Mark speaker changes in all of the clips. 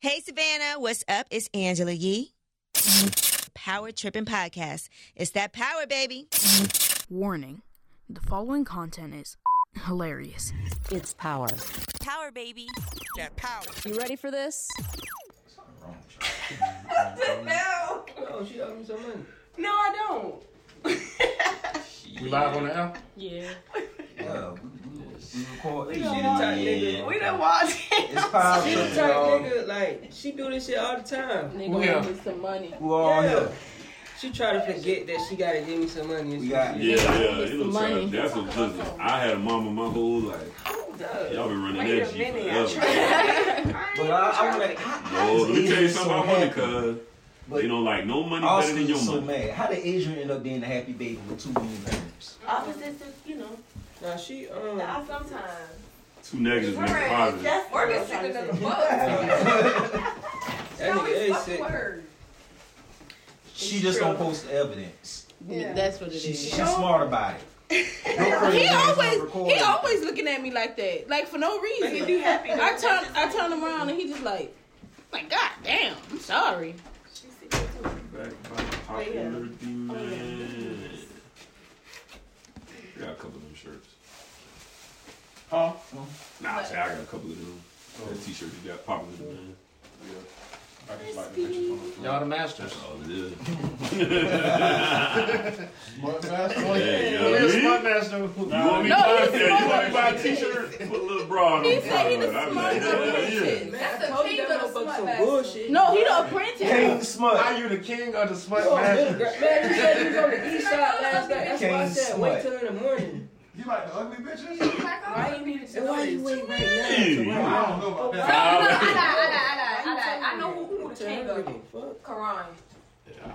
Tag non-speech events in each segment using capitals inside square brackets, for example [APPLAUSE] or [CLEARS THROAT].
Speaker 1: Hey, Savannah, what's up? It's Angela Yee. Power Tripping Podcast. It's that power, baby.
Speaker 2: Warning the following content is [LAUGHS] hilarious.
Speaker 3: It's power.
Speaker 1: Power, baby.
Speaker 3: You ready for this?
Speaker 4: Oh, she owed me some money.
Speaker 5: No, I don't.
Speaker 6: We live on the air?
Speaker 5: Yeah.
Speaker 4: Yeah, we, we, we record.
Speaker 5: She the type nigga. We done watched
Speaker 4: It's
Speaker 5: it.
Speaker 4: power
Speaker 5: She the
Speaker 4: tripping,
Speaker 5: type
Speaker 4: y'all.
Speaker 5: nigga. Like, she do this shit all the time.
Speaker 6: We here.
Speaker 5: some money.
Speaker 4: Who all
Speaker 5: Yeah.
Speaker 4: here?
Speaker 5: She try to forget that she gotta give me some money. And
Speaker 4: We
Speaker 5: shit.
Speaker 4: got
Speaker 7: Yeah, yeah, it was trash. That's what listen. I had a mom and my whole life. Y'all been running
Speaker 5: Wait a
Speaker 7: that shit
Speaker 5: minute, I
Speaker 7: forever.
Speaker 4: But I, I want to.
Speaker 7: No, let me tell you something about money, cuz they don't like no money better
Speaker 4: Austin
Speaker 7: than
Speaker 4: is
Speaker 7: your
Speaker 4: so
Speaker 7: money.
Speaker 4: mad. How did Adrian end up being the happy baby with two million pounds?
Speaker 8: Opposites, is, you know,
Speaker 5: Now she,
Speaker 8: I
Speaker 5: um,
Speaker 8: sometimes.
Speaker 7: Two negatives make a positive.
Speaker 8: That's we're just sitting in the book.
Speaker 5: that nigga is sick.
Speaker 4: She just don't post the evidence.
Speaker 9: That's what it
Speaker 4: She, she's
Speaker 9: is.
Speaker 4: smart about it. No crazy
Speaker 9: He
Speaker 4: ass
Speaker 9: always
Speaker 4: recording.
Speaker 9: he always looking at me like that, like for no
Speaker 5: Make
Speaker 9: reason.
Speaker 5: it be happy.
Speaker 9: I turn I turn around and he just like, like God damn, I'm sorry.
Speaker 7: Back by popular demand. I got a couple of them shirts.
Speaker 6: Huh?
Speaker 7: Nah, I say I got a couple of them. That t-shirt you got popular demand.
Speaker 6: I just like the pictures on the phone. Y'all the masters.
Speaker 7: That's all it is.
Speaker 6: Smart master.
Speaker 7: Hey,
Speaker 6: Yeah,
Speaker 7: yo, me?
Speaker 6: smart master.
Speaker 7: You want me to
Speaker 9: No,
Speaker 7: buy
Speaker 9: he's
Speaker 7: yeah, you want me to buy a
Speaker 9: smart.
Speaker 7: t-shirt? Put a little bra on
Speaker 9: He
Speaker 7: the
Speaker 9: said he
Speaker 7: front
Speaker 9: the
Speaker 7: of it. I'm like,
Speaker 9: smart
Speaker 7: yeah, yeah.
Speaker 9: apprentice.
Speaker 5: Man,
Speaker 3: the
Speaker 5: I told you
Speaker 3: king
Speaker 5: that
Speaker 3: of the
Speaker 5: motherfucker
Speaker 3: smut
Speaker 5: some
Speaker 3: bastard.
Speaker 5: bullshit.
Speaker 9: No, he the apprentice.
Speaker 4: King smart.
Speaker 6: you the king of the
Speaker 5: Yo,
Speaker 6: smart
Speaker 5: nigga, gra- man, you said you was on the east side last night. That's why I
Speaker 4: King
Speaker 5: said
Speaker 4: smut.
Speaker 5: wait till in the morning.
Speaker 6: You like the ugly bitches?
Speaker 5: Why you need to? Why you wait right now?
Speaker 7: Hey,
Speaker 5: Why-
Speaker 6: I don't know about that.
Speaker 8: I
Speaker 7: Nah, man.
Speaker 8: lied, I lied, I lied, I lied. I know who, who the
Speaker 5: Tell
Speaker 8: king of.
Speaker 5: her, fuck.
Speaker 8: Quran.
Speaker 7: I, I,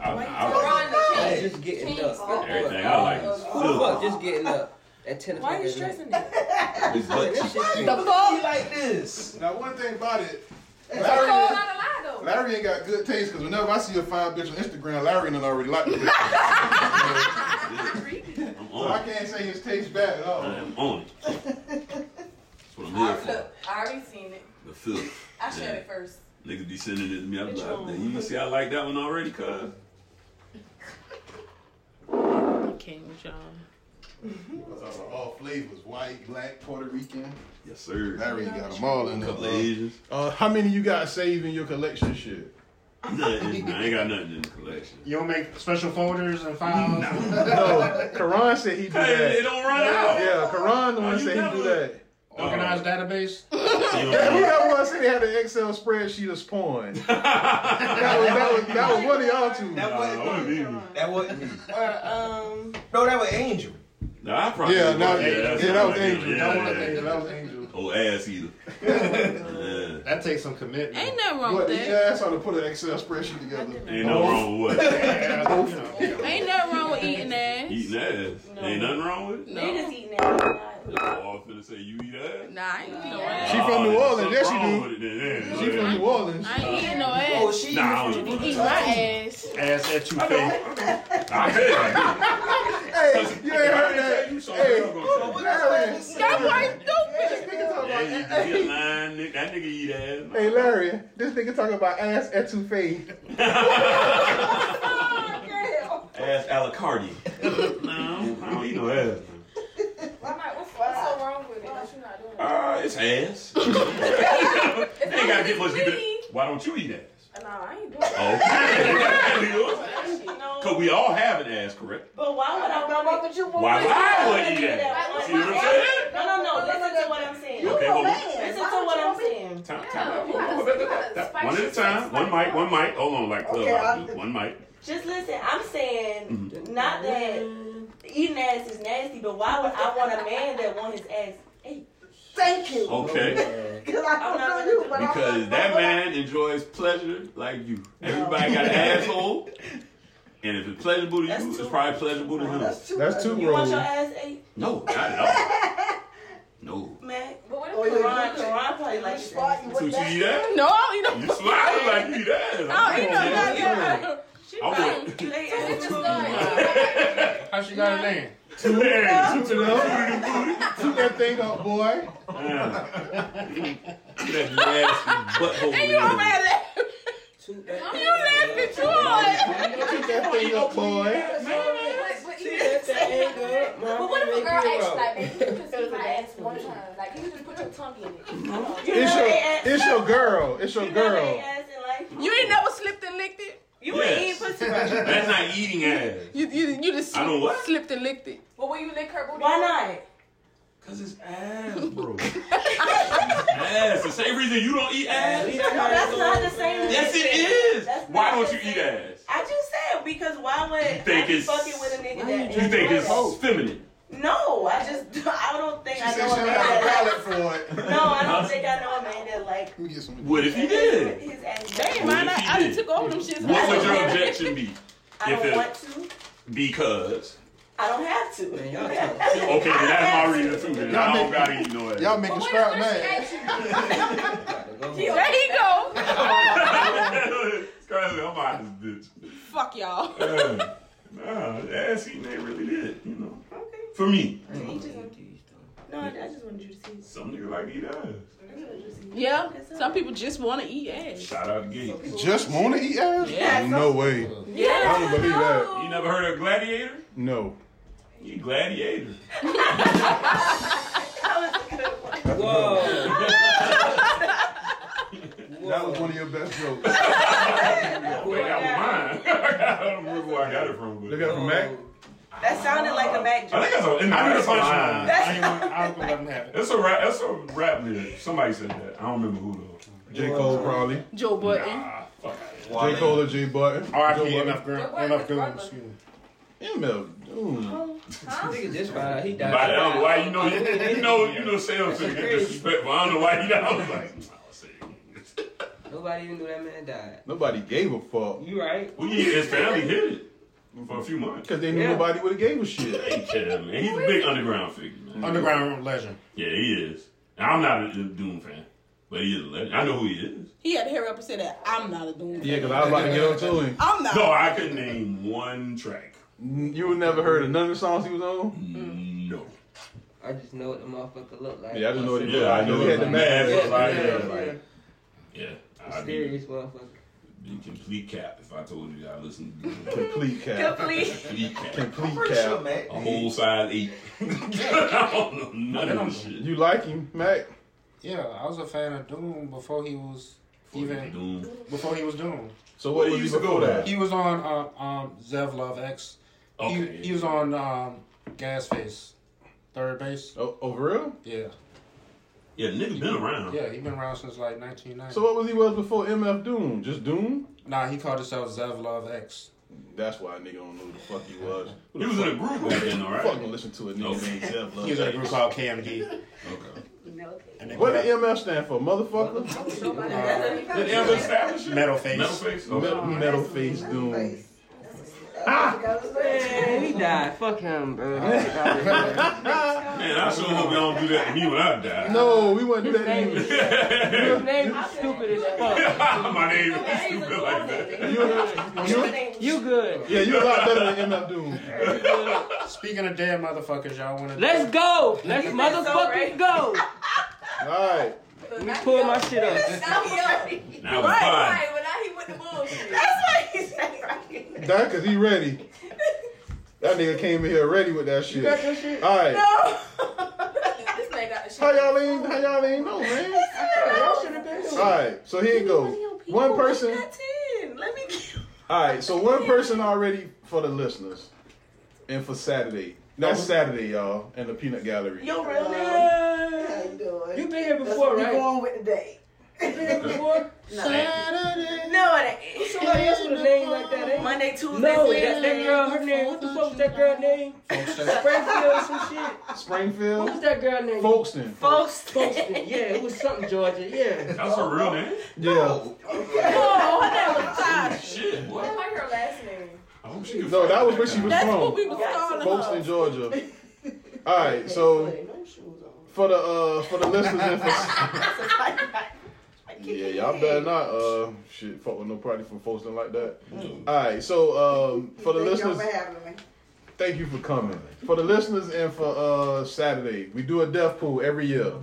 Speaker 8: Quran the
Speaker 5: I
Speaker 8: king.
Speaker 5: just getting
Speaker 8: King
Speaker 5: up.
Speaker 8: smut.
Speaker 7: everything I like is
Speaker 5: Who the fuck
Speaker 7: silver.
Speaker 5: just getting up at ten o'clock?
Speaker 8: Why are you
Speaker 5: at night?
Speaker 8: stressing that?
Speaker 7: His butt
Speaker 5: That
Speaker 7: cheeks.
Speaker 5: shit
Speaker 4: He
Speaker 5: crazy.
Speaker 4: like this.
Speaker 6: Now, one thing about it,
Speaker 8: That's a whole
Speaker 6: Larry,
Speaker 8: lot of lie
Speaker 6: Larry ain't got good taste because whenever I see a fine bitch on Instagram, Larry done already liked the bitch.
Speaker 7: I'm
Speaker 6: so
Speaker 7: on
Speaker 6: I
Speaker 7: it.
Speaker 6: can't say his taste bad at all.
Speaker 7: I'm on it. That's what I'm
Speaker 8: though.
Speaker 7: here
Speaker 8: I-
Speaker 7: for.
Speaker 8: Look, I already seen it.
Speaker 7: The filth.
Speaker 8: I showed
Speaker 7: Yeah.
Speaker 8: it first.
Speaker 7: Niggas be sending it to me. I'm like, man, you can see I like that one already, cuz.
Speaker 9: King John.
Speaker 6: All flavors, white, black, Puerto Rican.
Speaker 7: Yes, sir.
Speaker 6: Larry ain't got them all in
Speaker 7: A
Speaker 6: there.
Speaker 7: couple of
Speaker 10: [LAUGHS]
Speaker 7: Asians.
Speaker 10: Uh, how many you got saved in your collection? Shit.
Speaker 6: [LAUGHS]
Speaker 7: Nothing. I ain't got nothing in the collection.
Speaker 10: You don't make special folders and files.
Speaker 7: Nah.
Speaker 10: no, Karan said he do
Speaker 7: Hey, it
Speaker 10: that.
Speaker 7: don't run out.
Speaker 10: Yeah, Karan
Speaker 7: Oh,
Speaker 10: the one
Speaker 7: you
Speaker 10: said he
Speaker 7: never-
Speaker 10: do that.
Speaker 7: Organized
Speaker 10: database. Yeah, who
Speaker 7: database.
Speaker 10: that one said he had an Excel spreadsheet of porn? that, was, that, was, that was one of y'all two.
Speaker 4: That wasn't me. That wasn't me.
Speaker 5: Or, um,
Speaker 4: No, that was Angel.
Speaker 7: Nah, I probably
Speaker 10: Yeah,
Speaker 7: wouldn't
Speaker 10: no,
Speaker 7: want
Speaker 10: yeah,
Speaker 7: that's
Speaker 10: that
Speaker 7: what
Speaker 10: was
Speaker 7: I did.
Speaker 10: Angel.
Speaker 7: Yeah,
Speaker 10: that was
Speaker 7: yeah,
Speaker 10: Angel.
Speaker 7: yeah.
Speaker 10: That was Angel.
Speaker 7: Old ass either. Oh,
Speaker 10: [LAUGHS]
Speaker 7: Yeah.
Speaker 10: That takes some commitment.
Speaker 9: Ain't nothing
Speaker 8: Oh,
Speaker 9: wrong
Speaker 6: What,
Speaker 9: with
Speaker 6: the
Speaker 9: that.
Speaker 6: ass ought to put an Excel spreadsheet together.
Speaker 7: Ain't
Speaker 10: Oh.
Speaker 7: no wrong with what?
Speaker 10: [LAUGHS]
Speaker 9: Ain't nothing wrong with eating ass.
Speaker 7: Eating ass. Ain't nothing wrong with it.
Speaker 9: No.
Speaker 8: They just eating that.
Speaker 7: Oh, I was finna say you eat ass. Oh,
Speaker 9: Nah, I ain't eating no ass.
Speaker 10: She from New Orleans. Yes, she do.
Speaker 7: She
Speaker 10: She from New Orleans.
Speaker 9: I ain't eating no
Speaker 4: Oh,
Speaker 9: ass.
Speaker 4: she.
Speaker 7: Nah, I don't
Speaker 9: Eat
Speaker 7: know.
Speaker 9: my ass.
Speaker 10: Ass at you,
Speaker 7: I did. I
Speaker 10: Hey,
Speaker 7: did.
Speaker 10: you ain't heard
Speaker 7: [LAUGHS]
Speaker 10: that?
Speaker 7: Hey, you saw
Speaker 10: Hey,
Speaker 7: what I was gonna say.
Speaker 10: Larry.
Speaker 9: That white stupid.
Speaker 10: This nigga talking about
Speaker 7: Yeah, you- you a lying nigga. That nigga eat ass.
Speaker 10: Hey Larry, this nigga talking about ass etouffee.
Speaker 8: Girl,
Speaker 7: Ass [LAUGHS] alicardi. no, I don't eat no ass.
Speaker 8: why not? What's, what's so wrong with it? That you're not doing
Speaker 7: Ah,
Speaker 8: [LAUGHS]
Speaker 7: it's ass. [LAUGHS] they ain't gotta get much deeper. than- Why don't you eat ass?
Speaker 8: it. No, I ain't doing it.
Speaker 7: [LAUGHS] Okay.
Speaker 8: No.
Speaker 7: Cause we all have an ass, correct?
Speaker 8: But why would I want it?
Speaker 7: Why would I want to eat
Speaker 8: Why
Speaker 7: ass?
Speaker 8: would
Speaker 7: See what I'm
Speaker 8: I-
Speaker 7: saying?
Speaker 8: No, no, no. Listen to what I'm saying.
Speaker 7: Okay, well,
Speaker 8: Listen to what I'm saying.
Speaker 7: Time, time out. One at a time. One mic, one mic. Hold on, like club. I do. one mic.
Speaker 8: Just listen. I'm saying
Speaker 7: Mm-hmm.
Speaker 8: not that eating ass is nasty, but why would I want a man that want his [LAUGHS] ass? ate?
Speaker 7: Okay.
Speaker 8: I'm not gonna do it.
Speaker 7: Because that man enjoys pleasure like you.
Speaker 8: [LAUGHS]
Speaker 7: Everybody got an asshole. And if it's pleasurable to you, it's probably pleasurable to him.
Speaker 10: That's two
Speaker 8: You want
Speaker 10: rolls.
Speaker 8: your ass ate,
Speaker 7: No, not at
Speaker 8: [LAUGHS]
Speaker 7: all.
Speaker 8: man? But what if Karan, Karan probably like
Speaker 7: No. So you eat ass?
Speaker 9: No, I don't eat
Speaker 7: You
Speaker 9: no.
Speaker 7: smile like you eat
Speaker 8: Oh,
Speaker 7: ass.
Speaker 9: I don't eat no goddamn.
Speaker 7: Oh, Yeah. I would.
Speaker 8: Do they ass too?
Speaker 6: How she got it in?
Speaker 7: Yeah.
Speaker 10: Toot it up. [LAUGHS] Toot that thing up, boy.
Speaker 7: That nasty butthole.
Speaker 9: And you already
Speaker 11: two. You
Speaker 9: [LAUGHS]
Speaker 11: laughing,
Speaker 12: Keep that thing up, boy.
Speaker 11: But
Speaker 13: But what if a girl actually like, baby, you can see my ass one time. Like, you just put your tongue in it.
Speaker 12: It's your, it's your girl. It's your girl.
Speaker 9: You ain't never slipped and licked it.
Speaker 8: You
Speaker 7: Yes. ain't
Speaker 8: pussy
Speaker 7: That's not eating ass.
Speaker 9: You, you, you just
Speaker 7: I know what.
Speaker 9: slipped and licked it.
Speaker 13: But when you lick her booty,
Speaker 8: Why not?
Speaker 7: Cause it's ass,
Speaker 8: [LAUGHS]
Speaker 7: bro. ass. The same reason you don't eat ass.
Speaker 8: That's not the same.
Speaker 7: Yes,
Speaker 8: reason.
Speaker 7: it is.
Speaker 8: That's
Speaker 7: Why
Speaker 8: not
Speaker 7: don't
Speaker 8: the
Speaker 7: you
Speaker 8: same-
Speaker 7: eat ass?
Speaker 8: I just said because why would
Speaker 7: You think
Speaker 8: I be
Speaker 7: it's-
Speaker 8: fucking with a nigga that
Speaker 7: You think it's feminine?
Speaker 8: No, I just [LAUGHS] I don't think I
Speaker 6: She
Speaker 8: know
Speaker 6: said
Speaker 8: a
Speaker 6: she
Speaker 8: man
Speaker 6: don't have a
Speaker 8: that
Speaker 6: palate for it.
Speaker 8: like. No, I don't think I know a man that like.
Speaker 6: Let me get some.
Speaker 7: What if you did?
Speaker 8: His ass.
Speaker 9: Damn,
Speaker 7: What
Speaker 9: mine,
Speaker 7: if you
Speaker 9: I, I
Speaker 7: did?
Speaker 9: took over them shits.
Speaker 7: What would your objection be?
Speaker 8: I
Speaker 7: If
Speaker 8: don't
Speaker 7: it-
Speaker 8: want to.
Speaker 7: Because
Speaker 8: I don't have to.
Speaker 7: okay, then that's my reason too. Then I
Speaker 6: Y'all
Speaker 7: don't
Speaker 6: make-
Speaker 7: gotta eat no ass.
Speaker 6: Y'all making Sprout mad.
Speaker 9: There he go.
Speaker 7: Scarlett, I'm out of this bitch.
Speaker 9: Fuck y'all.
Speaker 7: Uh, nah, ass eating ain't really it, you know. For me,
Speaker 8: No, I I just wanted you to see.
Speaker 7: some niggas like to eat ass.
Speaker 9: Yeah, some people just want to eat ass.
Speaker 7: Shout out to Gates.
Speaker 6: Just want to eat ass? Oh,
Speaker 7: Yeah.
Speaker 6: No way. I don't believe that.
Speaker 7: You never heard of Gladiator?
Speaker 6: No.
Speaker 7: You Gladiator.
Speaker 11: Whoa.
Speaker 6: That was one of your best jokes.
Speaker 7: Wait, that was mine. [LAUGHS] I don't remember where I got it from,
Speaker 6: They
Speaker 7: but
Speaker 6: got it from Mac.
Speaker 8: That sounded like a back
Speaker 7: I
Speaker 8: joke.
Speaker 7: think that's a.
Speaker 12: I knew the
Speaker 7: that's
Speaker 12: punchline.
Speaker 7: a-
Speaker 12: I ain't want- I was gonna let him have it.
Speaker 7: That's a rap. That's a rap lyric. Somebody said that. I don't remember who though.
Speaker 6: J. Cole, probably.
Speaker 9: Joe Button.
Speaker 7: Ah, fuck.
Speaker 6: J. Cole or J. Button.
Speaker 12: R.I.P. Enough ground.
Speaker 13: Your
Speaker 12: Enough
Speaker 13: brother, brother.
Speaker 12: ground. Excuse me.
Speaker 6: MF Doom.
Speaker 11: Nigga just died. He died.
Speaker 7: By that, why you know you know you know Sam's gonna get disrespectful. I don't know why he not. I was like, nah, I'll say it.
Speaker 11: Nobody even knew that man died.
Speaker 6: Nobody gave a fuck.
Speaker 11: You right?
Speaker 7: well, yeah, his family hid it for a few months.
Speaker 6: Because they knew
Speaker 11: Yeah.
Speaker 6: nobody would have gave a shit.
Speaker 7: Hey, yeah, man, he's a big underground figure. Man.
Speaker 12: Underground legend.
Speaker 7: Yeah, he is. Now, I'm not a Doom fan, but he is a legend. I know who he is.
Speaker 9: He had to hurry up and say that I'm not a doom.
Speaker 6: Yeah, because I was about to get on to him.
Speaker 9: I'm not.
Speaker 7: No, I could name one track.
Speaker 6: You would never heard of none of the songs he was on?
Speaker 10: Mm.
Speaker 7: No.
Speaker 11: I just know what the motherfucker looked like.
Speaker 6: Yeah, I just know what he
Speaker 7: Yeah, I
Speaker 6: was.
Speaker 7: know
Speaker 6: He had the
Speaker 7: him.
Speaker 6: mask.
Speaker 7: Yeah,
Speaker 6: Like,
Speaker 7: yeah,
Speaker 6: yeah, like,
Speaker 7: Yeah, I'd be,
Speaker 11: Mysterious motherfucker.
Speaker 7: be complete cap if I told you I listened to Doom.
Speaker 6: Complete cap.
Speaker 7: complete cap.
Speaker 6: Complete cap.
Speaker 7: A whole size eight. [LAUGHS] I don't know none of this shit.
Speaker 6: You like him, Mac?
Speaker 10: Yeah, I was a fan of Doom before he was even
Speaker 7: Doom.
Speaker 10: before he was Doom.
Speaker 6: So what was he before that?
Speaker 10: He was on uh, um Zev Love X.
Speaker 7: Okay.
Speaker 10: He, he was on um Gasface, third base.
Speaker 6: Oh, oh, real?
Speaker 10: Yeah,
Speaker 7: Yeah, nigga been around.
Speaker 10: yeah. He been around since like 1990.
Speaker 6: So what was he was before MF Doom? Just Doom?
Speaker 10: nah, he called himself Zev Love X.
Speaker 6: That's why a nigga don't know who the fuck he [LAUGHS] was. Who
Speaker 7: He
Speaker 6: the
Speaker 7: was in a group back then, all
Speaker 6: fuck
Speaker 7: right?
Speaker 6: gonna listen to a nigga
Speaker 7: Okay.
Speaker 6: named Jeff Love?
Speaker 10: He was in a group called KMD.
Speaker 7: Okay.
Speaker 10: And they
Speaker 6: What
Speaker 10: put
Speaker 6: did MF stand for, motherfucker?
Speaker 7: Did Amber establish it?
Speaker 10: out Metal Face.
Speaker 7: Metal face?
Speaker 6: Me-
Speaker 7: Okay.
Speaker 6: Metal Oh, face Doom.
Speaker 11: Man, he died. Fuck him, [LAUGHS] bro.
Speaker 7: Man, I sure hope y'all don't do that to me when I die.
Speaker 6: [LAUGHS] No, Oh, we wouldn't do that. either. [LAUGHS]
Speaker 11: His name is stupid as fuck.
Speaker 7: [LAUGHS] My name is stupid like that.
Speaker 11: You good.
Speaker 6: Yeah, you a lot better than MF Doom.
Speaker 10: Speaking of dead motherfuckers, y'all want to
Speaker 11: Let's go. Let's motherfucking go.
Speaker 6: All right.
Speaker 11: Let me pull my shit up.
Speaker 13: Now he up.
Speaker 7: Now it's fine.
Speaker 13: Right, but now he with the bullshit.
Speaker 6: That cause he ready. That nigga came in here ready with that shit. All right.
Speaker 13: this man got the shit.
Speaker 6: How y'all ain't how y'all ain't know, man? All right. So here it goes. One person.
Speaker 8: Let me.
Speaker 6: All right, so one person already for the listeners, and for Saturday. That's Saturday, y'all, in the Peanut Gallery.
Speaker 8: Yo, real nigga.
Speaker 11: You been here before, right?
Speaker 8: with today. [LAUGHS]
Speaker 6: Saturday.
Speaker 8: No, it ain't.
Speaker 11: Somebody else with a name like that, ain't
Speaker 8: Monday, Tuesday,
Speaker 11: No, that,
Speaker 8: Wednesday.
Speaker 11: that girl, her name, what the fuck was that girl name?
Speaker 10: folks that
Speaker 11: Springfield or some shit. What was
Speaker 6: Springfield,
Speaker 11: that girl name?
Speaker 6: Folkestone.
Speaker 11: [LAUGHS]
Speaker 8: Folks.
Speaker 11: Folkston. Yeah, it was something, Georgia. Yeah.
Speaker 7: That's her real name?
Speaker 6: Yeah.
Speaker 9: Oh, that was tired.
Speaker 7: Shit,
Speaker 13: I
Speaker 7: what?
Speaker 13: like her last name.
Speaker 7: I hope she can
Speaker 6: No,
Speaker 7: find
Speaker 6: that was where she was
Speaker 9: That's what
Speaker 6: from.
Speaker 9: we was calling her.
Speaker 6: Folkestone, Georgia. All right, so for the uh for the listeners and for yeah, y'all better not uh shit fuck with no party from Folkestone like that. All right, so um for the listeners. Thank you for coming. For the listeners and for uh, Saturday, we do a death pool every year.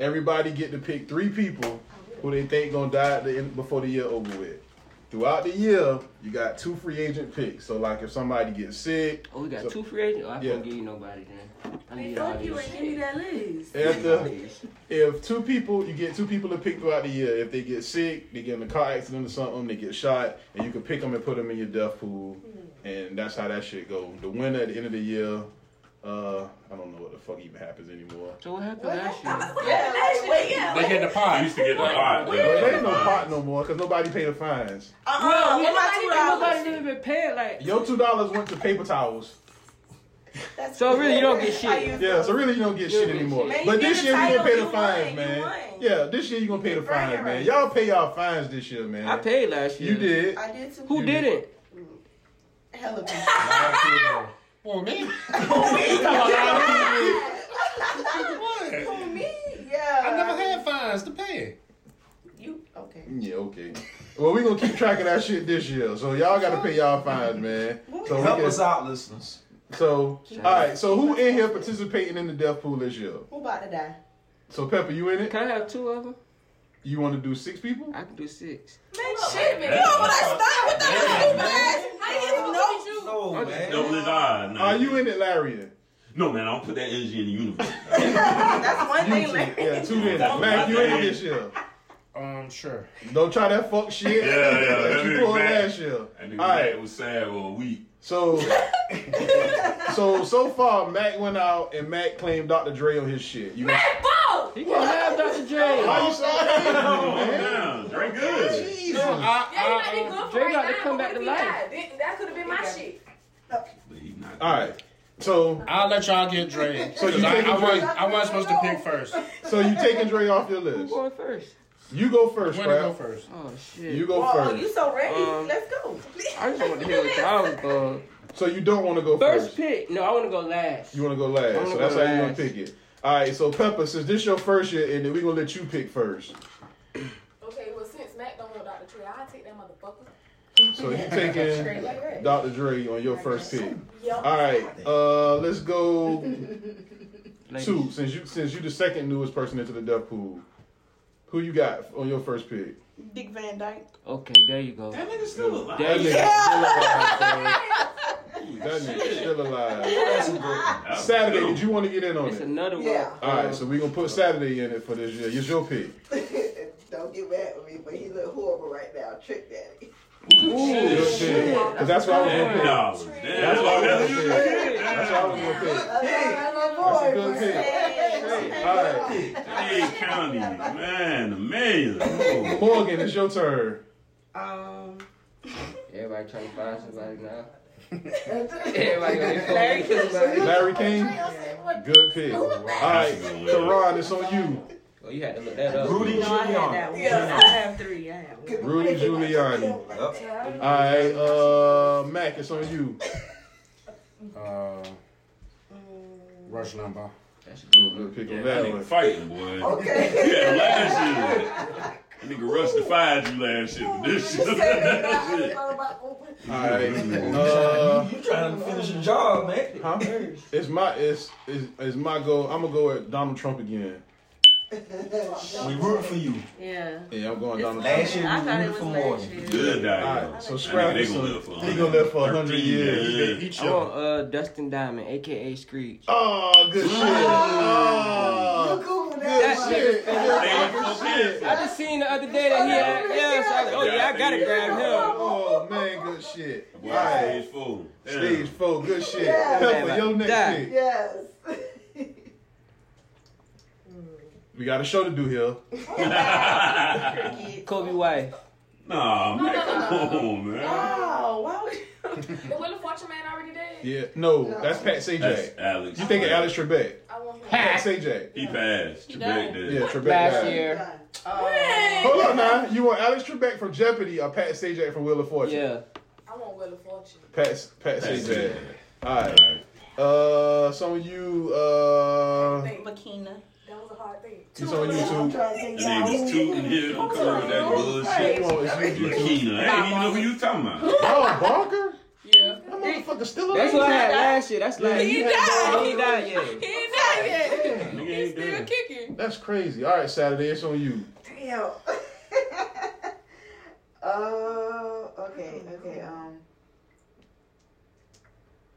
Speaker 6: Everybody get to pick three people who they think gonna die at the end, before the year over with. Throughout the year, you got two free agent picks. So like if somebody gets sick,
Speaker 5: Oh, we got
Speaker 6: so-
Speaker 5: two free agents. Oh, I
Speaker 6: Yeah.
Speaker 5: can't give you nobody then. I
Speaker 14: Hey,
Speaker 5: need all
Speaker 14: fuck you
Speaker 5: these.
Speaker 14: and give me that list.
Speaker 6: After, if two people, you get two people to pick throughout the year. If they get sick, they get in a car accident or something, they get shot, and you can pick them and put them in your death pool, and that's how that shit go. The winner at the end of the year, uh, I don't know what the fuck even happens anymore.
Speaker 5: So what happened last year?
Speaker 14: Yeah, like, wait, yeah.
Speaker 5: They get the pot.
Speaker 7: used [LAUGHS] to get the pot.
Speaker 6: But there ain't no pot no more because nobody paid the fines.
Speaker 14: Uh-uh,
Speaker 5: Well,
Speaker 14: what my
Speaker 5: nobody-
Speaker 14: two dollars?
Speaker 5: Nobody didn't even pay it. Like,
Speaker 6: Your two dollars went to paper towels.
Speaker 14: That's
Speaker 5: So really, you don't get shit.
Speaker 14: How you-
Speaker 6: Yeah, so really you don't get shit anymore.
Speaker 14: Man, you
Speaker 6: But
Speaker 14: get
Speaker 6: this
Speaker 14: the
Speaker 6: year you gonna
Speaker 14: title,
Speaker 6: pay the
Speaker 14: you
Speaker 6: fines,
Speaker 14: won, you
Speaker 6: man. Yeah, this year you gonna pay the fines, man. Y'all pay y'all fines this year, man.
Speaker 5: I paid last year.
Speaker 6: You did.
Speaker 14: I did too.
Speaker 5: Who did it?
Speaker 14: Hella people.
Speaker 10: Well, me. [LAUGHS]
Speaker 14: Who, me? Yeah.
Speaker 10: I never had fines to pay.
Speaker 14: You okay?
Speaker 6: Yeah, okay. Well, we gonna keep track of that shit this year, so y'all gotta pay y'all fines, man. So we
Speaker 4: Help
Speaker 6: can-
Speaker 4: us out, listeners.
Speaker 6: So, all right. So who in here participating in the death pool this year?
Speaker 14: Who about to die?
Speaker 6: So Pepper, you in it?
Speaker 5: Can I have two of them?
Speaker 6: You want to do six people?
Speaker 5: I can do six.
Speaker 14: Man, shit, man. You know what I stop with that stupid ass? I didn't even know.
Speaker 4: No, man.
Speaker 7: Double his eye. nah.
Speaker 6: Are you in it, Larry?
Speaker 7: No, man, I don't put that energy in the universe.
Speaker 14: That's one
Speaker 6: You
Speaker 14: thing,
Speaker 6: two.
Speaker 14: Larry.
Speaker 6: Yeah, two in it. Mac, you in it this year?
Speaker 10: Um, sure.
Speaker 6: Don't try that fuck shit.
Speaker 7: Yeah, yeah,
Speaker 6: that
Speaker 7: that
Speaker 6: you
Speaker 7: nigga
Speaker 6: pulled
Speaker 7: Mac.
Speaker 6: last year.
Speaker 7: That nigga
Speaker 6: All right.
Speaker 7: Mac was sad or weak.
Speaker 6: So, [LAUGHS] so so far, Mac went out and Mac claimed Dr. Dre on his shit. You
Speaker 9: Mac Bo!
Speaker 5: He can have Dr.
Speaker 6: Why
Speaker 5: J.
Speaker 6: you [LAUGHS] sorry?
Speaker 7: Damn, drink good.
Speaker 9: Yeah, he
Speaker 10: I,
Speaker 9: might be good for
Speaker 5: Jay
Speaker 9: right
Speaker 5: got to
Speaker 9: now,
Speaker 5: come
Speaker 9: but
Speaker 5: back
Speaker 9: what
Speaker 5: to
Speaker 9: if he
Speaker 5: life.
Speaker 9: died? That- That could have been my shit.
Speaker 7: But he not.
Speaker 6: All right. So
Speaker 10: will let y'all get Dre.
Speaker 6: So
Speaker 10: So
Speaker 6: you
Speaker 10: you I,
Speaker 6: taking
Speaker 10: I,
Speaker 6: Dre?
Speaker 10: was, I wasn't supposed to pick first.
Speaker 6: so you taking Dre off your
Speaker 5: Who's
Speaker 6: list?
Speaker 5: going first?
Speaker 6: You go first,
Speaker 10: When to go
Speaker 6: Crab.
Speaker 10: first?
Speaker 5: Oh, shit.
Speaker 6: You go
Speaker 14: Oh,
Speaker 6: first.
Speaker 14: you so ready?
Speaker 5: Um,
Speaker 14: Let's go.
Speaker 5: I just want to hear what y'all was
Speaker 6: [LAUGHS]
Speaker 5: going.
Speaker 6: So you don't want to go first.
Speaker 5: First pick. No, I want to go last.
Speaker 6: You want to go last.
Speaker 5: I wanna
Speaker 6: So
Speaker 5: go
Speaker 6: that's how you want
Speaker 5: last.
Speaker 6: to pick it. All right. So Pepper, since this your first year, and then we gonna let you pick first.
Speaker 9: Okay, well, since Mac don't know Dr. Trey, I'll take that motherfucker.
Speaker 6: So you taking
Speaker 9: Like that.
Speaker 6: Dr. Dre on your first pick.
Speaker 9: Yup.
Speaker 6: All right. Uh, let's go
Speaker 5: Ladies.
Speaker 6: two. Since you since you the second newest person into the death pool, who you got on your first pick?
Speaker 14: Dick Van Dyke.
Speaker 5: Okay, there you go.
Speaker 7: That nigga still alive.
Speaker 5: There you go.
Speaker 14: [LAUGHS]
Speaker 6: That nigga still alive.
Speaker 4: That's a good one.
Speaker 7: That was
Speaker 6: Saturday,
Speaker 7: dope.
Speaker 6: did you want to get in on
Speaker 5: It's
Speaker 6: it?
Speaker 5: another one.
Speaker 8: Yeah.
Speaker 6: All right, so we gonna put Saturday in it for this year. It's your pick.
Speaker 8: Don't get mad at me, but he look horrible right now. Trick daddy.
Speaker 6: Your
Speaker 5: Ooh,
Speaker 6: pick. Cause that's what I was gonna
Speaker 7: Ten
Speaker 6: pick.
Speaker 7: dollars.
Speaker 6: That's
Speaker 7: That's
Speaker 6: what I
Speaker 7: why
Speaker 6: was
Speaker 7: that's what you
Speaker 6: gonna pick. That's what I was gonna pick. That's a good pick. All right,
Speaker 7: Hey, County, man, amazing. Oh,
Speaker 6: Morgan, it's your turn.
Speaker 14: Um,
Speaker 5: Everybody trying to find somebody [LAUGHS] now. Everybody on their phone. Larry
Speaker 6: Larry King, good pick. All right, Teron, it's on you.
Speaker 5: Oh, you had to look that up.
Speaker 4: Rudy
Speaker 14: no, I had that one.
Speaker 4: Giuliani.
Speaker 14: I have three. I have one.
Speaker 6: Rudy Giuliani.
Speaker 4: Yep.
Speaker 6: All right, uh, Mac, it's on you.
Speaker 10: Uh, Rush Limbaugh.
Speaker 5: That's a good one.
Speaker 6: Good pick
Speaker 7: Yeah,
Speaker 6: on
Speaker 7: that
Speaker 6: that
Speaker 7: nigga
Speaker 6: one.
Speaker 7: fighting, boy.
Speaker 8: Okay.
Speaker 7: Yeah, last year. That nigga Russ defied you last year. but This year. Shit.
Speaker 6: All right, uh,
Speaker 4: You trying to finish your job, man?
Speaker 6: huh? It's my it's it's, it's my goal. I'm gonna go at Donald Trump again.
Speaker 4: We root for you.
Speaker 14: Yeah.
Speaker 6: Yeah, I'm going Donald Trump.
Speaker 4: Last year
Speaker 14: I
Speaker 4: we
Speaker 14: thought it
Speaker 4: rooted
Speaker 14: was
Speaker 4: for
Speaker 14: last
Speaker 4: Morgan.
Speaker 7: Good
Speaker 14: year.
Speaker 7: die.
Speaker 6: All
Speaker 7: yo.
Speaker 6: right, so
Speaker 7: That
Speaker 6: Scrap,
Speaker 7: nigga, they
Speaker 6: is
Speaker 7: gonna
Speaker 6: on-
Speaker 7: live for
Speaker 6: he gonna live for
Speaker 7: 100
Speaker 6: hundred years.
Speaker 7: years.
Speaker 10: Each
Speaker 5: I want uh, Dustin Diamond, aka Screech.
Speaker 6: Oh, good shit. Oh, good
Speaker 5: That
Speaker 6: shit.
Speaker 7: They went for
Speaker 6: Good shit.
Speaker 5: I just seen the other day that he had, yeah, so I was like, oh yeah, I gotta grab him.
Speaker 6: Oh man, good shit. All
Speaker 7: Boy,
Speaker 6: right.
Speaker 7: stage four. Damn.
Speaker 6: Stage four, good shit.
Speaker 8: Yeah.
Speaker 6: Pepper, your next
Speaker 5: Yeah.
Speaker 6: pick.
Speaker 8: Yes.
Speaker 6: We got a show to do here.
Speaker 5: Kobe White.
Speaker 7: Nah, man, come on, man.
Speaker 14: Wow. Why would you?
Speaker 9: The Will of Fortune man already dead?
Speaker 6: Yeah. No, that's Pat
Speaker 7: That's
Speaker 6: Sajak.
Speaker 7: Alex.
Speaker 6: You thinking Alex Trebek?
Speaker 9: I want him.
Speaker 6: Pat Sajak.
Speaker 7: He passed. Trebek did.
Speaker 6: Yeah, Trebek.
Speaker 5: Last
Speaker 6: died.
Speaker 5: year.
Speaker 6: Hold on now. You want Alex Trebek from Jeopardy or Pat Sajak from Wheel of Fortune?
Speaker 5: Yeah.
Speaker 9: I want Will of Fortune.
Speaker 6: Pat Pat
Speaker 7: Pat
Speaker 6: Sajak.
Speaker 7: Sajak.
Speaker 6: All right. Uh, some of you. Uh,
Speaker 15: Bikina.
Speaker 9: That was a hard thing.
Speaker 6: it's on
Speaker 8: I'm
Speaker 6: YouTube.
Speaker 8: trying to think
Speaker 7: That nigga's tooting here. Don't come up with that bullshit.
Speaker 6: Come on, it's YouTube.
Speaker 7: Lakina. I didn't even know who you talking about.
Speaker 6: Oh, Barker.
Speaker 5: Yeah.
Speaker 6: That motherfucker still alive.
Speaker 5: That's what I had last year. That's last
Speaker 6: He
Speaker 5: year.
Speaker 6: died.
Speaker 5: He died, yeah.
Speaker 16: He not yet.
Speaker 7: Nigga ain't dead.
Speaker 16: kicking.
Speaker 6: That's crazy. All right, Saturday, it's on you.
Speaker 8: Damn. uh,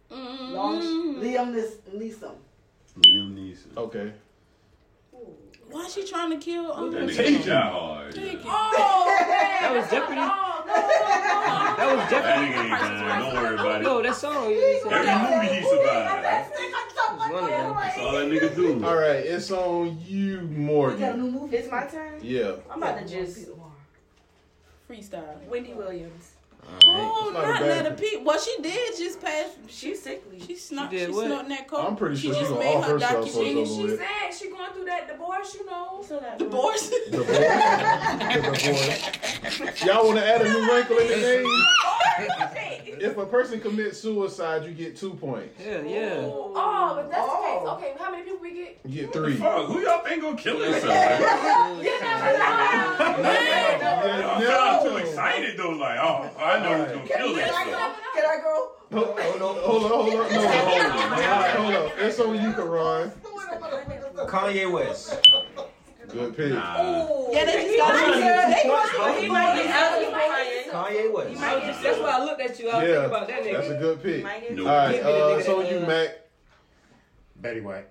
Speaker 9: Mm-hmm.
Speaker 4: Liam Nis- Neeson.
Speaker 7: Liam Neeson.
Speaker 6: Okay.
Speaker 9: Why is she trying to kill? Um,
Speaker 7: That nigga job hard.
Speaker 9: Oh,
Speaker 17: That was Jeopardy. That was Jeopardy.
Speaker 7: That nigga ain't dying. Don't worry about it.
Speaker 17: No, that song. Every
Speaker 7: movie he survived. That's all that nigga do.
Speaker 6: All right, it's on you, Morgan.
Speaker 8: new movie. It's my turn.
Speaker 6: Yeah.
Speaker 8: I'm about to just
Speaker 9: freestyle.
Speaker 8: Wendy Williams.
Speaker 9: Oh,
Speaker 6: It's not a
Speaker 9: not
Speaker 6: bad
Speaker 9: Netta
Speaker 6: thing.
Speaker 9: Pete. Well, she did just pass.
Speaker 8: She's sickly.
Speaker 9: She snort.
Speaker 6: She
Speaker 9: She,
Speaker 6: did what?
Speaker 9: snorting that coke.
Speaker 6: I'm pretty
Speaker 9: she
Speaker 6: sure she
Speaker 9: just
Speaker 6: gonna
Speaker 9: made
Speaker 6: off
Speaker 9: her
Speaker 6: herself for
Speaker 9: documentary.
Speaker 6: a little bit.
Speaker 13: Sad, she going through that divorce, you know.
Speaker 9: Divorce.
Speaker 6: Y'all want to add a new wrinkle in the name? If a person commits suicide, you get two points.
Speaker 17: Yeah,
Speaker 13: Oh, but that's the case. Okay, how many people we get?
Speaker 6: You get three.
Speaker 7: Fuck, who y'all think gonna kill himself?
Speaker 13: You never know.
Speaker 7: Y'all sound too excited though. Like, oh, I know who's gonna kill
Speaker 11: Can
Speaker 7: himself.
Speaker 11: I go? Can I go?
Speaker 6: Hold on, hold on, hold on. No,
Speaker 7: Oh,
Speaker 6: hold on. Hold on. It's on you, Karan.
Speaker 10: Kanye West.
Speaker 6: Good pick.
Speaker 9: Yeah, they just got
Speaker 10: He might
Speaker 9: her. They going to
Speaker 10: be too much, bro. He might be
Speaker 17: Kanye
Speaker 10: West.
Speaker 17: That's why I looked at you. I was
Speaker 6: Yeah,
Speaker 17: thinking about that nigga.
Speaker 6: that's a good pick.
Speaker 17: Nope.
Speaker 6: All right,
Speaker 17: Give me the
Speaker 6: uh,
Speaker 17: nigga
Speaker 6: it's on
Speaker 17: that,
Speaker 6: you,
Speaker 17: uh,
Speaker 6: Mac.
Speaker 10: Betty White.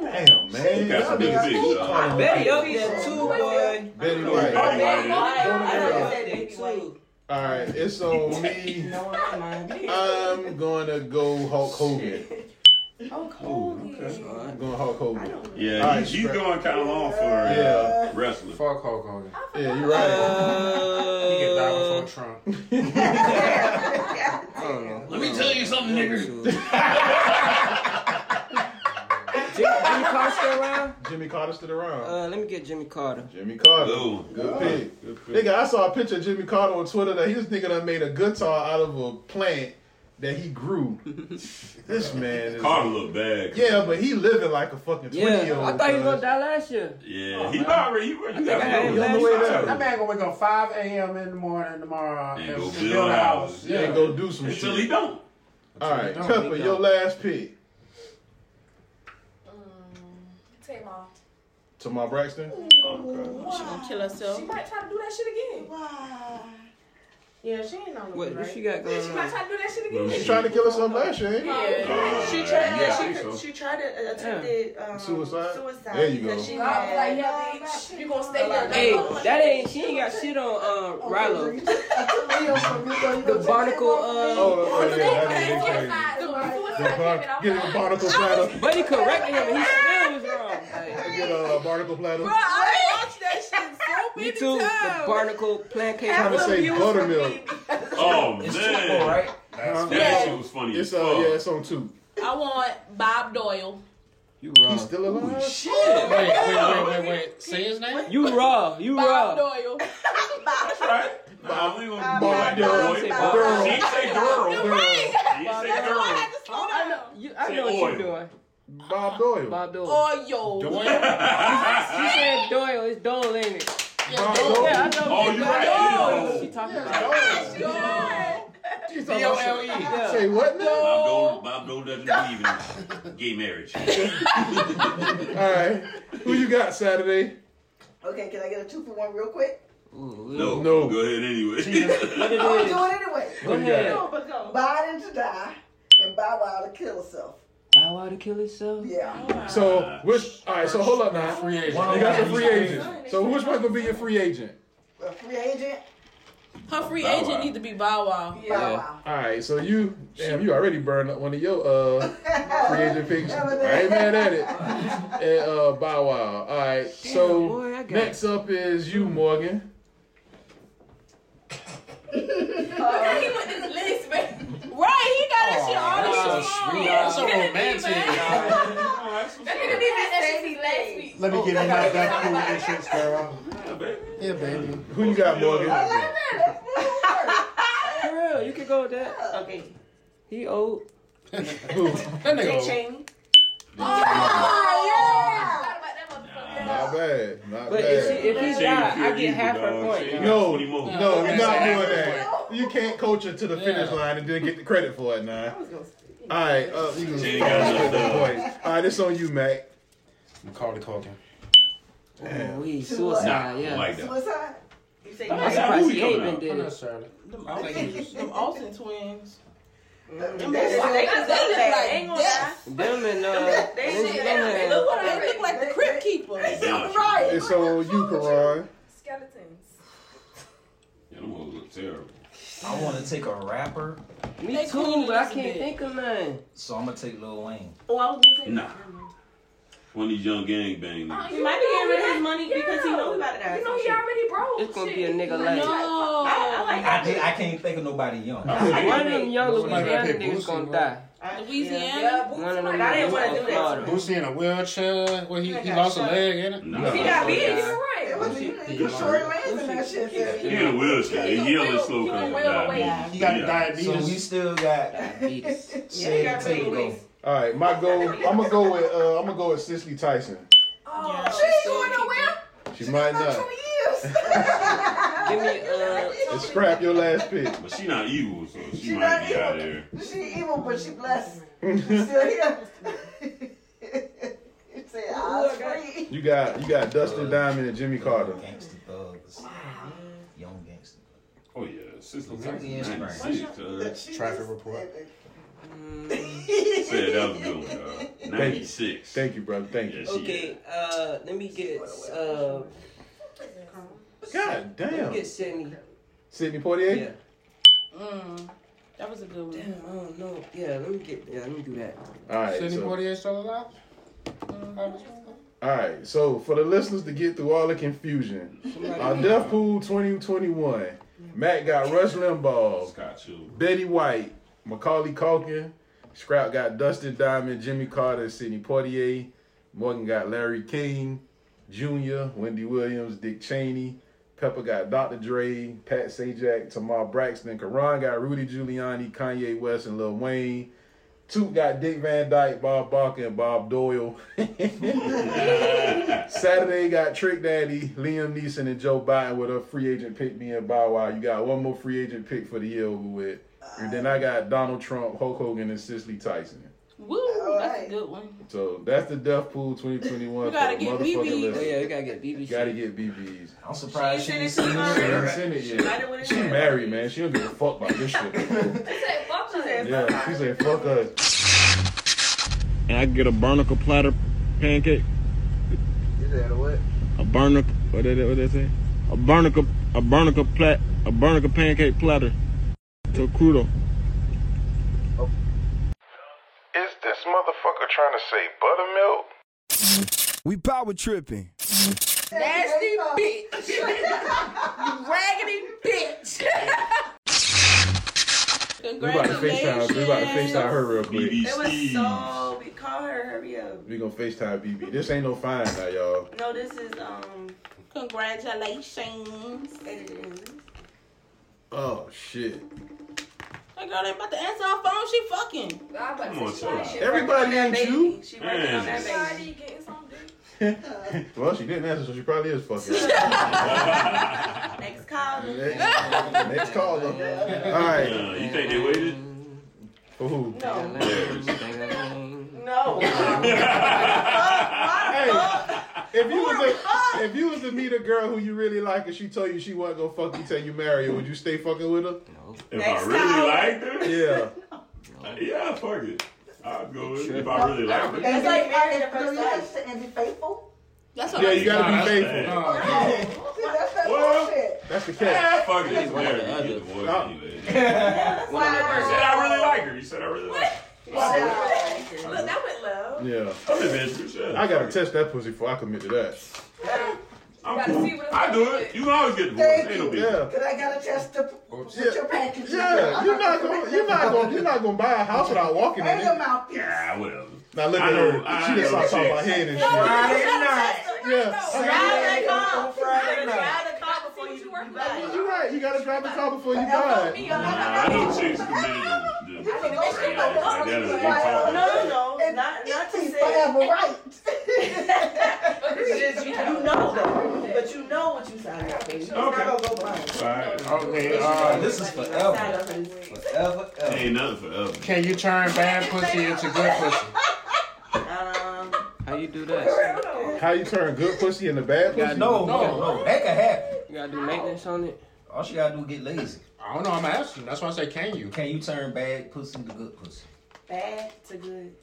Speaker 6: Damn, man.
Speaker 7: You got some big dicks,
Speaker 6: Keep
Speaker 7: dog.
Speaker 6: calling
Speaker 17: Betty,
Speaker 6: her
Speaker 17: oh, yeah, two, boy.
Speaker 6: Betty
Speaker 7: Betty
Speaker 6: White.
Speaker 7: White. Betty White.
Speaker 6: Don't
Speaker 7: I
Speaker 6: agree.
Speaker 7: know
Speaker 6: All right, it's on me.
Speaker 14: [LAUGHS]
Speaker 6: I'm gonna go Hulk Hogan.
Speaker 8: Hulk
Speaker 6: Hogan. I'm going Hulk Hogan.
Speaker 7: Yeah,
Speaker 6: All
Speaker 7: you-
Speaker 6: right,
Speaker 7: you
Speaker 6: Shrek.
Speaker 7: going kind of long for
Speaker 6: Yeah.
Speaker 7: uh, wrestling.
Speaker 10: Fuck Hulk Hogan.
Speaker 6: Yeah, you're right.
Speaker 7: Uh,
Speaker 10: he
Speaker 17: Uh,
Speaker 10: get that one for Trump.
Speaker 7: Let me tell you something, nigga.
Speaker 17: Jimmy, Jimmy Carter still around?
Speaker 6: Jimmy Carter stood around.
Speaker 17: Uh, let me get Jimmy Carter.
Speaker 6: Jimmy Carter.
Speaker 7: Ooh.
Speaker 6: Good pick.
Speaker 7: Uh, Good pick.
Speaker 6: Nigga, I saw a picture of Jimmy Carter on Twitter that he was thinking I made a guitar out of a plant that
Speaker 7: [LAUGHS]
Speaker 6: he grew. this man is.
Speaker 7: Carter look bad.
Speaker 6: Yeah, but he living like a fucking 20 year
Speaker 17: Yeah,
Speaker 6: old.
Speaker 17: I thought he was gonna die last year.
Speaker 7: Yeah, he already. You got
Speaker 17: think I had
Speaker 7: to
Speaker 17: him
Speaker 7: know.
Speaker 17: last
Speaker 7: what
Speaker 17: time.
Speaker 7: he's
Speaker 10: That
Speaker 7: talking
Speaker 10: man gonna wake up 5 a.m. in the morning tomorrow
Speaker 7: And go
Speaker 10: s-
Speaker 7: build a house.
Speaker 6: Yeah,
Speaker 10: Yeah.
Speaker 6: go do some shit.
Speaker 7: Until he don't.
Speaker 6: Alright,
Speaker 10: Until he don't,
Speaker 6: Cuppa,
Speaker 10: he
Speaker 6: your
Speaker 10: don't.
Speaker 6: last pick.
Speaker 13: Take mom.
Speaker 6: Tamar Braxton?
Speaker 9: She gonna kill herself.
Speaker 13: She might try to do that shit again.
Speaker 8: Yeah, she ain't on
Speaker 17: What, what she got going
Speaker 13: She might
Speaker 17: on?
Speaker 13: try to do that shit again.
Speaker 6: She tried to kill herself last year, ain't
Speaker 8: Yeah,
Speaker 6: Yeah.
Speaker 8: she
Speaker 6: Yeah,
Speaker 8: tried.
Speaker 6: I
Speaker 8: she,
Speaker 6: think so.
Speaker 8: she tried to attempted um,
Speaker 6: Suicide?
Speaker 8: Suicide.
Speaker 6: There you go.
Speaker 8: because She
Speaker 13: I was
Speaker 8: had-
Speaker 13: like, yeah, bitch, you gonna stay here.
Speaker 17: Hey, that ain't she ain't got shit on uh, Rilo. The barnacle. Uh,
Speaker 6: Oh, yeah, that is crazy. The bar- get a barnacle platter.
Speaker 17: but he corrected him. and He still was wrong. Like,
Speaker 6: Get a barnacle platter.
Speaker 9: Bro, I watched that shit so many
Speaker 17: me too. The
Speaker 9: times.
Speaker 17: barnacle plant cake.
Speaker 6: I'm gonna say buttermilk.
Speaker 7: Oh man,
Speaker 10: Football, right?
Speaker 7: that
Speaker 9: Yeah.
Speaker 7: shit was funny.
Speaker 6: It's
Speaker 7: as
Speaker 6: uh,
Speaker 7: fuck.
Speaker 6: yeah, it's on two.
Speaker 9: I want Bob Doyle.
Speaker 17: You
Speaker 6: He's
Speaker 17: wrong.
Speaker 6: still alive.
Speaker 9: Shit.
Speaker 10: Wait, wait, wait, wait, wait. Say his name?
Speaker 17: You raw. You
Speaker 9: Bob
Speaker 17: raw.
Speaker 9: Doyle.
Speaker 7: right. Nah, we gonna
Speaker 6: Bob Doyle.
Speaker 7: She
Speaker 6: Bob Doyle.
Speaker 7: didn't say girl. She didn't say girl.
Speaker 9: I know.
Speaker 17: You, I
Speaker 7: Say oh.
Speaker 17: know what
Speaker 7: oil.
Speaker 17: you're
Speaker 7: [LAUGHS]
Speaker 17: doing.
Speaker 6: Bob Doyle.
Speaker 17: Bob Doyle.
Speaker 9: Or yo.
Speaker 7: Oh,
Speaker 10: Dwayne?
Speaker 17: She said Doyle. It's Doyle, ain't it?
Speaker 6: Bob
Speaker 17: Yeah, I
Speaker 6: Doyle.
Speaker 17: know.
Speaker 7: Oh, you
Speaker 17: Doyle.
Speaker 7: right.
Speaker 17: Doyle. She talking about.
Speaker 6: She's talking about-
Speaker 10: D-O-L-E.
Speaker 6: Say what now?
Speaker 7: Bob Dole, Bob Dole doesn't believe in gay
Speaker 6: [LAUGHS]
Speaker 7: marriage.
Speaker 6: All right. Who you got Saturday?
Speaker 11: Okay, can I get a two for one real quick?
Speaker 7: No,
Speaker 6: No.
Speaker 7: Go ahead [LAUGHS] anyway.
Speaker 17: What it
Speaker 11: I'm
Speaker 17: is?
Speaker 11: do it anyway.
Speaker 17: Go
Speaker 6: Who you
Speaker 17: ahead.
Speaker 6: got?
Speaker 11: Biden to die and Bow Wow to kill herself.
Speaker 17: Bow Wow to kill himself.
Speaker 11: Yeah.
Speaker 6: So which? All right. So hold up now.
Speaker 10: Free agent.
Speaker 6: You got the free agent. So which one's gonna be your free agent?
Speaker 11: A free agent.
Speaker 9: Her free
Speaker 7: Bow Wow.
Speaker 9: agent need to be Bow Wow.
Speaker 11: Bow
Speaker 17: Yeah.
Speaker 11: Wow.
Speaker 6: All right. So you, damn, you already burned up one of your [LAUGHS] uh free agent picks. I ain't mad at it. And uh, Bow Wow. All right.
Speaker 17: Damn,
Speaker 6: So
Speaker 17: boy, I got-
Speaker 6: next up is you, Morgan.
Speaker 13: He went to the list, man.
Speaker 9: [LAUGHS] Right, he got that shit all
Speaker 10: That's so
Speaker 9: the
Speaker 10: sweet. That's so romantic.
Speaker 13: That nigga did that shit last week.
Speaker 10: Let me
Speaker 11: Oh.
Speaker 10: give you my best food
Speaker 11: [LAUGHS]
Speaker 10: and shit, girl. Yeah, baby.
Speaker 6: Who you got, Morgan?
Speaker 17: For real, you can go with that.
Speaker 8: Okay.
Speaker 17: He old.
Speaker 6: Who?
Speaker 10: That nigga.
Speaker 8: Dick
Speaker 10: old.
Speaker 8: Cheney.
Speaker 13: Forgot about that motherfucker.
Speaker 6: Not bad. Not
Speaker 17: But if,
Speaker 6: bad.
Speaker 17: she, if he
Speaker 7: Change
Speaker 17: die,
Speaker 7: your
Speaker 17: I get
Speaker 7: evil,
Speaker 17: half her
Speaker 7: dog.
Speaker 17: point.
Speaker 7: Change-
Speaker 17: dog.
Speaker 6: No,
Speaker 7: Twenty more.
Speaker 6: no, we're
Speaker 10: Okay.
Speaker 6: not doing that. You can't coach her to the finish
Speaker 10: Yeah.
Speaker 6: line and then get the credit for it now. All right, uh, you can
Speaker 7: She ain't
Speaker 6: fuck
Speaker 7: got
Speaker 6: with
Speaker 7: nothing.
Speaker 6: that voice. All right, it's on you, Mac.
Speaker 10: Macaulay Culkin.
Speaker 17: Oh,
Speaker 11: E,
Speaker 17: we suicide.
Speaker 7: Nah,
Speaker 17: yeah.
Speaker 7: like that.
Speaker 11: Suicide.
Speaker 8: You say
Speaker 17: I'm
Speaker 7: That's
Speaker 8: yes.
Speaker 7: a
Speaker 17: surprised
Speaker 7: movie
Speaker 17: he
Speaker 7: coming
Speaker 17: ain't been
Speaker 7: out.
Speaker 10: Not
Speaker 17: dead.
Speaker 10: necessarily.
Speaker 9: Them
Speaker 10: I think
Speaker 9: Austin,
Speaker 10: he's-
Speaker 9: them Austin twins. Them boys, they, they look like death.
Speaker 18: Them and uh,
Speaker 9: They,
Speaker 18: them-
Speaker 9: shit,
Speaker 18: them
Speaker 9: they
Speaker 18: and-
Speaker 9: look, they look like the crypt keeper.
Speaker 6: It's on you, Karan.
Speaker 13: Skeletons.
Speaker 7: Yeah, them hoes look terrible.
Speaker 4: I want to take a rapper,
Speaker 18: Me too, but I can't think of none.
Speaker 4: so I'm gonna take Lil Wayne.
Speaker 8: Oh, I was gonna say.
Speaker 7: Nah. One of these young gangbang niggas.
Speaker 8: He might be getting rid of his money because he knows about it.
Speaker 13: You know he already broke.
Speaker 18: It's gonna be a nigga
Speaker 13: No.
Speaker 18: like.
Speaker 8: I, I like
Speaker 4: I, did, I can't think of nobody young.
Speaker 18: One of them young Louisiana niggas gonna die.
Speaker 9: Louisiana.
Speaker 18: One of them
Speaker 8: I didn't wanna
Speaker 18: niggas
Speaker 8: do that.
Speaker 18: gonna die.
Speaker 10: Boosie in a wheelchair. Well, he,
Speaker 18: That
Speaker 10: he
Speaker 18: guy
Speaker 10: lost a
Speaker 18: shot.
Speaker 10: leg, ain't it?
Speaker 7: No. He
Speaker 18: got big.
Speaker 10: Yeah.
Speaker 13: Right.
Speaker 10: short
Speaker 11: in that shit.
Speaker 7: He in a wheelchair. He yelling slow
Speaker 11: He
Speaker 7: cause
Speaker 11: gonna
Speaker 7: he
Speaker 11: wail
Speaker 7: died.
Speaker 11: away.
Speaker 10: He got
Speaker 7: Yeah.
Speaker 10: diabetes.
Speaker 4: So we still got diabetes.
Speaker 11: Yeah, you got
Speaker 4: take
Speaker 11: big
Speaker 4: it
Speaker 11: waist.
Speaker 4: go.
Speaker 6: All right, my goal. I'm gonna go with. Uh, I'm gonna go with Cicely Tyson.
Speaker 13: Oh, she ain't going nowhere.
Speaker 6: She might not.
Speaker 18: Give me uh.
Speaker 6: And scrap your
Speaker 11: [LAUGHS]
Speaker 6: last pick.
Speaker 7: But she not evil, so she,
Speaker 11: She
Speaker 7: might
Speaker 11: not
Speaker 7: be
Speaker 11: evil.
Speaker 7: out of here.
Speaker 11: She evil, but she blessed. She's still [LAUGHS] here. It said, I was free.
Speaker 6: You got you got Dustin Diamond and Jimmy Carter.
Speaker 4: Gangsta thugs. Young gangsta.
Speaker 7: Oh yeah, Cicely
Speaker 4: Look at the
Speaker 7: Tyson,
Speaker 4: Instagram.
Speaker 7: 96, uh,
Speaker 10: Traffic report.
Speaker 7: Said that was a good one, dog. Ninety-six.
Speaker 6: Thank you, brother. Thank you.
Speaker 7: Yeah, she-
Speaker 17: Okay, uh, let me get uh.
Speaker 6: God
Speaker 17: Let
Speaker 6: damn.
Speaker 17: me get Sydney.
Speaker 6: Sydney Portier.
Speaker 17: Yeah.
Speaker 9: Mm, that was a good one.
Speaker 17: Damn, I don't know. Yeah, let me get. Yeah, let me do that.
Speaker 6: All right.
Speaker 10: Sidney
Speaker 6: so-
Speaker 10: Poitier still alive?
Speaker 6: All right, so for the listeners to get through all the confusion, our Death Pool 2021, Matt got Rush Limbaugh, Betty White, Macaulay Culkin, Scrap got Dustin Diamond, Jimmy Carter, Sidney Poitier, Morgan got Larry King, Jr., Wendy Williams, Dick Cheney, Pepper got Dr. Dre, Pat Sajak, Tamar Braxton, Karan got Rudy Giuliani, Kanye West, and Lil Wayne. Toot got Dick Van Dyke, Bob Barker, and Bob Doyle. [LAUGHS] Saturday got Trick Daddy, Liam Neeson, and Joe Biden with a free agent pick being Bow Wow. You got one more free agent pick for the year over with. And then I got Donald Trump, Hulk Hogan, and Cicely Tyson.
Speaker 9: Woo, that's a good one.
Speaker 6: So that's the Death
Speaker 9: [LAUGHS]
Speaker 6: Pool 2021
Speaker 9: You gotta
Speaker 6: for the
Speaker 9: get
Speaker 6: motherfucking
Speaker 9: BBs.
Speaker 6: list.
Speaker 9: Oh, yeah,
Speaker 17: you gotta get BBs.
Speaker 6: Gotta get BBs. I'm
Speaker 4: surprised She
Speaker 6: she didn't
Speaker 4: ain't
Speaker 6: send
Speaker 4: seen
Speaker 6: it
Speaker 4: it yet.
Speaker 6: She yet. She married, man. She don't give a fuck about this shit.
Speaker 9: [LAUGHS]
Speaker 13: She said, fuck her.
Speaker 6: Yeah, she said, fuck us.
Speaker 19: And I can get a barnacle platter pancake.
Speaker 12: You said a what?
Speaker 19: A barnacle. What did it? What did they say? A barnacle. A barnacle plat. A barnacle pancake platter. To crudo.
Speaker 12: Is this motherfucker trying to say buttermilk?
Speaker 20: We power tripping.
Speaker 9: [LAUGHS] Nasty bitch. you raggedy bitch.
Speaker 6: We about to FaceTime. We about to FaceTime her real quick.
Speaker 8: It was so. Oh, We call her. Hurry up.
Speaker 6: We gonna FaceTime BB. This ain't no fine now, y'all.
Speaker 8: No, this is um.
Speaker 9: Congratulations.
Speaker 6: Oh shit.
Speaker 9: That girl ain't about to answer her phone. She fucking.
Speaker 6: Come on, chill out. Everybody ain't you.
Speaker 13: Everybody getting some dick.
Speaker 6: Well, she didn't answer, so she probably is fucking.
Speaker 8: Next call.
Speaker 6: next, next caller. All
Speaker 7: Uh,
Speaker 6: right.
Speaker 7: you think they waited?
Speaker 6: For who?
Speaker 13: [LAUGHS]
Speaker 8: No.
Speaker 6: If you was to if you was to meet a girl who you really like and she told you she wasn't gonna fuck you till you marry her, would you stay fucking with her? No.
Speaker 7: If I really liked her,
Speaker 6: Yeah.
Speaker 7: Uh, yeah, fuck it. I'd go with it if I really liked her.
Speaker 11: It's like, I, do you have to and be faithful?
Speaker 9: That's
Speaker 6: Yeah, you gotta
Speaker 7: Nah,
Speaker 6: be
Speaker 7: that's
Speaker 6: faithful.
Speaker 10: Oh,
Speaker 11: No. See, that's that bullshit.
Speaker 6: That's the
Speaker 7: Yeah,
Speaker 6: catch.
Speaker 7: fuck it. It's married. You get divorced
Speaker 6: Uh,
Speaker 7: anyway. You said I really like her. You said I really like her.
Speaker 13: Look, that went low.
Speaker 6: Yeah.
Speaker 7: I'm adventurous. Yeah.
Speaker 6: I gotta test that pussy before I commit to that.
Speaker 7: I'm
Speaker 13: gotta
Speaker 7: cool.
Speaker 13: see what it's
Speaker 7: I do it. You can always get divorced. Ain't no big deal.
Speaker 11: Because I got to test the put your package.
Speaker 6: Yeah, you're not gonna you're not gonna you're not gonna buy a house without walking in
Speaker 11: Hey,
Speaker 6: it.
Speaker 11: your mouthpiece.
Speaker 7: Ah, whatever.
Speaker 6: Now look
Speaker 7: I
Speaker 6: at
Speaker 7: know-
Speaker 6: her.
Speaker 7: I
Speaker 6: she just
Speaker 7: know
Speaker 6: started talking
Speaker 7: chicks.
Speaker 6: about head and shit.
Speaker 7: No,
Speaker 6: Yeah.
Speaker 8: Drive the car.
Speaker 6: Friday night.
Speaker 8: Drive the car before you you buy it.
Speaker 6: You're right. You gotta drive the car before you buy it.
Speaker 7: Nah, I know chicks committed. to- to- Like that is a big
Speaker 11: No,
Speaker 8: No,
Speaker 7: talk.
Speaker 8: no, no. Not, not to
Speaker 11: He's
Speaker 8: say.
Speaker 11: forever right.
Speaker 8: It's just you, you know though. But you know what you signed up for. You know it's not gonna go blind.
Speaker 10: Okay, uh,
Speaker 4: this is forever. Forever. ever.
Speaker 7: Ain't nothing forever.
Speaker 10: Can you turn bad pussy into good pussy?
Speaker 18: How you do that?
Speaker 6: How you turn good pussy into bad pussy?
Speaker 18: no, no, no.
Speaker 4: That could happen.
Speaker 18: You gotta do maintenance on it.
Speaker 4: All she gotta do is get lazy.
Speaker 10: I don't know. I'm asking. That's why I say, can you?
Speaker 4: Can you turn bad pussy to good pussy?
Speaker 8: Bad to good.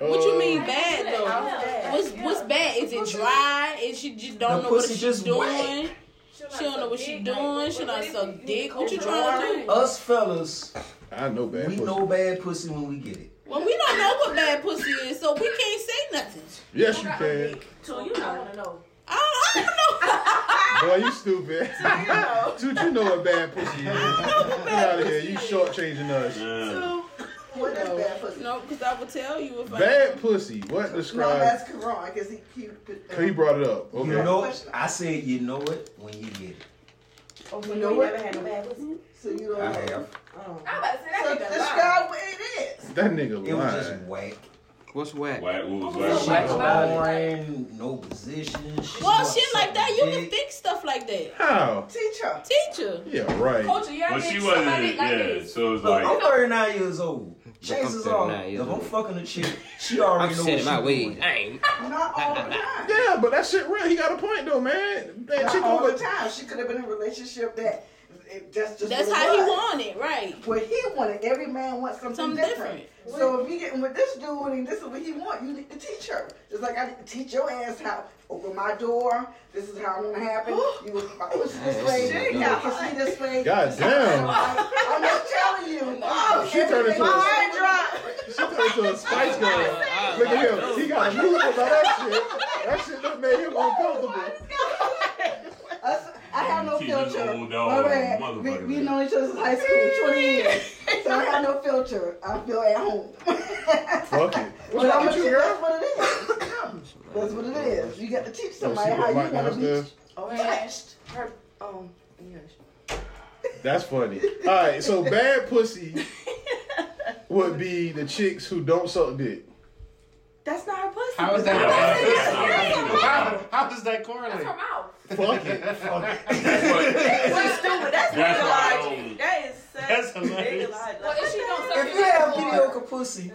Speaker 9: What you mean bad though? What's what's bad? Is it dry? Is she just don't
Speaker 4: The
Speaker 9: know what
Speaker 4: pussy
Speaker 9: she's
Speaker 4: just
Speaker 9: doing?
Speaker 4: wet.
Speaker 9: She don't know what she's doing. She not suck dick. What you trying to do?
Speaker 4: Us fellas,
Speaker 6: I know bad.
Speaker 4: We know bad pussy when we get it.
Speaker 9: Well, we don't know what bad pussy is, so we can't say nothing.
Speaker 6: Yes, you can.
Speaker 9: So you know.
Speaker 13: No.
Speaker 6: Boy, you stupid. [LAUGHS] Dude, you know what bad pussy is. Get out of here. You shortchanging us.
Speaker 9: What is bad pussy? No, because I would tell you if
Speaker 6: Bad pussy. What
Speaker 21: No,
Speaker 6: describes?
Speaker 21: that's Karan because he cute. but, uh,
Speaker 6: He brought it up. Okay.
Speaker 4: You know it. I said you know it when you get it.
Speaker 21: Oh,
Speaker 8: You
Speaker 21: you
Speaker 8: know
Speaker 21: know
Speaker 8: you never had no bad pussy?
Speaker 21: So you don't.
Speaker 4: I have.
Speaker 21: Oh.
Speaker 13: I'm about to say that
Speaker 21: So
Speaker 13: nigga
Speaker 21: describe what it is.
Speaker 6: That nigga
Speaker 4: It was
Speaker 6: lying.
Speaker 4: just whack.
Speaker 18: What's whack?
Speaker 7: Whack. What
Speaker 4: She
Speaker 7: was
Speaker 4: was
Speaker 7: whack?
Speaker 4: boring, no position. She
Speaker 9: Well,
Speaker 4: was
Speaker 9: shit like that, you can
Speaker 4: dick.
Speaker 9: think stuff like that.
Speaker 6: How?
Speaker 21: Teacher.
Speaker 9: Teacher.
Speaker 6: Yeah, right.
Speaker 9: Culture, you
Speaker 7: But
Speaker 9: gotta
Speaker 7: she
Speaker 9: get
Speaker 7: wasn't.
Speaker 9: somebody like
Speaker 7: yeah,
Speaker 9: this.
Speaker 7: so it was
Speaker 4: Look, I'm
Speaker 7: like.
Speaker 4: 39 years old. Chances
Speaker 18: I'm
Speaker 4: are,
Speaker 18: 39
Speaker 4: if
Speaker 18: years
Speaker 4: I'm
Speaker 18: old.
Speaker 4: fucking a chick, she already
Speaker 18: I'm
Speaker 4: knows
Speaker 18: setting my
Speaker 4: way.
Speaker 18: ways. I ain't.
Speaker 21: Not all the time.
Speaker 6: Yeah, but that shit real. He got a point though, man. That
Speaker 21: Not
Speaker 6: chick
Speaker 21: all
Speaker 6: over.
Speaker 21: the time. She could have been in a relationship that. it- That's just.
Speaker 9: That's
Speaker 21: what it
Speaker 9: how he
Speaker 21: was.
Speaker 9: wanted, right?
Speaker 21: What he wanted. Every man wants something,
Speaker 9: Something
Speaker 21: different. So if you getting with this dude and this is what he want, you need to teach her. Just like I need to teach your ass how open my door. This is how I'm gonna happen. You was this
Speaker 6: Oh,
Speaker 21: way.
Speaker 6: shit,
Speaker 21: You
Speaker 6: God.
Speaker 21: can see this way.
Speaker 6: God damn.
Speaker 21: [LAUGHS] I'm just telling you. Oh,
Speaker 6: She turned into a-
Speaker 21: drop.
Speaker 6: [LAUGHS] She turned into a
Speaker 21: [LAUGHS]
Speaker 6: Spice Girl. Look at him. He got a move about that shit. That shit done made him uncomfortable.
Speaker 21: I have no
Speaker 7: Teach this
Speaker 21: filter.
Speaker 7: old dog
Speaker 21: My bad. We,
Speaker 7: motherfucker.
Speaker 21: we know each other since high school, 20 years. So I have no filter. I feel at home.
Speaker 6: Fuck it.
Speaker 21: But I'm gonna that's what it is. That's what it is. You got to teach somebody how you want to be touched.
Speaker 8: Her um. yes.
Speaker 6: That's funny. All right, so bad pussy
Speaker 21: [LAUGHS]
Speaker 6: would be the chicks who don't suck dick.
Speaker 8: That's not her pussy.
Speaker 10: How is that? How, how does that correlate?
Speaker 6: Fuck it. Fuck it.
Speaker 9: [LAUGHS]
Speaker 8: That's stupid. That's
Speaker 10: That's
Speaker 8: illogical.
Speaker 10: what I own.
Speaker 8: That is so
Speaker 10: That's hilarious.
Speaker 8: illogical.
Speaker 13: Well, if she don't suck
Speaker 4: If you have mediocre pussy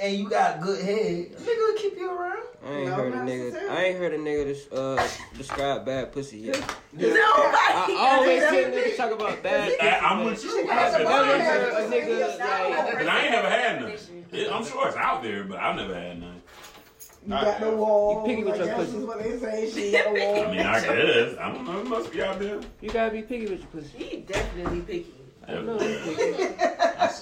Speaker 4: and you got good head, nigga will keep you around.
Speaker 18: I ain't heard a nigga. I ain't heard a nigga dis- uh, describe bad pussy yet.
Speaker 8: [LAUGHS] Nobody.
Speaker 18: I always hear niggas talk about bad.
Speaker 7: I- I'm with you.
Speaker 18: I
Speaker 7: That's
Speaker 18: never
Speaker 7: the
Speaker 18: heard a
Speaker 7: thing.
Speaker 18: nigga like.
Speaker 7: And I ain't never had none. It- I'm sure it's out there, but I've never had none.
Speaker 21: You got no wall.
Speaker 18: You picky with your
Speaker 21: Like, that's
Speaker 18: pussy.
Speaker 21: just what they say. She ain't got
Speaker 4: [LAUGHS]
Speaker 21: no
Speaker 7: I
Speaker 21: wall.
Speaker 7: mean, I guess. I don't know. It must be out there.
Speaker 18: You gotta be picky with your pussy.
Speaker 8: He definitely picky.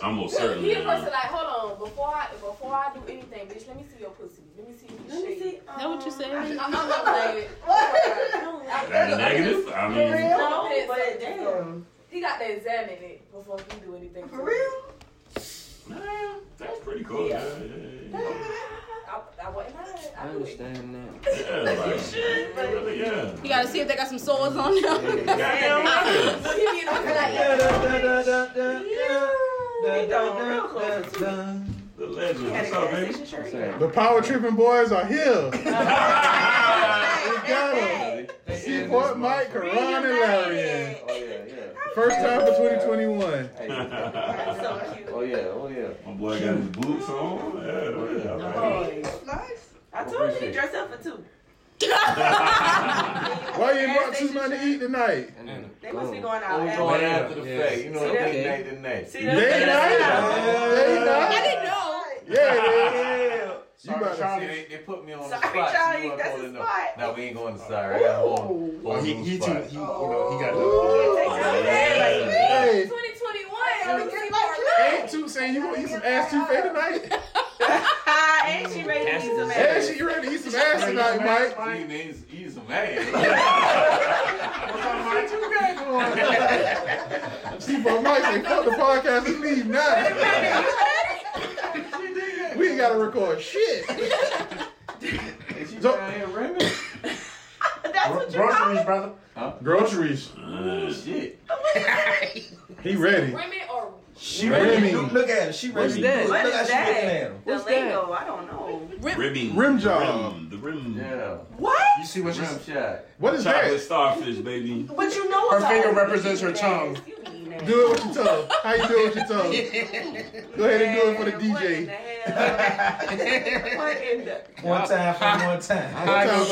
Speaker 7: I'm most
Speaker 13: He
Speaker 7: certainly. uh,
Speaker 13: the person
Speaker 7: am.
Speaker 13: like, hold on, before I before I do anything, bitch, let me see your pussy. Let me see
Speaker 8: Let
Speaker 13: what
Speaker 8: me
Speaker 13: you
Speaker 8: see.
Speaker 13: see.
Speaker 8: Um,
Speaker 9: Know what you saying?
Speaker 13: I'm I'm
Speaker 8: [LAUGHS]
Speaker 13: not playing.
Speaker 7: That's negative. I mean,
Speaker 8: No, but damn.
Speaker 13: He got to examine it before he do anything.
Speaker 21: For real?
Speaker 7: nah, that's pretty cool. Yeah, yeah,
Speaker 13: I, I wasn't lying.
Speaker 18: I
Speaker 13: I do it.
Speaker 18: understand that.
Speaker 7: yeah. yeah like, really, yeah.
Speaker 9: You gotta see if they got some sores on them.
Speaker 7: Goddamn right.
Speaker 13: When he be in the pussy like, yeah.
Speaker 4: [LAUGHS]
Speaker 7: The legend. What's up, baby?
Speaker 6: The power tripping boys are here. we got 'em. Seaport Mike, Karan, and Larry. in.
Speaker 18: Oh yeah, yeah.
Speaker 6: First time for 2021.
Speaker 18: Oh yeah, oh yeah.
Speaker 7: My boy got his boots on. Yeah, yeah. all right.
Speaker 8: Boy,
Speaker 21: Nice.
Speaker 8: I told you he dressed up for two.
Speaker 6: Why you ain't brought too much to eat tonight?
Speaker 8: They must be going out.
Speaker 5: We're
Speaker 8: after.
Speaker 5: Oh, going after the fact. You know,
Speaker 8: See
Speaker 5: it
Speaker 8: that?
Speaker 5: ain't night to night.
Speaker 8: See
Speaker 6: Day night?
Speaker 8: that?
Speaker 6: Day
Speaker 9: I
Speaker 6: night?
Speaker 9: didn't know.
Speaker 6: Yeah, yeah. You
Speaker 5: Sorry,
Speaker 6: about to
Speaker 5: Charlie,
Speaker 6: see-
Speaker 5: they, they put me on
Speaker 8: Sorry,
Speaker 5: the spot.
Speaker 8: Charlie,
Speaker 5: you weren't
Speaker 8: that's
Speaker 5: holding
Speaker 8: a
Speaker 5: up.
Speaker 8: spot.
Speaker 5: No, we ain't going to sorry. I got home.
Speaker 10: Oh, he, he too. He, you know, he got
Speaker 8: Can't
Speaker 10: the.
Speaker 8: take no man like that.
Speaker 6: Hey,
Speaker 13: 2021.
Speaker 6: ain't two saying you gonna eat some ass too fat tonight?
Speaker 8: Ah, and she ready to eat some
Speaker 6: Hey,
Speaker 8: ass.
Speaker 6: she, you ready to eat some ass tonight, Mike?
Speaker 5: He needs he's a man.
Speaker 6: [LAUGHS] See, but Mike say, fuck the podcast and leave now. we ain't gotta record shit.
Speaker 5: Is she
Speaker 6: So-
Speaker 5: down here running?
Speaker 8: That's what you call
Speaker 10: Groceries, brother.
Speaker 6: Groceries.
Speaker 5: Oh, shit.
Speaker 6: He ready.
Speaker 13: Women or
Speaker 4: She ready.
Speaker 6: Remy.
Speaker 4: Look at her. She ready.
Speaker 18: What's that?
Speaker 8: What
Speaker 4: Look how
Speaker 8: is
Speaker 4: she looking at
Speaker 8: that?
Speaker 4: him.
Speaker 8: The
Speaker 18: What's that?
Speaker 8: lingo, I don't know.
Speaker 7: Ribbing.
Speaker 6: Rim job.
Speaker 7: Rim, the rim.
Speaker 5: Yeah.
Speaker 8: What?
Speaker 10: You see what she's.
Speaker 5: Rim shot.
Speaker 6: What is
Speaker 7: Chocolate
Speaker 6: that?
Speaker 7: starfish, baby.
Speaker 8: But you know
Speaker 10: Her
Speaker 8: it's
Speaker 10: finger
Speaker 8: all-
Speaker 10: represents her tongue.
Speaker 8: You mean that.
Speaker 6: Do it with your tongue. How you do it with your tongue? Go ahead and do it for the
Speaker 8: What in the
Speaker 6: DJ.
Speaker 8: hell? What in the-
Speaker 4: One time for one time.
Speaker 18: [LAUGHS]
Speaker 6: One time for the
Speaker 9: Why
Speaker 6: one time.
Speaker 9: y'all be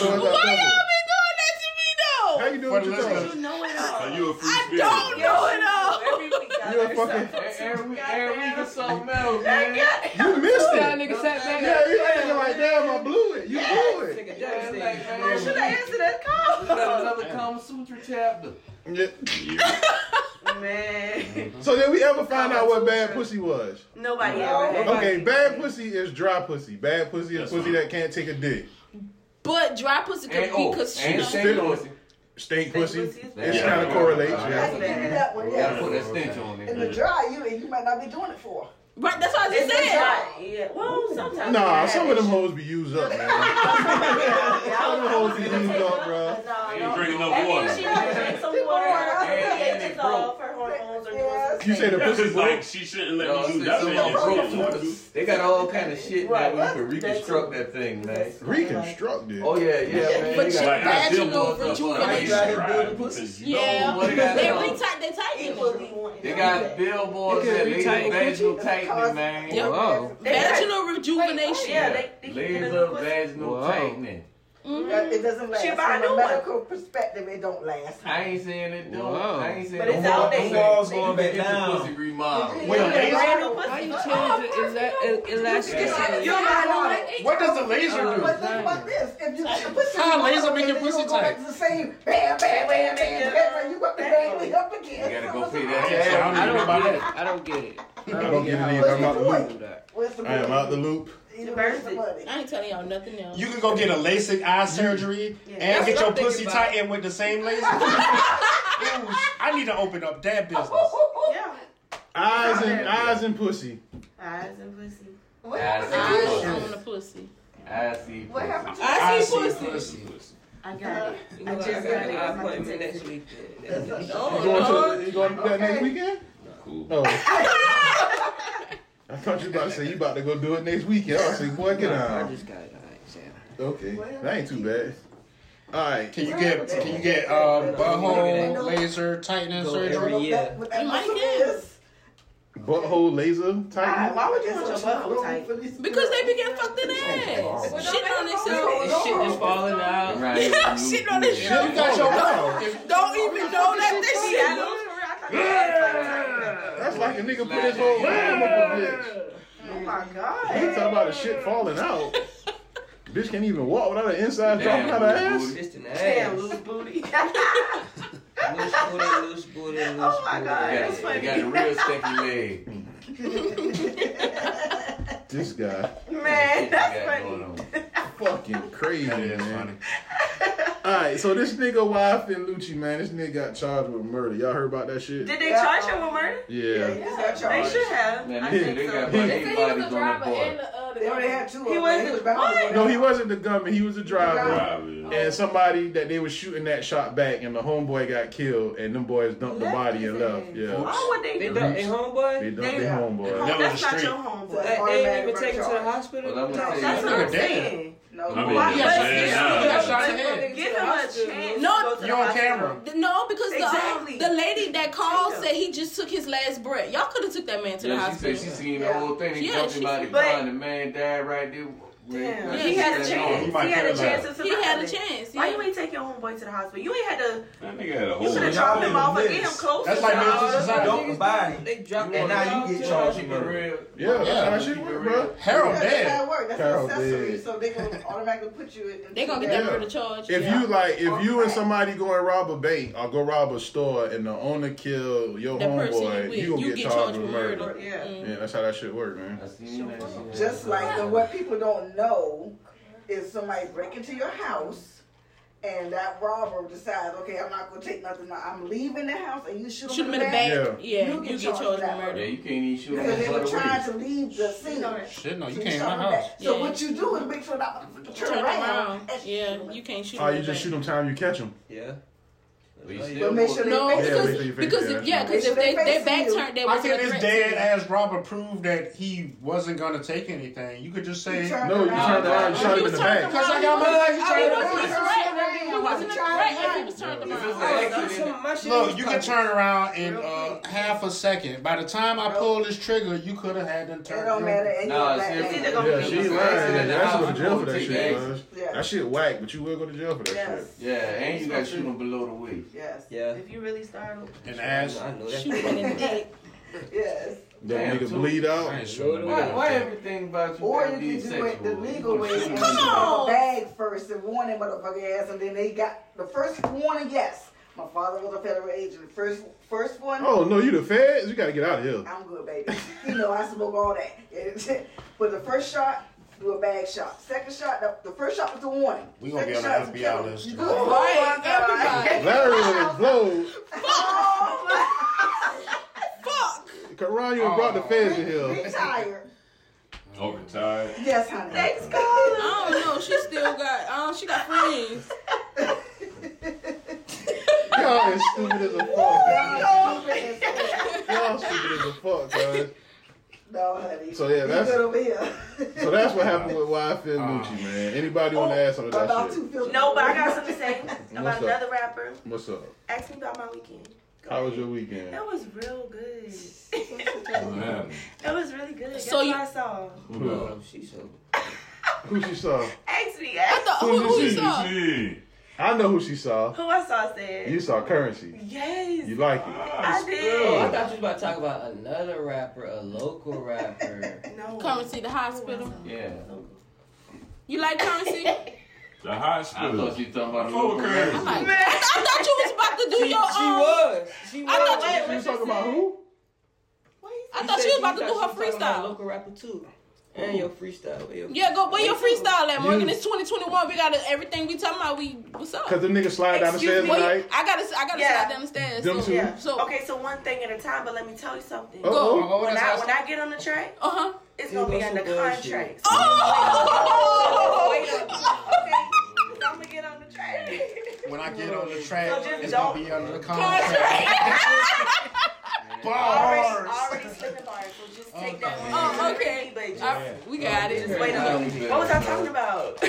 Speaker 9: doing that to me though?
Speaker 6: How you we do what you tell us.
Speaker 5: You know it all. Are you a free spirit?
Speaker 6: don't know
Speaker 5: it all. Every week, I
Speaker 6: You a fucking.
Speaker 5: every week, every week it's something else, man.
Speaker 6: You missed it.
Speaker 5: That nigga sat back.
Speaker 6: Yeah, you thinking like, damn, I blew it. You blew it.
Speaker 5: I
Speaker 11: should have answered that call.
Speaker 5: Is that
Speaker 21: [LAUGHS]
Speaker 5: another Kama Sutra chapter?
Speaker 11: Man.
Speaker 6: So did we ever find out what bad pussy was?
Speaker 11: Nobody ever had.
Speaker 6: Okay, bad pussy is dry pussy. Bad pussy is pussy that can't take a dick.
Speaker 9: But dry pussy could be
Speaker 5: oh,
Speaker 9: because she
Speaker 6: And
Speaker 9: don't-
Speaker 6: steak pussy. Steak pussy. It's
Speaker 5: Yeah.
Speaker 6: kind of correlates.
Speaker 5: Yeah.
Speaker 21: Give me
Speaker 6: Yeah.
Speaker 21: that one, yeah.
Speaker 5: Gotta put that stench on
Speaker 21: In the
Speaker 5: it.
Speaker 21: dry, you and you might not be doing it for.
Speaker 9: Right, that's what I just
Speaker 21: It's
Speaker 9: said.
Speaker 21: dry,
Speaker 8: Yeah. Well, sometimes.
Speaker 6: Nah, some of them hoes be used up, man. some of them hoes be used up, bro.
Speaker 8: ain't
Speaker 6: drinking enough
Speaker 8: That
Speaker 6: water.
Speaker 8: means she needs to drink some water. And it takes off her hormones or doing
Speaker 6: You say the pussy's
Speaker 7: like she shouldn't let
Speaker 5: No,
Speaker 7: me do
Speaker 5: it's
Speaker 7: that.
Speaker 5: some
Speaker 7: man.
Speaker 5: of them broke. They got all kind of shit now where you can reconstruct that thing, man.
Speaker 6: Reconstruct it.
Speaker 5: Oh yeah, yeah, man.
Speaker 9: But
Speaker 5: They
Speaker 9: you
Speaker 5: got-
Speaker 9: vaginal
Speaker 5: Them motherfuckers, like,
Speaker 9: rejuvenation.
Speaker 5: they got his building pussies.
Speaker 9: Yeah,
Speaker 5: No, but
Speaker 9: they
Speaker 5: they got it all.
Speaker 9: retight, they tighten it.
Speaker 5: They got billboards that
Speaker 9: You
Speaker 5: ladies
Speaker 9: can't be
Speaker 5: vaginal
Speaker 9: tight,
Speaker 5: tightening, man.
Speaker 9: Yep.
Speaker 5: Wow.
Speaker 9: Vaginal rejuvination.
Speaker 5: Yeah, Laser vaginal tightening.
Speaker 9: Mm-hmm.
Speaker 21: That- It doesn't last.
Speaker 11: She buy a
Speaker 21: From
Speaker 11: new
Speaker 21: a
Speaker 11: one.
Speaker 21: medical perspective, it don't last.
Speaker 5: I ain't saying it don't.
Speaker 21: Wow.
Speaker 5: I ain't saying
Speaker 21: But it's
Speaker 5: don't.
Speaker 21: out
Speaker 5: I'm
Speaker 21: there.
Speaker 5: saying
Speaker 21: Walls
Speaker 5: you
Speaker 21: going
Speaker 5: can
Speaker 21: back
Speaker 5: get your
Speaker 21: down.
Speaker 5: pussy remodeled.
Speaker 21: Well,
Speaker 5: Yeah.
Speaker 17: How
Speaker 9: Oh,
Speaker 17: you change it is that is elasticity?
Speaker 21: You're right.
Speaker 17: What does the laser do?
Speaker 21: But think about this: if you if pussy,
Speaker 17: How a laser make your
Speaker 21: you
Speaker 17: pussy
Speaker 21: gonna go back
Speaker 17: tight?
Speaker 21: to The same bam, bam, bam, bam, bam. You got the bang up again.
Speaker 5: You gotta go pay that
Speaker 6: Yeah,
Speaker 5: tax.
Speaker 6: I don't
Speaker 5: buy
Speaker 6: get
Speaker 5: that. I don't get it.
Speaker 6: I don't get it either. I'm out the loop. I am out the loop.
Speaker 9: I ain't telling y'all nothing else.
Speaker 22: You can go get a LASIK eye surgery and
Speaker 9: That's
Speaker 22: get
Speaker 9: what
Speaker 22: your
Speaker 9: I'm thinking
Speaker 22: pussy
Speaker 9: about.
Speaker 22: tightened with the same laser. Ooh, I need to open up that business.
Speaker 8: Yeah.
Speaker 6: Eyes and eyes and pussy.
Speaker 8: Eyes and pussy.
Speaker 21: What
Speaker 5: happened to
Speaker 9: Eyes
Speaker 5: pussy?
Speaker 9: on the pussy.
Speaker 5: I see.
Speaker 9: What happened to-
Speaker 5: I
Speaker 9: I see
Speaker 5: see
Speaker 9: pussy.
Speaker 5: pussy.
Speaker 8: I got it. I just
Speaker 17: I
Speaker 8: got
Speaker 17: got an
Speaker 8: it.
Speaker 17: eye appointment next week.
Speaker 6: You going to you going to do that next weekend? Oh. I thought you about to say you about to go do it next weekend. I say, boy, get
Speaker 10: No,
Speaker 6: out.
Speaker 10: I just
Speaker 6: got it. Okay, that ain't too bad. All right.
Speaker 10: Can you get can you get um, butthole laser tightening
Speaker 6: Go
Speaker 10: surgery?
Speaker 6: every year.
Speaker 21: What that is?
Speaker 6: Butthole laser
Speaker 11: Ah,
Speaker 6: type.
Speaker 21: Why would you want your butthole tight?
Speaker 9: Because they be getting fucked in the ass. Shitting on themselves.
Speaker 17: Shit just falling out.
Speaker 9: Right. Yeah, [LAUGHS] shitting on this shit.
Speaker 17: You got your mouth.
Speaker 9: Don't even know that this shit.
Speaker 6: That's like a nigga put his whole arm up a bitch.
Speaker 11: Oh my god.
Speaker 6: You talking about the shit falling out. bitch can't even walk without an inside dropping out her
Speaker 11: Damn,
Speaker 6: ass.
Speaker 11: loose booty. Damn, loose booty.
Speaker 10: Loose booty, loose
Speaker 5: [LAUGHS]
Speaker 10: booty, loose
Speaker 11: Oh my God,
Speaker 5: They
Speaker 10: booty.
Speaker 5: got-
Speaker 11: that's funny.
Speaker 5: They got a real stinky leg.
Speaker 6: This guy.
Speaker 11: Man, that's funny.
Speaker 6: [LAUGHS] Fucking crazy, man. All right, so this nigga wife and Lucci, man, this nigga got charged with murder. Y'all heard about that shit?
Speaker 11: Did they charge him with murder?
Speaker 6: Yeah.
Speaker 11: They should have.
Speaker 5: Man,
Speaker 11: I
Speaker 6: they-
Speaker 11: think
Speaker 6: they
Speaker 11: so.
Speaker 6: got They said he was bodies a on the driver board. and
Speaker 21: They already had two. of
Speaker 11: He
Speaker 21: them.
Speaker 11: was-
Speaker 21: He was behind
Speaker 11: what?
Speaker 21: one.
Speaker 6: No, he wasn't the gunman. He was the driver. And somebody that they were shooting that shot back, and the homeboy got killed, and them boys dumped the body and left. Yeah.
Speaker 11: Why would they,
Speaker 17: They
Speaker 11: do
Speaker 17: dumped
Speaker 11: that?
Speaker 17: their homeboy.
Speaker 6: They dumped their homeboy.
Speaker 11: That was That's not your homeboy.
Speaker 17: They they didn't even take him to the hospital.
Speaker 5: Well, I'm gonna tell
Speaker 11: That's
Speaker 5: you-
Speaker 11: what I'm
Speaker 5: Nigga dead.
Speaker 11: saying.
Speaker 21: No,
Speaker 5: I mean,
Speaker 11: Why-
Speaker 5: yeah,
Speaker 11: but
Speaker 5: man,
Speaker 11: it's
Speaker 5: nah.
Speaker 11: still
Speaker 5: Got shot
Speaker 11: good.
Speaker 5: in the head.
Speaker 11: Give him a chance.
Speaker 9: No,
Speaker 11: to go to the hospital.
Speaker 9: The- No, because
Speaker 11: Exactly.
Speaker 9: the um, the lady that called said he just took his last breath. Y'all could have took that man to the
Speaker 5: Yeah, she
Speaker 9: hospital.
Speaker 5: said she seen the whole thing. They
Speaker 9: Yeah,
Speaker 5: jumped him
Speaker 9: she-
Speaker 5: out of the
Speaker 9: but-
Speaker 5: car, and the man died right there. Damn.
Speaker 11: He had a chance. He, had a chance to survive.
Speaker 9: He had a
Speaker 11: it.
Speaker 9: chance,
Speaker 11: Why
Speaker 9: yeah.
Speaker 11: you ain't take your homeboy to the hospital? You ain't had to.
Speaker 7: That nigga had a
Speaker 11: You
Speaker 7: whole.
Speaker 11: should have dropped him off and get him
Speaker 4: Yes.
Speaker 11: closer.
Speaker 4: That's like
Speaker 11: to
Speaker 4: Memphis
Speaker 11: all the-
Speaker 4: Society. Don't buy it.
Speaker 17: They dropped
Speaker 4: And now you get charged with murder.
Speaker 6: Yeah, that's how that shit
Speaker 4: work,
Speaker 6: bro.
Speaker 4: Harold
Speaker 21: Yeah, That's how it
Speaker 4: dead.
Speaker 21: work. That's
Speaker 6: Harold
Speaker 21: accessory.
Speaker 6: dead.
Speaker 21: So they gonna automatically put you in.
Speaker 9: They gonna get that murder charge.
Speaker 6: If
Speaker 9: yeah.
Speaker 6: you like, if you and somebody go and rob a bank or go rob a store, and the owner kill your
Speaker 9: The person you
Speaker 6: homeboy,
Speaker 9: with, Mm.
Speaker 6: you gonna
Speaker 9: you
Speaker 6: get, charged, with murder.
Speaker 21: Yeah.
Speaker 6: Yeah, that's how that shit work, man.
Speaker 21: Just like the, what people don't know is somebody break into your house and that robber decides, okay, I'm not gonna take nothing. I'm leaving the house and you shoot,
Speaker 9: Shoot
Speaker 21: him
Speaker 9: him in the back.
Speaker 21: Yeah,
Speaker 9: Yeah,
Speaker 21: you, get charged with that
Speaker 5: Yeah,
Speaker 21: murder.
Speaker 5: you can't even shoot
Speaker 21: Because
Speaker 5: him
Speaker 21: they
Speaker 5: for
Speaker 21: were
Speaker 5: the
Speaker 21: trying to leave the scene.
Speaker 10: Shit, no, you
Speaker 21: So
Speaker 10: can't in
Speaker 21: shot him
Speaker 10: my
Speaker 21: in the
Speaker 10: house.
Speaker 21: back. So
Speaker 9: Yeah.
Speaker 21: what you do is make sure that motherfucker turn,
Speaker 9: turn
Speaker 21: around.
Speaker 9: around. Yeah, you can't shoot.
Speaker 6: Oh,
Speaker 9: him in
Speaker 6: you
Speaker 9: the
Speaker 6: just
Speaker 9: back.
Speaker 6: shoot them time you catch them.
Speaker 10: Yeah.
Speaker 21: But make sure they
Speaker 9: No,
Speaker 21: face
Speaker 6: Yeah,
Speaker 21: you.
Speaker 6: make sure you face
Speaker 9: because
Speaker 6: it,
Speaker 9: if- yeah,
Speaker 21: Make
Speaker 9: because
Speaker 21: sure
Speaker 9: if they
Speaker 21: they
Speaker 9: they
Speaker 21: face
Speaker 9: back
Speaker 21: you.
Speaker 9: turned, they
Speaker 10: I
Speaker 9: was a
Speaker 10: think this
Speaker 9: threat. to
Speaker 10: dead
Speaker 9: you.
Speaker 10: ass robber proved that he wasn't gonna take anything. You could just say
Speaker 6: No, you turned around, you shot him in the back.
Speaker 10: Cause I got my life. You turned around.
Speaker 9: he wasn't a threat if he was turned around.
Speaker 10: Look, you can turn around in uh, half a second. By the time I pull this trigger, you could have had them turn. It
Speaker 21: don't matter. And
Speaker 10: Nah,
Speaker 21: you black.
Speaker 6: Yeah,
Speaker 10: seriously.
Speaker 6: she lying. That's go to jail for that
Speaker 5: Take
Speaker 6: shit,
Speaker 5: action.
Speaker 6: man. That shit whack, but you will go to jail for that shit.
Speaker 5: Yeah, and you got to shoot them below the waist.
Speaker 21: Yes.
Speaker 5: Yeah.
Speaker 21: If you really startled.
Speaker 10: And ass.
Speaker 5: I know that.
Speaker 8: [LAUGHS]
Speaker 21: Yes.
Speaker 6: That nigga bleed out.
Speaker 5: Why, why everything about you
Speaker 21: Or
Speaker 5: gotta
Speaker 21: you
Speaker 5: be
Speaker 21: could do it the
Speaker 5: sexual?
Speaker 21: legal
Speaker 18: Oh,
Speaker 21: way and
Speaker 5: Come
Speaker 21: you have a
Speaker 9: Oh
Speaker 5: on.
Speaker 21: bag first and warn that motherfucker ass, and then they got the first warning. Yes, my father was a federal agent. First, first one.
Speaker 6: Oh no, you the feds? You gotta get out of here.
Speaker 21: I'm good, baby. You know I smoke all that. but the first shot, do a bag shot. Second shot, the, the first shot was the warning.
Speaker 10: We gonna be on
Speaker 21: Second
Speaker 10: the
Speaker 21: shot's a
Speaker 10: FBI
Speaker 21: killer.
Speaker 10: list.
Speaker 21: You
Speaker 8: Oh
Speaker 10: All
Speaker 21: good?
Speaker 10: right,
Speaker 6: Larry will blow. Karan, you brought the feds in
Speaker 10: [LAUGHS]
Speaker 6: here.
Speaker 21: Retired.
Speaker 7: Overtired.
Speaker 21: Yes, honey. Thanks, God.
Speaker 9: I don't know. She still got. Um, she got friends.
Speaker 6: Y'all is stupid as a fuck. man. Y'all stupid as a fuck, guys.
Speaker 21: No, honey.
Speaker 6: So, yeah,
Speaker 21: You
Speaker 6: that's-
Speaker 21: good over here.
Speaker 4: [LAUGHS]
Speaker 6: So that's what happened with YF and Lucci, man. Anybody on the ass under that shit?
Speaker 8: No, but I got something to say
Speaker 6: What's
Speaker 8: about
Speaker 6: up?
Speaker 8: another rapper.
Speaker 6: What's up?
Speaker 8: Ask me about my weekend.
Speaker 6: How was your weekend?
Speaker 8: That was real good.
Speaker 6: What happened?
Speaker 8: That was really good. Guess
Speaker 9: So
Speaker 8: what
Speaker 9: you-
Speaker 8: I saw.
Speaker 6: Who
Speaker 5: She so.
Speaker 6: she saw?
Speaker 8: Ask me. Ask
Speaker 6: Who she I know who she saw.
Speaker 8: Who I saw said.
Speaker 6: You saw currency.
Speaker 8: Yes.
Speaker 6: You like it.
Speaker 8: I
Speaker 5: Oh, I
Speaker 8: did.
Speaker 5: thought you was about to talk about another rapper, a local rapper.
Speaker 9: Currency, the hospital.
Speaker 5: Yeah.
Speaker 9: You like
Speaker 8: [LAUGHS]
Speaker 9: currency?
Speaker 7: The hospital.
Speaker 5: I thought you were talking about
Speaker 7: Full currency.
Speaker 9: I, I thought you was about to do your. Um,
Speaker 5: she was. She was.
Speaker 9: I thought you-
Speaker 5: was talking about who?
Speaker 9: I thought she was about to do her freestyle.
Speaker 5: Local rapper too, and your freestyle. where your-
Speaker 9: Yeah, go. Where your freestyle at, Morgan?
Speaker 6: You-
Speaker 9: It's 2021. We got to everything we talking about. We what's up?
Speaker 6: Cause the nigga slide down the
Speaker 9: Excuse
Speaker 6: stairs
Speaker 9: me.
Speaker 6: tonight.
Speaker 9: I gotta, I gotta
Speaker 8: Yeah.
Speaker 9: slide down the stairs.
Speaker 6: Them
Speaker 9: so,
Speaker 6: two. Yeah.
Speaker 9: so
Speaker 8: Okay, so one thing at a time, but let me tell you something.
Speaker 6: Uh-oh. Go.
Speaker 8: When
Speaker 6: That's
Speaker 8: I
Speaker 6: awesome.
Speaker 8: when I get on the track,
Speaker 9: uh huh,
Speaker 8: it's gonna be
Speaker 5: that's
Speaker 8: under
Speaker 5: some bullshit.
Speaker 8: contract.
Speaker 9: Oh!
Speaker 8: Wait up. Okay, I'm gonna get on the track.
Speaker 10: When I get on the track,
Speaker 8: So just
Speaker 10: it's
Speaker 8: don't-
Speaker 10: gonna be under the contract.
Speaker 8: Already,
Speaker 10: Bars.
Speaker 8: already slipping bars, so just take that one.
Speaker 9: Oh, okay.
Speaker 8: But just-
Speaker 9: I- we got it.
Speaker 8: Just wait a minute. What was I talking about?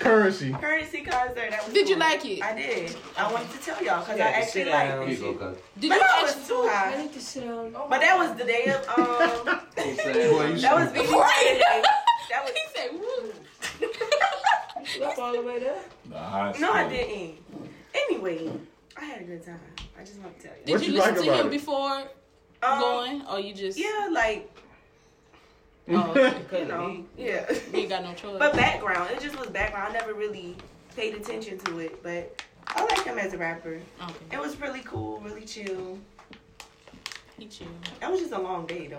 Speaker 6: Currency.
Speaker 8: Currency concert. That was
Speaker 9: Did you
Speaker 8: cool.
Speaker 9: like it?
Speaker 8: I did. I wanted to tell y'all because
Speaker 5: Yeah,
Speaker 8: I
Speaker 5: sit
Speaker 8: actually
Speaker 5: down.
Speaker 8: liked
Speaker 5: Here
Speaker 8: it.
Speaker 5: you go, cuz.
Speaker 9: Did
Speaker 8: but I
Speaker 9: you actually-
Speaker 8: was too high.
Speaker 9: I need to sit down.
Speaker 8: but that was the day of um. that
Speaker 6: [LAUGHS]
Speaker 8: was BB
Speaker 9: [LAUGHS] Right.
Speaker 8: Friday. That was.
Speaker 9: He said, "Woo."
Speaker 8: [LAUGHS]
Speaker 9: [LAUGHS]
Speaker 8: Up all the way there.
Speaker 7: The hospital.
Speaker 8: No, I didn't. Anyway, I had a good time. I just want to tell you.
Speaker 9: Did
Speaker 6: What
Speaker 9: you,
Speaker 6: you
Speaker 9: listen
Speaker 6: like
Speaker 9: to
Speaker 6: about
Speaker 9: him
Speaker 6: it?
Speaker 9: before
Speaker 8: Um,
Speaker 9: going, or you just
Speaker 8: Yeah, like [LAUGHS]
Speaker 9: Oh, okay.
Speaker 8: you know, yeah.
Speaker 9: you ain't got no choice?
Speaker 8: But background, it just was background. I never really paid attention to it, but I like him as a rapper.
Speaker 9: Okay.
Speaker 8: It was really cool, really chill.
Speaker 9: He chill.
Speaker 8: That was just a long day though.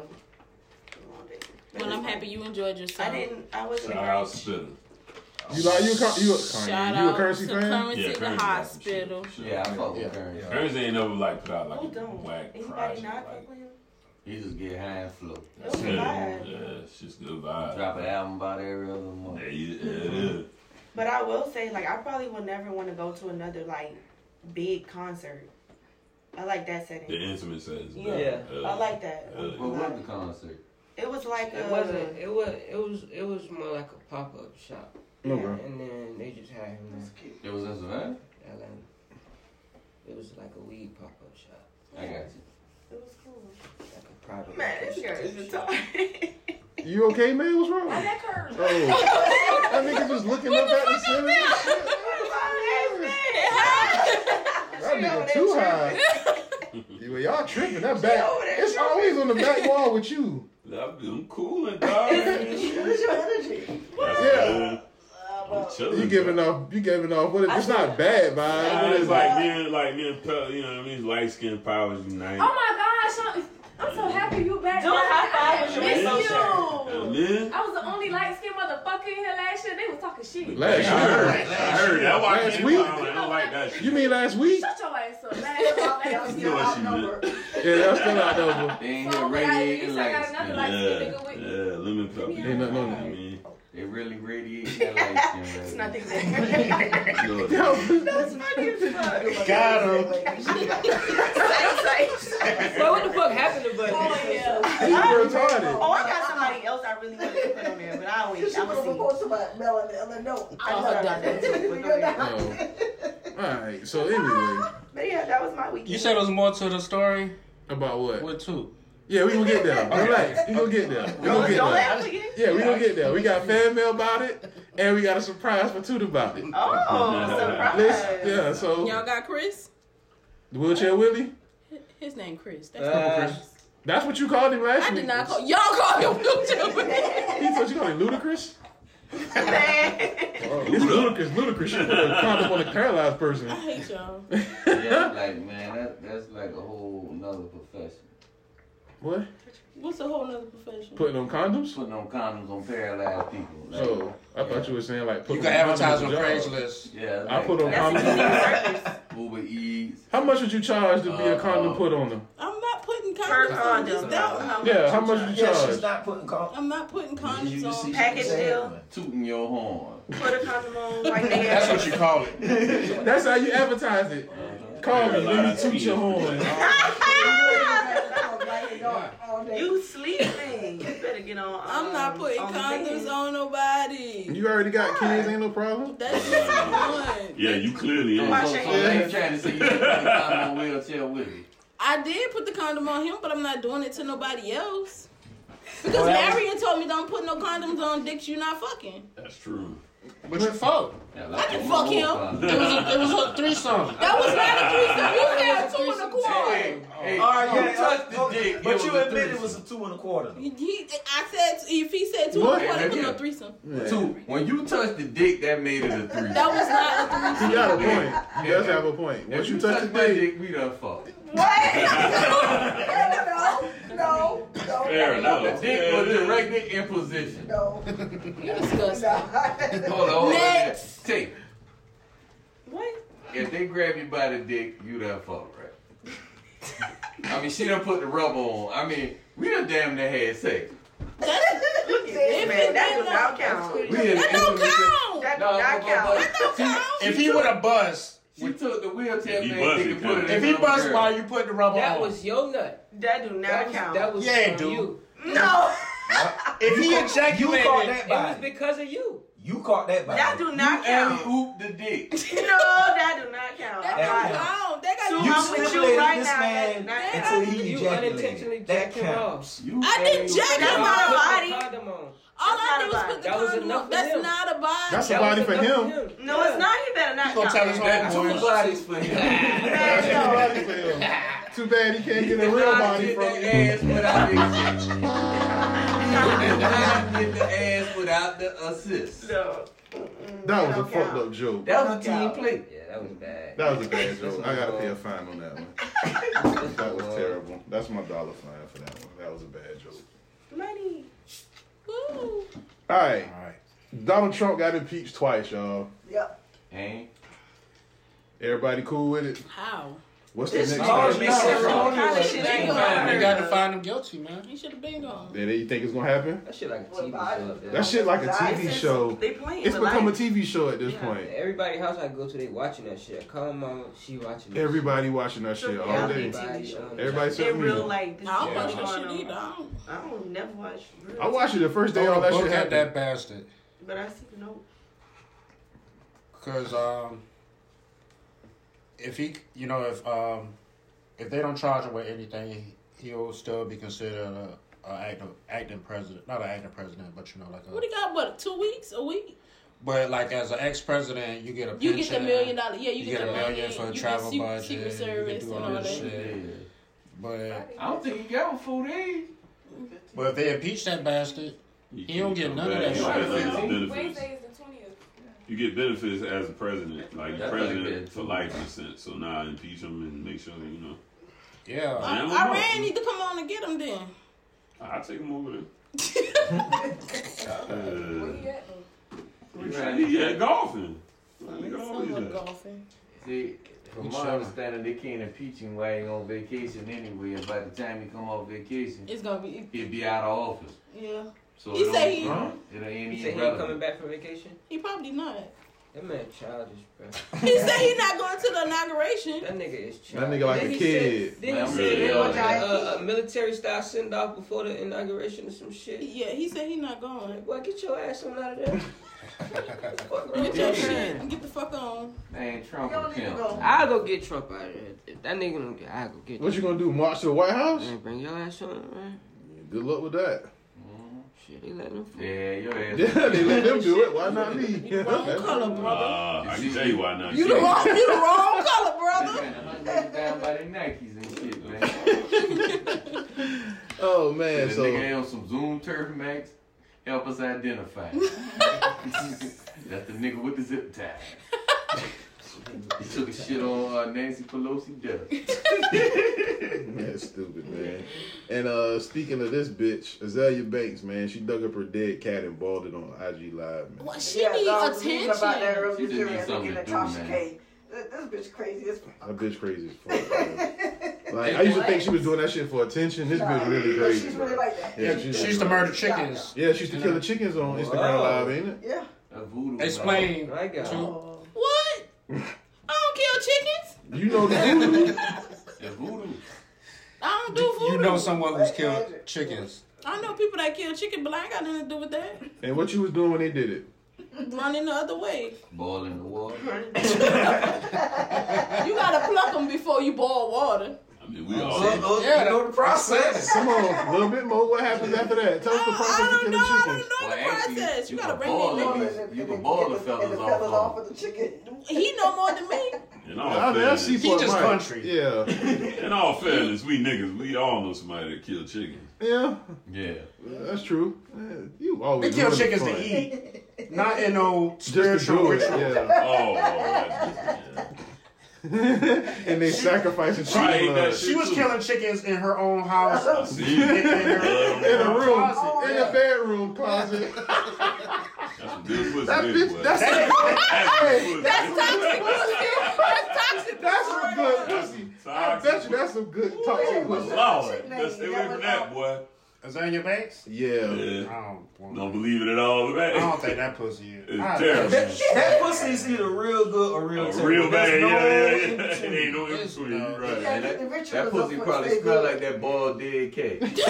Speaker 8: A long day. But
Speaker 9: Well,
Speaker 8: it's
Speaker 9: I'm
Speaker 8: fine.
Speaker 9: happy you enjoyed yourself.
Speaker 8: I didn't. I wasn't.
Speaker 7: The hospital.
Speaker 6: You like you a Cur- you a,
Speaker 9: Shout
Speaker 6: Kanye, you a
Speaker 9: out
Speaker 6: currency
Speaker 9: to
Speaker 6: fan?
Speaker 9: Currency
Speaker 7: Yeah,
Speaker 9: the
Speaker 7: Currency.
Speaker 9: hospital.
Speaker 5: Yeah, I fuck with Currency.
Speaker 7: Currency ain't never like put out like
Speaker 8: Who
Speaker 7: a
Speaker 8: don't?
Speaker 7: whack
Speaker 8: Anybody
Speaker 7: project.
Speaker 8: not
Speaker 7: like,
Speaker 8: fuck with him?
Speaker 5: You just get high and flow.
Speaker 8: It was a
Speaker 7: yeah,
Speaker 8: vibe.
Speaker 7: yeah, it's just good vibe.
Speaker 5: Drop an album about every other month.
Speaker 7: Yeah, you- yeah, it is.
Speaker 8: But I will say, like, I probably would never want to go to another like big concert. I like that setting.
Speaker 7: The intimate says.
Speaker 8: Yeah, I like that.
Speaker 7: Uh,
Speaker 5: What was the concert?
Speaker 8: It was like
Speaker 18: It
Speaker 8: uh,
Speaker 18: wasn't. It was. It was. It was more like a pop up shop.
Speaker 6: Okay.
Speaker 18: And then they just had him in
Speaker 5: It was in Savannah?
Speaker 18: Atlanta. It was like a weed pop up shop,
Speaker 5: I got you.
Speaker 8: It was cool.
Speaker 18: like a private.
Speaker 8: Man, this girl
Speaker 18: location
Speaker 8: is
Speaker 18: type
Speaker 8: a
Speaker 18: shop.
Speaker 8: talk.
Speaker 6: You okay, man? What's wrong? I
Speaker 13: got curves. [LAUGHS]
Speaker 6: Oh. that nigga just looking up at the ceiling. That nigga too high.
Speaker 8: [LAUGHS]
Speaker 6: You- y'all tripping. That back. It's always on the back wall with you.
Speaker 7: I'm, I'm cooling,
Speaker 13: [LAUGHS]
Speaker 7: dog.
Speaker 6: Yeah.
Speaker 7: I'm
Speaker 6: You
Speaker 7: chilling.
Speaker 6: giving off. You giving off. What if, it's not bad, man.
Speaker 7: I
Speaker 6: What
Speaker 7: was
Speaker 6: is
Speaker 7: like
Speaker 6: like,
Speaker 7: me and like me and Pel, you know what I mean? Light skin powers unite.
Speaker 13: Oh my gosh, I'm, I'm so happy you back.
Speaker 8: Do a high five with your
Speaker 13: Miss
Speaker 8: rainbow
Speaker 13: you.
Speaker 7: Yeah, man.
Speaker 13: I was the only light skinned motherfucker in here last year. They was talking shit.
Speaker 6: Last
Speaker 7: I heard, I heard. That's why I
Speaker 6: Last
Speaker 7: came
Speaker 6: week?
Speaker 7: out, I'm like, I don't like that shit.
Speaker 6: you mean last week?
Speaker 13: Shut your ass up. Last year,
Speaker 7: [LAUGHS]
Speaker 13: last
Speaker 7: You know
Speaker 13: year.
Speaker 7: what she meant.
Speaker 6: Yeah, that's still out [LAUGHS] there.
Speaker 5: They ain't
Speaker 13: So,
Speaker 5: here
Speaker 13: I'm like, at least
Speaker 5: radiating
Speaker 13: I
Speaker 5: light
Speaker 13: got another light skinned nigga with me.
Speaker 7: Yeah, lemon pepper.
Speaker 6: Ain't nothing on that.
Speaker 7: mean,
Speaker 5: They really radiating
Speaker 21: [LAUGHS]
Speaker 5: that light skin.
Speaker 8: It's
Speaker 5: baby.
Speaker 8: nothing
Speaker 9: [LAUGHS]
Speaker 8: there.
Speaker 7: you know,
Speaker 13: [LAUGHS]
Speaker 8: That's funny
Speaker 4: [LAUGHS]
Speaker 8: as fuck.
Speaker 10: Got him.
Speaker 18: But what the fuck happened to Buddy?
Speaker 8: Oh, yeah.
Speaker 6: You retarded.
Speaker 8: Oh, I got somebody else I really wanted to put on there, but I always.
Speaker 21: She
Speaker 8: I'm
Speaker 21: would have
Speaker 8: gonna see.
Speaker 21: proposed to my Melanie. No, I
Speaker 9: Oh,
Speaker 21: know
Speaker 9: done.
Speaker 21: that. You're not.
Speaker 6: No. I All right. Oh. So anyway,
Speaker 8: [LAUGHS] But yeah, that was my weekend.
Speaker 10: You said it was more to the story
Speaker 6: about what?
Speaker 10: What two?
Speaker 6: Yeah, we gonna get there.
Speaker 10: Okay.
Speaker 6: Relax. We gonna get there. We gonna get
Speaker 10: Don't
Speaker 6: there.
Speaker 10: laugh again.
Speaker 6: Yeah, we gonna get there. We got fan mail about it, and we got a surprise for Toot about it.
Speaker 9: Oh, surprise.
Speaker 6: Listen, yeah. So
Speaker 9: Y'all got Chris?
Speaker 6: wheelchair Willie.
Speaker 9: His name Chris. That's
Speaker 6: Uh, that's what you called him last
Speaker 9: I
Speaker 6: week.
Speaker 9: did not call y'all call him
Speaker 13: [LAUGHS]
Speaker 6: He
Speaker 9: wheelchair.
Speaker 6: thought you called him ludicrous. [LAUGHS] Oh, it's ludicrous, ludicrous. You put a condom on a paralyzed person.
Speaker 9: I hate y'all.
Speaker 5: yeah, like man, that, that's like a whole nother profession.
Speaker 6: What?
Speaker 9: What's a whole nother profession?
Speaker 6: Putting on condoms?
Speaker 5: Putting on condoms on paralyzed people. Like,
Speaker 6: So I thought you were saying like put
Speaker 10: You can advertise on Craigslist.
Speaker 5: Yeah,
Speaker 6: I
Speaker 5: like-
Speaker 6: put on
Speaker 5: That's
Speaker 6: condoms.
Speaker 5: Uber Eats. Uh,
Speaker 6: How much would you charge to be a condom put on them?
Speaker 9: I'm not putting condoms on this. That how much
Speaker 6: Yeah, how much
Speaker 9: charge.
Speaker 6: did you charge?
Speaker 4: not putting condoms.
Speaker 9: I'm not putting condoms on.
Speaker 5: Tooting your horn.
Speaker 9: Put a condom on right there.
Speaker 10: That's what you call it.
Speaker 6: That's how you advertise it. Call me, let me toot your horn.
Speaker 9: You sleeping. You better get on.
Speaker 8: uh,
Speaker 9: I'm not putting condoms Um, on nobody.
Speaker 6: You already got kids, ain't no problem.
Speaker 9: That's just one.
Speaker 7: Yeah, you clearly
Speaker 5: So,
Speaker 7: is.
Speaker 5: so, so they trying to say you put the condom on wheelchair with me.
Speaker 9: I did put the condom on him, but I'm not doing it to nobody else. Because
Speaker 5: Well, that was-
Speaker 9: Marion told me don't put no condoms on dicks you not fucking.
Speaker 7: That's true.
Speaker 10: But you fuck.
Speaker 9: I can fuck him.
Speaker 10: It was a, it was a threesome.
Speaker 9: That was not a threesome. You said two and a quarter.
Speaker 5: Oh,
Speaker 4: All
Speaker 10: Hey, you
Speaker 4: right, Oh, yeah,
Speaker 10: touched
Speaker 4: uh,
Speaker 10: the dick, it
Speaker 4: But
Speaker 10: was
Speaker 4: you
Speaker 10: a
Speaker 4: admit it
Speaker 10: threesome.
Speaker 4: was a two and a quarter.
Speaker 9: He, he- I said if he said two
Speaker 5: What?
Speaker 9: and a quarter, it was
Speaker 5: Yeah.
Speaker 9: no threesome.
Speaker 5: Two. When you touch the dick, that made it a three.
Speaker 9: That was not a
Speaker 6: He
Speaker 9: threesome.
Speaker 6: got a point. He does have a point. Once you touch the
Speaker 5: my
Speaker 6: dick,
Speaker 5: dick, we done fucked.
Speaker 21: No, no.
Speaker 5: Fair enough. The dick was
Speaker 7: Yeah, it is.
Speaker 5: directed in position.
Speaker 21: No.
Speaker 9: You disgusting.
Speaker 5: Hold on. Hold on.
Speaker 9: Next.
Speaker 5: Take.
Speaker 9: What?
Speaker 5: If they grab you by the dick, you done fucked, right? I mean, she done put the rubber on. I mean, we done damn near had sex.
Speaker 21: [LAUGHS] Look at this man. That does not count.
Speaker 5: We done
Speaker 21: That don't
Speaker 5: intimate-
Speaker 21: count. That
Speaker 5: No,
Speaker 21: do not
Speaker 5: but- but-
Speaker 21: count.
Speaker 5: but-
Speaker 10: If he would have bust,
Speaker 5: She took the wheelchair
Speaker 10: If he
Speaker 5: man,
Speaker 10: bust,
Speaker 5: dick
Speaker 10: it
Speaker 5: and put it
Speaker 10: count.
Speaker 5: in
Speaker 10: If he
Speaker 5: her
Speaker 10: bust
Speaker 5: girl.
Speaker 10: while you put the rubber
Speaker 17: That
Speaker 10: on.
Speaker 17: was your nut.
Speaker 21: That do not
Speaker 17: That was,
Speaker 21: count.
Speaker 17: That was
Speaker 10: Yeah,
Speaker 17: from
Speaker 10: dude.
Speaker 17: you.
Speaker 21: no.
Speaker 10: if he
Speaker 4: You
Speaker 10: ejaculated,
Speaker 4: caught that
Speaker 17: It was
Speaker 4: body.
Speaker 17: because of you.
Speaker 4: You caught that body.
Speaker 21: That do not count.
Speaker 5: Oop the dick.
Speaker 21: No, that do not count.
Speaker 4: That
Speaker 9: That don't count. They got
Speaker 4: You
Speaker 21: I'm with you
Speaker 4: stimulated
Speaker 21: right
Speaker 4: this
Speaker 21: now.
Speaker 4: man
Speaker 21: That-
Speaker 4: until he
Speaker 17: You unintentionally
Speaker 4: ejaculated. That
Speaker 17: jacked him
Speaker 4: counts.
Speaker 17: off.
Speaker 5: You
Speaker 9: I didn't jack
Speaker 17: That's
Speaker 9: him off.
Speaker 17: why
Speaker 21: a
Speaker 17: you
Speaker 21: body.
Speaker 17: put the condom on.
Speaker 9: All I
Speaker 21: That's not
Speaker 9: did was
Speaker 21: a
Speaker 9: put the
Speaker 17: body. That was
Speaker 9: condom
Speaker 17: enough
Speaker 9: on.
Speaker 17: for
Speaker 9: That's
Speaker 17: him.
Speaker 9: not a body.
Speaker 6: that's a
Speaker 17: That
Speaker 6: body
Speaker 17: was
Speaker 6: for
Speaker 17: enough
Speaker 6: him.
Speaker 21: No, it's not. He better not
Speaker 10: He gonna
Speaker 21: count.
Speaker 10: tell his
Speaker 5: That two
Speaker 10: homeboys.
Speaker 5: bodies for [LAUGHS] him.
Speaker 6: That's
Speaker 4: [LAUGHS]
Speaker 6: a body for him. Too bad he can't get a real body
Speaker 5: Get [LAUGHS]
Speaker 6: from
Speaker 5: that
Speaker 6: you.
Speaker 5: ass
Speaker 4: [LAUGHS]
Speaker 5: without the assist. Get the ass without the assist.
Speaker 21: No.
Speaker 6: That was a fucked up joke.
Speaker 5: That was a team play. Yeah, that was bad.
Speaker 6: That was a bad joke. I gotta pay a fine on that one. That was terrible. That's my dollar fine for that one. That was a bad joke.
Speaker 21: Money.
Speaker 9: Woo.
Speaker 6: All right. Donald Trump got impeached twice, y'all.
Speaker 21: Yep.
Speaker 5: Ain't
Speaker 6: Everybody cool with it?
Speaker 9: How?
Speaker 6: What's the
Speaker 4: This
Speaker 6: next
Speaker 4: law
Speaker 6: thing?
Speaker 4: is not-
Speaker 10: they got to find him guilty, man.
Speaker 9: He should have been gone.
Speaker 6: Yeah, you think it's gonna happen?
Speaker 4: That shit like a TV show. up there.
Speaker 6: That shit like a TV
Speaker 21: Lies.
Speaker 6: show.
Speaker 21: They playing
Speaker 6: It's
Speaker 21: with
Speaker 6: become a
Speaker 21: life.
Speaker 6: TV show at this
Speaker 4: Yeah,
Speaker 6: point.
Speaker 4: Everybody house I go to, they watching that shit. I call my mama, she watching. that
Speaker 6: Everybody watching that shit all day.
Speaker 4: shit. Everybody, um,
Speaker 6: Everybody
Speaker 21: In
Speaker 6: said
Speaker 21: real
Speaker 6: me.
Speaker 21: life, this
Speaker 9: I don't
Speaker 21: is
Speaker 9: watch
Speaker 21: going
Speaker 9: that shit
Speaker 21: on.
Speaker 9: either. I don't.
Speaker 21: I don't never watch. real
Speaker 6: I watched it the first day
Speaker 10: Throw
Speaker 6: all
Speaker 10: the
Speaker 6: that shit
Speaker 10: book at
Speaker 6: happened.
Speaker 10: that bastard.
Speaker 21: But I see no.
Speaker 10: Cause um, if he, you know, if um, if they don't charge him with anything, he'll still be considered a, a active acting president, not an acting president, but you know, like
Speaker 9: What
Speaker 10: a,
Speaker 9: he got? What? Two weeks? A week?
Speaker 10: but like as an ex president, you get a
Speaker 9: You
Speaker 10: pension,
Speaker 9: get the million dollar. Yeah, you,
Speaker 10: you get
Speaker 9: the
Speaker 10: a million for
Speaker 9: you
Speaker 10: a
Speaker 9: get
Speaker 10: travel
Speaker 9: se-
Speaker 10: budget,
Speaker 9: Secret
Speaker 10: you can
Speaker 9: Service
Speaker 10: do
Speaker 9: and
Speaker 10: all
Speaker 9: all
Speaker 10: this
Speaker 9: that.
Speaker 10: shit. But
Speaker 5: I don't think he got one for days.
Speaker 10: but if they impeach that bastard, he don't get none of that
Speaker 7: You
Speaker 10: shit.
Speaker 7: get like benefits.
Speaker 13: Wednesday is the twentieth.
Speaker 7: You get benefits as a president, like
Speaker 5: That's like
Speaker 7: president
Speaker 5: that.
Speaker 7: for life in a sense. So now impeach him and make sure that you know.
Speaker 10: Yeah,
Speaker 7: I don't
Speaker 9: I
Speaker 7: know.
Speaker 9: ran need to come on and get him [LAUGHS] then.
Speaker 7: I'll take him over there.
Speaker 13: Where
Speaker 7: Uh,
Speaker 13: he at?
Speaker 7: he said he at golfing. He always
Speaker 9: Someone
Speaker 7: at.
Speaker 9: golfing.
Speaker 5: See, from
Speaker 10: Which
Speaker 5: my
Speaker 10: one?
Speaker 5: understanding, they can't impeach him while he on vacation anyway. And by the time he come off vacation,
Speaker 9: It's gonna be.
Speaker 5: he'll be out of office.
Speaker 9: Yeah.
Speaker 5: So
Speaker 9: He
Speaker 5: it
Speaker 9: said
Speaker 5: don't-
Speaker 9: he-
Speaker 5: It ain't
Speaker 4: He
Speaker 5: even
Speaker 4: said he ain't coming
Speaker 5: relevant.
Speaker 4: back from vacation.
Speaker 9: He probably not. [LAUGHS]
Speaker 18: That man childish, bro.
Speaker 9: He said he not going to the inauguration.
Speaker 18: That nigga is
Speaker 6: That nigga like a kid.
Speaker 18: Then he said they want a, a military style send off before the inauguration or some shit.
Speaker 9: Yeah, he said he not going.
Speaker 18: Boy, get your ass on out of
Speaker 6: [LAUGHS]
Speaker 18: there.
Speaker 9: Get your shit. Get the fuck on.
Speaker 18: Man,
Speaker 9: You
Speaker 18: Trump
Speaker 9: don't
Speaker 18: and
Speaker 9: need to
Speaker 18: Kim.
Speaker 9: go.
Speaker 18: I'll go get Trump out of there. If that nigga don't get, I'll go get
Speaker 6: What you
Speaker 18: Trump.
Speaker 6: gonna do? March to the White House?
Speaker 18: Man, bring your ass on, man.
Speaker 6: Good luck with that.
Speaker 18: Shit, they let them.
Speaker 5: Yeah, your ass.
Speaker 6: Yeah, [LAUGHS] they let them do it. Why not me? That's-
Speaker 7: Uh,
Speaker 6: [LAUGHS]
Speaker 7: I can tell you why not.
Speaker 9: You the wrong. You the wrong color, brother.
Speaker 5: Down by the Nikes and shit, man.
Speaker 6: oh man,
Speaker 5: the
Speaker 6: so-
Speaker 5: nigga on some Zoom turf max. Help us
Speaker 21: [LAUGHS]
Speaker 5: identify. That's the nigga with the zip tie. he took a shit on uh, Nancy Pelosi death.
Speaker 6: That's stupid, man. And uh speaking of this bitch, Azalea Banks, man, she dug up her dead cat and balled it on IG Live, man.
Speaker 9: What she
Speaker 21: Yeah,
Speaker 9: need
Speaker 21: no, I was reading
Speaker 9: attention.
Speaker 21: about that earlier.
Speaker 6: She just
Speaker 21: You're
Speaker 6: need
Speaker 21: right,
Speaker 6: something
Speaker 21: looking
Speaker 6: to
Speaker 21: at
Speaker 6: do,
Speaker 21: Tasha
Speaker 6: man.
Speaker 21: K. Th- This bitch crazy as fuck.
Speaker 6: That bitch crazy as
Speaker 21: [LAUGHS]
Speaker 6: fuck. bro. like I used to think she was doing that shit for attention. This bitch really
Speaker 21: But
Speaker 6: crazy.
Speaker 21: she's
Speaker 6: bro.
Speaker 21: really like that.
Speaker 6: Yeah, she's
Speaker 10: She
Speaker 6: like-
Speaker 10: used to murder chickens.
Speaker 6: Yeah, she used to kill the chickens on Instagram
Speaker 10: Wow.
Speaker 6: Live, ain't it?
Speaker 21: Yeah.
Speaker 10: Explain.
Speaker 9: What? I don't kill chickens.
Speaker 6: You know the
Speaker 21: [LAUGHS]
Speaker 6: voodoo.
Speaker 9: I don't do voodoo.
Speaker 10: You know someone who's killed chickens.
Speaker 9: I know people that kill chicken, but I ain't got nothing to do with that.
Speaker 6: And what you was doing when they did it?
Speaker 9: Running the other way.
Speaker 5: Ball in the water.
Speaker 9: You gotta pluck them before you boil water.
Speaker 6: Uh,
Speaker 7: We all
Speaker 6: yeah, know the process. Come on, a little bit more. What happens after that? Tell us the process to kill a chicken.
Speaker 5: Well, actually, you,
Speaker 9: gotta
Speaker 5: can
Speaker 9: bring
Speaker 5: ball
Speaker 9: it in.
Speaker 5: the- you can ball the fellas off. off
Speaker 21: of the chicken.
Speaker 9: He know more than me.
Speaker 7: In
Speaker 6: Yeah, I
Speaker 7: all
Speaker 6: mean,
Speaker 7: fairness,
Speaker 6: I see He just Fort Myers. country. Yeah.
Speaker 7: In all fairness, we niggas, we all know somebody that killed chicken.
Speaker 6: Yeah,
Speaker 7: Yeah.
Speaker 6: that's true. Yeah, you always
Speaker 7: They kill
Speaker 6: ruin the
Speaker 7: chickens to
Speaker 6: fun.
Speaker 10: eat. Not in no
Speaker 6: Just to
Speaker 10: spiritual
Speaker 6: do it,
Speaker 10: ritual.
Speaker 6: yeah. and they sacrifice a
Speaker 10: She,
Speaker 6: chicken. blood.
Speaker 10: she was killing chickens in her
Speaker 6: [LAUGHS]
Speaker 10: own house.
Speaker 6: in a room, in a bedroom closet. That bitch, that's hey,
Speaker 9: That's toxic pussy. That's toxic.
Speaker 6: That's some good pussy. I bet you that's some good toxic pussy.
Speaker 7: Lord, let's stay away from that, boy.
Speaker 10: Azania Banks?
Speaker 6: Yeah.
Speaker 7: Don't, believe it at all, man.
Speaker 10: I don't think that pussy is.
Speaker 7: It's
Speaker 10: I-
Speaker 7: terrible.
Speaker 10: That-
Speaker 4: That pussy is either real good or real terrible.
Speaker 7: real
Speaker 4: There's
Speaker 7: bad,
Speaker 4: no
Speaker 7: yeah, yeah, [LAUGHS]
Speaker 4: in
Speaker 7: yeah.
Speaker 4: between.
Speaker 7: It ain't no in between. you right.
Speaker 5: Yeah,
Speaker 21: the
Speaker 5: that,
Speaker 21: ritual
Speaker 5: that
Speaker 21: is
Speaker 5: pussy
Speaker 21: up for
Speaker 5: probably
Speaker 21: stay
Speaker 5: smell
Speaker 21: good.
Speaker 5: like that boiled dead cat.
Speaker 10: [LAUGHS]
Speaker 21: [LAUGHS]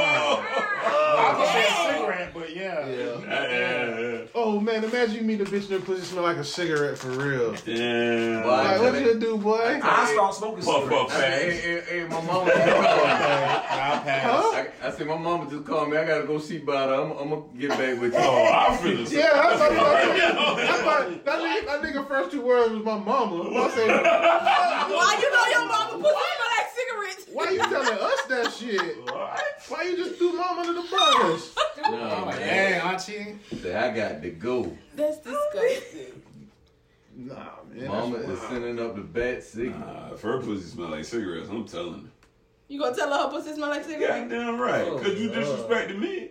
Speaker 10: I was saying cigarette, but yeah.
Speaker 6: Oh man, imagine you meet a bitch and her pussy smell like a cigarette for real.
Speaker 7: Yeah.
Speaker 6: Like, what you do, boy?
Speaker 4: I start smoking
Speaker 5: Puff,
Speaker 4: cigarettes.
Speaker 5: puff, hey, hey, hey, my mama.
Speaker 6: Huh?
Speaker 5: I, I said, my mama just called me. I gotta go see about her. I'm, I'm gonna get back with you.
Speaker 7: Oh, I feel it.
Speaker 6: Yeah, that's what I'm That's why that nigga, that nigga first two words was my mama. I say,
Speaker 9: Why you know your mama pussy smell like cigarettes?
Speaker 6: Why you telling us that shit? Why you just threw mom under the bus?
Speaker 5: No, man.
Speaker 10: Hey, auntie.
Speaker 5: Say, I got to go.
Speaker 9: That's disgusting.
Speaker 6: Nah, man.
Speaker 5: Mama
Speaker 7: that's
Speaker 5: is
Speaker 7: wild.
Speaker 5: sending up the bat signal.
Speaker 7: Nah, if her pussy smell like cigarettes, I'm telling you.
Speaker 9: You gonna tell her her pussy smell like cigarettes?
Speaker 7: Goddamn right. Because you disrespected me.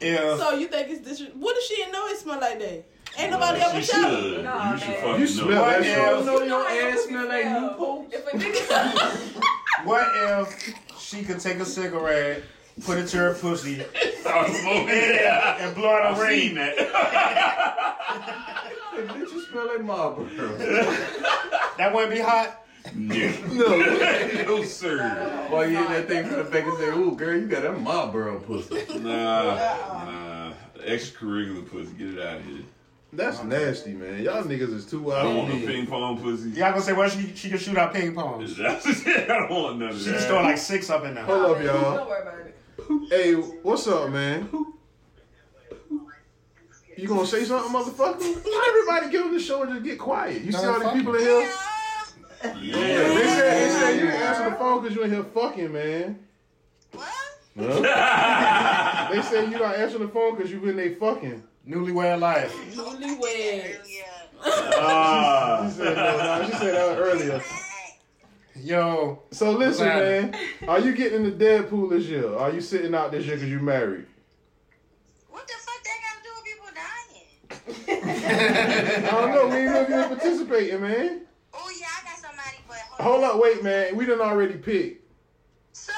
Speaker 10: Yeah.
Speaker 9: So you think it's disrespectful? What if she didn't know it smell like that? Ain't nobody ever
Speaker 7: she
Speaker 9: tell
Speaker 7: should.
Speaker 9: her.
Speaker 7: you should fucking
Speaker 6: You
Speaker 7: know.
Speaker 6: smell that shit.
Speaker 5: know your ass smell like new poop.
Speaker 9: [LAUGHS]
Speaker 10: What if she could take a cigarette, put it to her pussy, and, and blow out
Speaker 7: I've
Speaker 10: a
Speaker 7: seen
Speaker 10: ring?
Speaker 7: that.
Speaker 5: Hey, bitch, you smell like Marlboro.
Speaker 6: [LAUGHS]
Speaker 10: That wouldn't be hot.
Speaker 7: No. [LAUGHS] no, sir.
Speaker 5: Boy, you hit that thing from the back and say, ooh, girl, you got that Marlboro pussy.
Speaker 7: Nah, nah. Extracurricular pussy, get it out of here.
Speaker 6: That's nasty, man. Y'all niggas is too
Speaker 7: I
Speaker 6: wild.
Speaker 7: don't
Speaker 6: for
Speaker 7: want
Speaker 6: me.
Speaker 7: no ping pong pussy.
Speaker 10: Y'all gonna say, well, she, she can shoot out ping pongs.
Speaker 7: That's [LAUGHS] I don't want none of
Speaker 10: She
Speaker 7: that.
Speaker 10: can throw like six up in there.
Speaker 6: Hold up, y'all. Hey, what's up, man? You gonna say something, motherfucker? Why everybody get on the show and just get quiet? You see all these people in here? Yeah. They said, they said you didn't answer the phone because you in here fucking, man. What? they said you not answering the phone because you been they fucking.
Speaker 10: Newlywed life.
Speaker 9: Newlyweds.
Speaker 6: She
Speaker 7: Ah.
Speaker 6: said, no, no, she said that earlier.
Speaker 10: Yo.
Speaker 6: So listen,
Speaker 10: What's
Speaker 6: man. Are you getting in the Deadpool this year? Are you sitting out this year because you married? I don't know. We ain't really been participating, man. Oh yeah, I got somebody, but hold, up, wait, man. We done already picked. So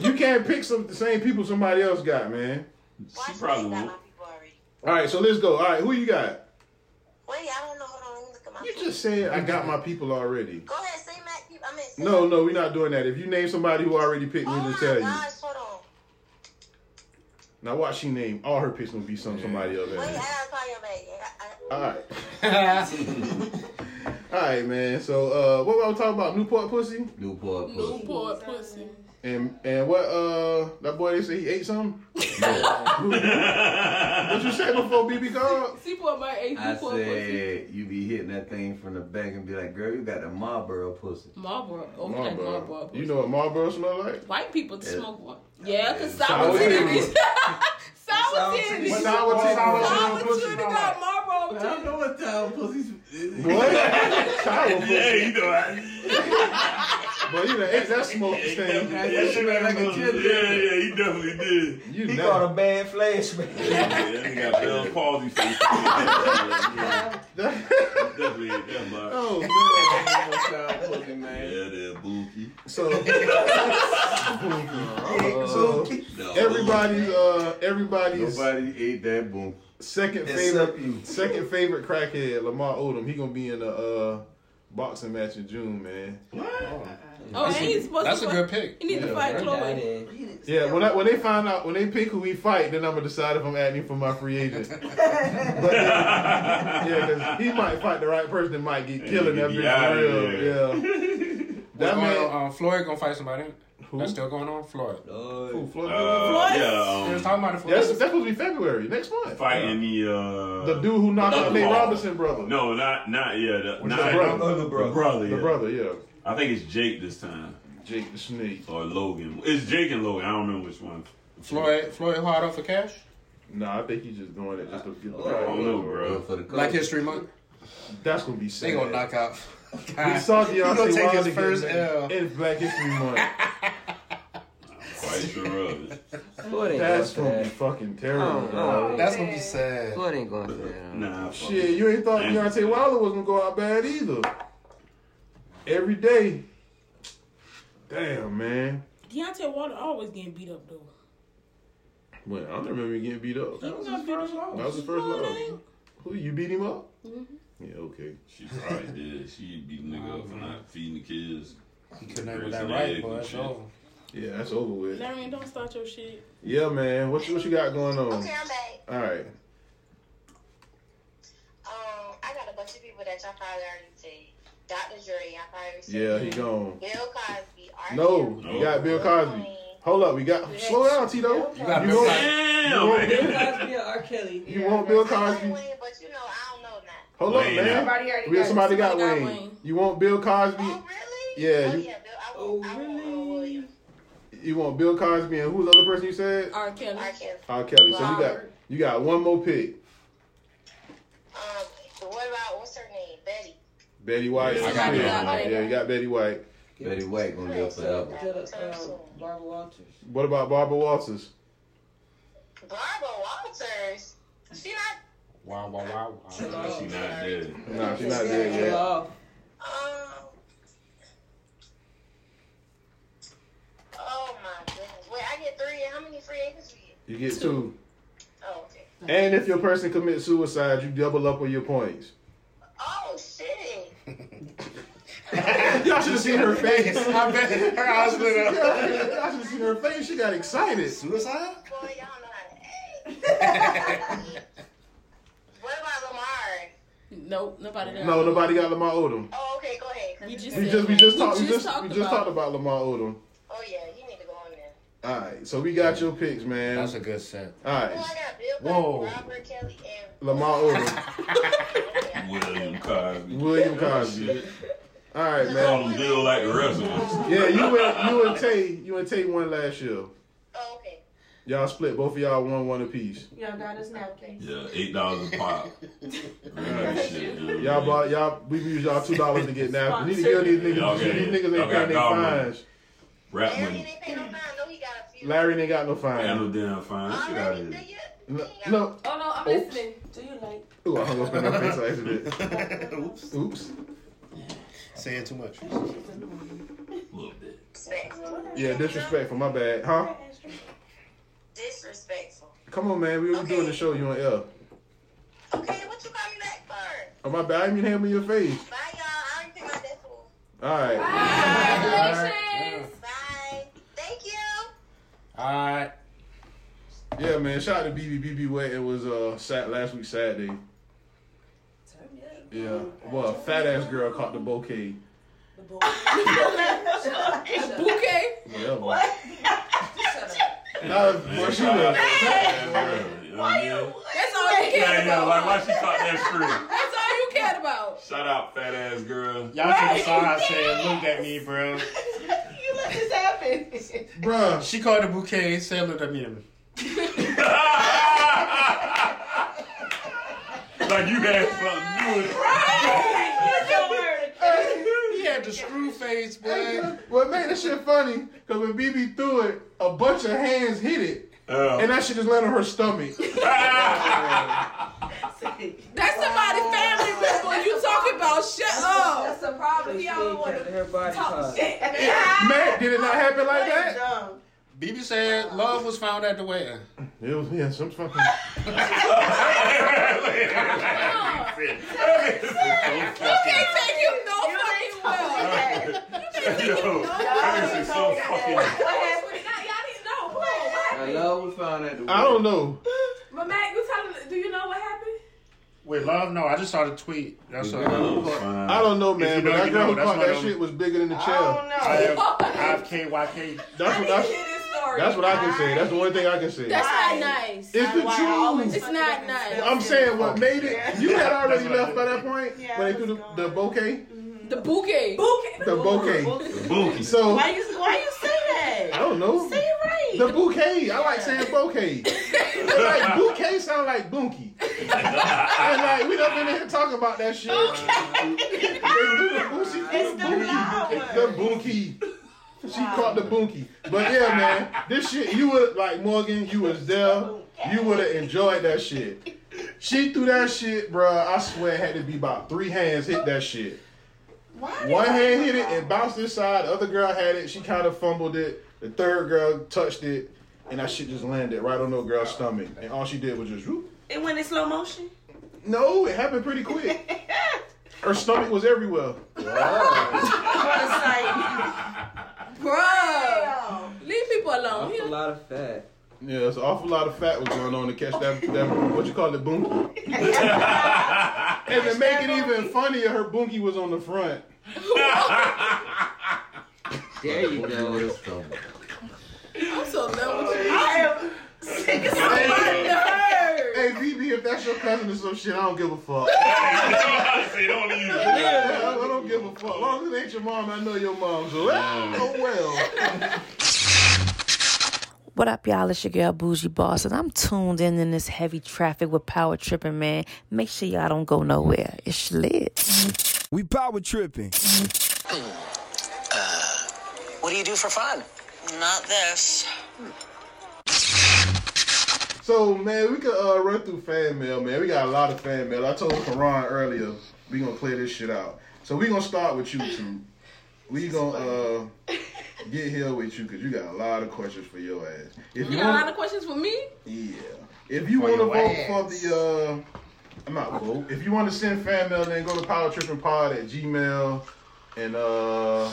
Speaker 6: you can't pick some the same people somebody else got, man.
Speaker 7: She probably won't.
Speaker 6: All right, so let's go. All right, who you got?
Speaker 8: Wait, I don't know. Hold on, let me look at my.
Speaker 6: You just said I got my people already.
Speaker 8: Go ahead, say Matt. People. I mean, say
Speaker 6: No,
Speaker 8: Matt.
Speaker 6: no, we're not doing that. If you name somebody who already picked,
Speaker 8: Oh
Speaker 6: we'll
Speaker 8: my
Speaker 6: just tell you.
Speaker 8: gosh, hold on.
Speaker 6: Now watch she name all her picks gonna be some somebody else.
Speaker 8: Wait, I gotta call your baby. I, I,
Speaker 6: All right. All right, man. So, uh, what were we talking about? Newport pussy
Speaker 5: Newport pussy.
Speaker 9: Newport pussy.
Speaker 6: and and what? Uh, that boy they say he ate something. what you said before, BB called?
Speaker 9: Seaport might ate
Speaker 5: I
Speaker 9: Newport pussy.
Speaker 5: said you be hitting that thing from the back and be like, girl, you got the Marlboro pussy.
Speaker 9: Marlboro. Oh, we like Marlboro.
Speaker 6: Marlboro. You know what Marlboro smell like?
Speaker 9: White people
Speaker 5: Yeah.
Speaker 9: smoke one. Yeah, because
Speaker 6: Sour
Speaker 9: sour titty.
Speaker 6: titty.
Speaker 9: [LAUGHS] Sour titty.
Speaker 6: Sour titty.
Speaker 9: Sour
Speaker 6: Sour
Speaker 9: titty.
Speaker 6: titty.
Speaker 9: got Marlboro
Speaker 5: I don't know what sour pussy is.
Speaker 6: [LAUGHS] What? Sour
Speaker 5: Yeah,
Speaker 6: pussy.
Speaker 5: you know I.
Speaker 6: But you know, ate that smoke thing.
Speaker 5: Yeah, that shit look like a chili.
Speaker 7: Yeah, yeah, he definitely did.
Speaker 6: You
Speaker 4: He
Speaker 6: know.
Speaker 4: got a bad flashback.
Speaker 7: [LAUGHS] Yeah, that nigga got Bell's palsy face. Yeah, yeah. Definitely ain't that much.
Speaker 6: Oh man.
Speaker 7: Yeah, that bookie.
Speaker 6: So, so everybody's uh everybody's
Speaker 5: Nobody ate that boom.
Speaker 6: second
Speaker 5: Except
Speaker 6: favorite second favorite crackhead Lamar Odom. He gonna be in a uh, boxing match in June, man.
Speaker 9: Oh, and he's supposed
Speaker 10: That's
Speaker 9: to
Speaker 10: a
Speaker 9: fight-
Speaker 10: good pick.
Speaker 9: He need to fight Chloe.
Speaker 6: Yeah, when I, when they find out when they pick who we fight, then I'm gonna decide if I'm adding him for my free [LAUGHS] agent. but then- yeah, because he might fight the right person that might get killing that
Speaker 7: he
Speaker 6: bitch
Speaker 7: out
Speaker 6: for
Speaker 7: of
Speaker 6: real.
Speaker 7: Uh,
Speaker 6: Yeah.
Speaker 10: That
Speaker 6: That
Speaker 10: going
Speaker 6: man-
Speaker 10: on, um, Floyd gonna fight somebody. That's still going on. Floyd.
Speaker 6: Who, Floyd?
Speaker 7: Uh,
Speaker 6: Floyd?
Speaker 10: We
Speaker 7: yeah,
Speaker 10: was
Speaker 7: um,
Speaker 10: talking about it. Floyd.
Speaker 6: That's that's supposed to be February next month.
Speaker 7: fighting the uh,
Speaker 6: The dude who knocked out
Speaker 7: other
Speaker 6: Nate
Speaker 7: ball.
Speaker 6: Robinson, brother.
Speaker 7: No, not not yeah, the,
Speaker 6: Which is
Speaker 7: not
Speaker 6: the brother.
Speaker 7: the brother, brother,
Speaker 6: The
Speaker 7: yeah.
Speaker 6: brother, yeah.
Speaker 7: I think it's Jake this time,
Speaker 6: Jake the Snake.
Speaker 7: or Logan. It's Jake and Logan. I don't remember which one.
Speaker 10: Floyd. Floyd hard up for cash.
Speaker 6: Nah, I think he's just doing it just to get the
Speaker 7: I don't know, bro.
Speaker 5: For the
Speaker 10: Black History Month.
Speaker 6: That's gonna be
Speaker 10: They
Speaker 6: sad.
Speaker 10: gonna knock out.
Speaker 6: [LAUGHS] We saw
Speaker 10: He gonna
Speaker 6: Deontay
Speaker 10: take
Speaker 6: Wilder
Speaker 10: his first
Speaker 6: get
Speaker 10: L.
Speaker 6: in in Black History
Speaker 10: [LAUGHS]
Speaker 6: Month.
Speaker 7: Quite sure of [LAUGHS] it.
Speaker 6: That's gonna be
Speaker 10: Oh,
Speaker 6: fucking terrible. dog.
Speaker 10: That's gonna be sad.
Speaker 18: Floyd ain't going for that.
Speaker 7: Nah, fuck it.
Speaker 6: Shit, you ain't thought Deontay Wilder was gonna go out bad either. Every day. Damn, man.
Speaker 9: Deontay Wilder always getting beat up though.
Speaker 6: Well, I don't remember him getting beat up. That
Speaker 9: was his first loss.
Speaker 6: was his first love. Who you beat him up?
Speaker 10: Mm-hmm.
Speaker 6: Yeah, okay.
Speaker 7: She probably did. She beat the nigga up for not feeding the kids.
Speaker 10: He couldn't with that
Speaker 7: Raising
Speaker 10: right,
Speaker 7: egg
Speaker 10: boy.
Speaker 7: and
Speaker 10: That's
Speaker 7: shit.
Speaker 10: over.
Speaker 6: Yeah, that's over with.
Speaker 9: Larry, don't start your shit.
Speaker 6: Yeah, man. What you, what you got going on?
Speaker 8: Okay, I'm back.
Speaker 6: All right.
Speaker 8: Um, I got a bunch of people that y'all probably already see. Dr. Dre, y'all probably see.
Speaker 6: Yeah, he gone. Oh.
Speaker 8: Bill Cosby. R.
Speaker 6: No,
Speaker 8: Kelly.
Speaker 6: you got Bill Cosby. Hold up, we got. Slow down, Tito. You
Speaker 10: got Bill
Speaker 6: won't-
Speaker 10: Cosby.
Speaker 6: you
Speaker 7: Damn,
Speaker 6: won't-
Speaker 7: man.
Speaker 17: Cosby or R.
Speaker 4: [LAUGHS]
Speaker 17: Kelly.
Speaker 6: You want Bill
Speaker 8: I
Speaker 6: Cosby?
Speaker 8: know Wayne, but you know, I don't know now.
Speaker 6: Hold
Speaker 7: Wayne.
Speaker 6: up, man.
Speaker 21: Somebody already
Speaker 6: We-
Speaker 21: got-
Speaker 6: somebody got
Speaker 9: somebody
Speaker 6: Wayne.
Speaker 9: got Wayne.
Speaker 6: You want Bill Cosby?
Speaker 8: Oh, really?
Speaker 6: Yeah,
Speaker 8: Oh,
Speaker 6: you-
Speaker 8: yeah, Bill. I want, I want Earl Williams.
Speaker 6: You want Bill Cosby and who's the other person you said?
Speaker 9: R. Kelly.
Speaker 8: R. Kelly.
Speaker 6: R. Kelly. So you got you got one more pick.
Speaker 8: Um, so what about, what's her name? Betty.
Speaker 6: Betty White.
Speaker 5: I got
Speaker 6: Yeah,
Speaker 5: Betty White.
Speaker 6: Yeah, you got Betty White.
Speaker 5: Betty White gonna be up forever.
Speaker 17: Barbara Walters.
Speaker 6: What about Barbara Walters?
Speaker 8: Barbara Walters. She not,
Speaker 10: Wow, wow, wow, wow.
Speaker 7: She not dead.
Speaker 6: Nah, she's not dead yet.
Speaker 10: [LAUGHS]
Speaker 8: um, oh my goodness. Wait, I get three. How many free agents we get?
Speaker 6: You get two.
Speaker 8: Oh, okay.
Speaker 6: And if your person commits suicide, you double up on your points.
Speaker 8: Oh, shit.
Speaker 6: [LAUGHS] Y'all should have seen her face.
Speaker 10: I
Speaker 6: [LAUGHS]
Speaker 10: bet her eyes lit up.
Speaker 6: Y'all should have seen her face. She got excited.
Speaker 10: Suicide?
Speaker 8: Boy, y'all know how to act. [LAUGHS]
Speaker 10: [LAUGHS]
Speaker 8: what about Lamar?
Speaker 9: Nope, nobody there.
Speaker 6: No, nobody got Lamar Odom.
Speaker 8: Oh, okay, go ahead. 'cause
Speaker 9: We
Speaker 8: it's
Speaker 9: just
Speaker 6: We
Speaker 8: good.
Speaker 9: said
Speaker 6: just we
Speaker 9: that.
Speaker 6: just talked we just
Speaker 9: talked
Speaker 6: we just talked about Lamar Odom.
Speaker 8: Oh, yeah, you need to go on there.
Speaker 6: All right, so we got your picks, man.
Speaker 10: That's a good set.
Speaker 8: Oh,
Speaker 6: All
Speaker 8: I
Speaker 6: right,
Speaker 8: got Bill
Speaker 10: Whoa.
Speaker 8: Cosby, Robert Kelly, and
Speaker 6: Lamar [LAUGHS] Odom,
Speaker 7: William Cosby.
Speaker 6: William Cosby. All right, man.
Speaker 7: Call him Bill like the rest of us.
Speaker 6: Yeah, you and you and Tay, you and Tay won last year.
Speaker 8: Oh, okay.
Speaker 6: Y'all split. Both of y'all won one apiece.
Speaker 13: Y'all got us napkins.
Speaker 7: Yeah, eight dollars a pop. Real shit, dude.
Speaker 6: Y'all bought y'all. We used y'all two dollars to get napped. We need to give these
Speaker 7: Y'all
Speaker 6: niggas.
Speaker 7: got-
Speaker 6: These niggas
Speaker 7: y'all
Speaker 6: ain't
Speaker 7: got
Speaker 6: paying their
Speaker 7: dog money.
Speaker 6: fines.
Speaker 7: rap
Speaker 8: Larry
Speaker 7: money.
Speaker 8: didn't pay no time. No, he got a few.
Speaker 6: Larry ain't got no
Speaker 7: Got
Speaker 6: fine.
Speaker 7: no damn fine. Shit out
Speaker 8: Already,
Speaker 7: of here.
Speaker 8: do you?
Speaker 6: No, no.
Speaker 13: Oh no, I'm
Speaker 6: Oops.
Speaker 13: listening. Do
Speaker 6: [LAUGHS]
Speaker 13: you like?
Speaker 6: Ooh, I hung up in her face by accident.
Speaker 10: [LAUGHS] Oops.
Speaker 6: Oops.
Speaker 10: Saying too much.
Speaker 7: Little bit.
Speaker 8: Disrespectful.
Speaker 6: Yeah, disrespectful. My bad, huh?
Speaker 8: Disrespectful.
Speaker 6: Come on, man. We were doing the show. You on L. Oh, my bad. I didn't mean to hammer your face.
Speaker 13: Bye, y'all. I don't think about that fool.
Speaker 6: All right.
Speaker 13: Congratulations. Bye. Thank you.
Speaker 6: All right. Yeah, man. Shout out to BB BB Wet. It was uh sat last week Saturday. Yeah. Well, a fat ass girl caught the bouquet.
Speaker 9: Bouquet.
Speaker 6: Whatever.
Speaker 9: What?
Speaker 6: Nah, boy, she was.
Speaker 9: That's all you cared
Speaker 7: Yeah, yeah,
Speaker 9: about.
Speaker 7: like why she caught that screw?
Speaker 9: That's all you cared about.
Speaker 7: Shout out fat ass girl.
Speaker 10: Y'all should have saw her saying, looked at me, bro.
Speaker 21: You let this happen.
Speaker 10: Bruh. She called the bouquet, said, looked at me.
Speaker 7: [LAUGHS] like you had something to do with
Speaker 10: [LAUGHS] He had the screw face, boy.
Speaker 6: What made this shit funny? Cause when BB threw it, a bunch of hands hit it, and that shit just landed on her stomach.
Speaker 9: That's somebody's family member. You talking about? Shut up.
Speaker 13: That's a problem. He always want to
Speaker 18: Her body
Speaker 13: talk
Speaker 18: part.
Speaker 13: shit.
Speaker 6: Man, did it not happen like that?
Speaker 10: BB said, love was found at the wedding.
Speaker 6: It was yeah, some fucking.
Speaker 9: You can't take him no fucking well.
Speaker 7: [LAUGHS]
Speaker 5: I love we found that.
Speaker 6: I don't know.
Speaker 13: But Mac, you telling? Do you know what happened?
Speaker 10: Wait, love? No, I just saw the tweet. That's what
Speaker 6: I don't know, man.
Speaker 10: If you
Speaker 6: but
Speaker 10: know,
Speaker 6: that
Speaker 10: you
Speaker 6: girl
Speaker 10: know.
Speaker 6: who
Speaker 10: That's
Speaker 6: caught
Speaker 10: one
Speaker 6: that
Speaker 10: of them.
Speaker 6: shit was bigger than the chair.
Speaker 10: I
Speaker 9: [LAUGHS]
Speaker 10: have, I have KYK.
Speaker 6: That's what that's, that's what I can say. That's the one thing I can say.
Speaker 9: That's not nice.
Speaker 6: It's the
Speaker 9: Wow.
Speaker 6: truth.
Speaker 9: It's not nice.
Speaker 6: I'm saying what made it. You had already
Speaker 10: That's what I
Speaker 6: left by that point when they threw the, the bouquet.
Speaker 9: the bouquet.
Speaker 6: The bouquet.
Speaker 7: The bouquet.
Speaker 6: So
Speaker 21: Why you why you say that?
Speaker 6: I don't know.
Speaker 21: Say it right.
Speaker 6: The bouquet. I like saying bouquet. like bouquet sound like bunky. and like we done been in here talking about that shit.
Speaker 21: It's the flower.
Speaker 6: the bunky. She caught the bunky. But yeah, man, this shit you would like Morgan, you was there. You would have enjoyed that shit. She threw that shit, bruh. I swear it had to be about three hands hit that shit. One hand hit it and bounced inside. The other girl had it. She kind of fumbled it. The third girl touched it, and that shit just landed right on the girl's stomach. And all she did was just whoop.
Speaker 21: It went in slow motion.
Speaker 6: No, it happened pretty quick. Her stomach was everywhere.
Speaker 9: Bro, leave people alone. He-
Speaker 18: A lot of fat.
Speaker 6: Yeah, it's an awful lot of fat was going on to catch that, that what you call it, boonkie. and to make it even funnier, her boonkie was on the front.
Speaker 18: There you go.
Speaker 9: I'm so done with you.
Speaker 21: am sick as
Speaker 9: I'm on nerves.
Speaker 6: Hey, BB, if that's your cousin or some shit, I don't give a fuck. [LAUGHS]
Speaker 7: Honestly, don't use it.
Speaker 6: Yeah, I don't give a fuck. As long as it ain't your mom, I know your mom. So, ah, oh well.
Speaker 3: What up, y'all? It's your girl Bougie Boss, and I'm tuned in in this heavy traffic with Power Tripping, man. Make sure y'all don't go nowhere. It's lit.
Speaker 20: We power tripping.
Speaker 23: What do you do for fun? Not this.
Speaker 6: So man, we could uh, run through fan mail, man. We got a lot of fan mail. I told Karan earlier we gonna clear this shit out. So we gonna start with you two. We gonna uh, get here with you because you got a lot of questions for your ass. If
Speaker 9: You got
Speaker 6: you
Speaker 9: a lot
Speaker 6: want,
Speaker 9: of questions for me?
Speaker 6: yeah. If you
Speaker 10: For
Speaker 6: want to
Speaker 10: your
Speaker 6: vote for the, uh, I'm not vote. If you want to send fan mail, then go to powertrippingpod at gmail and uh,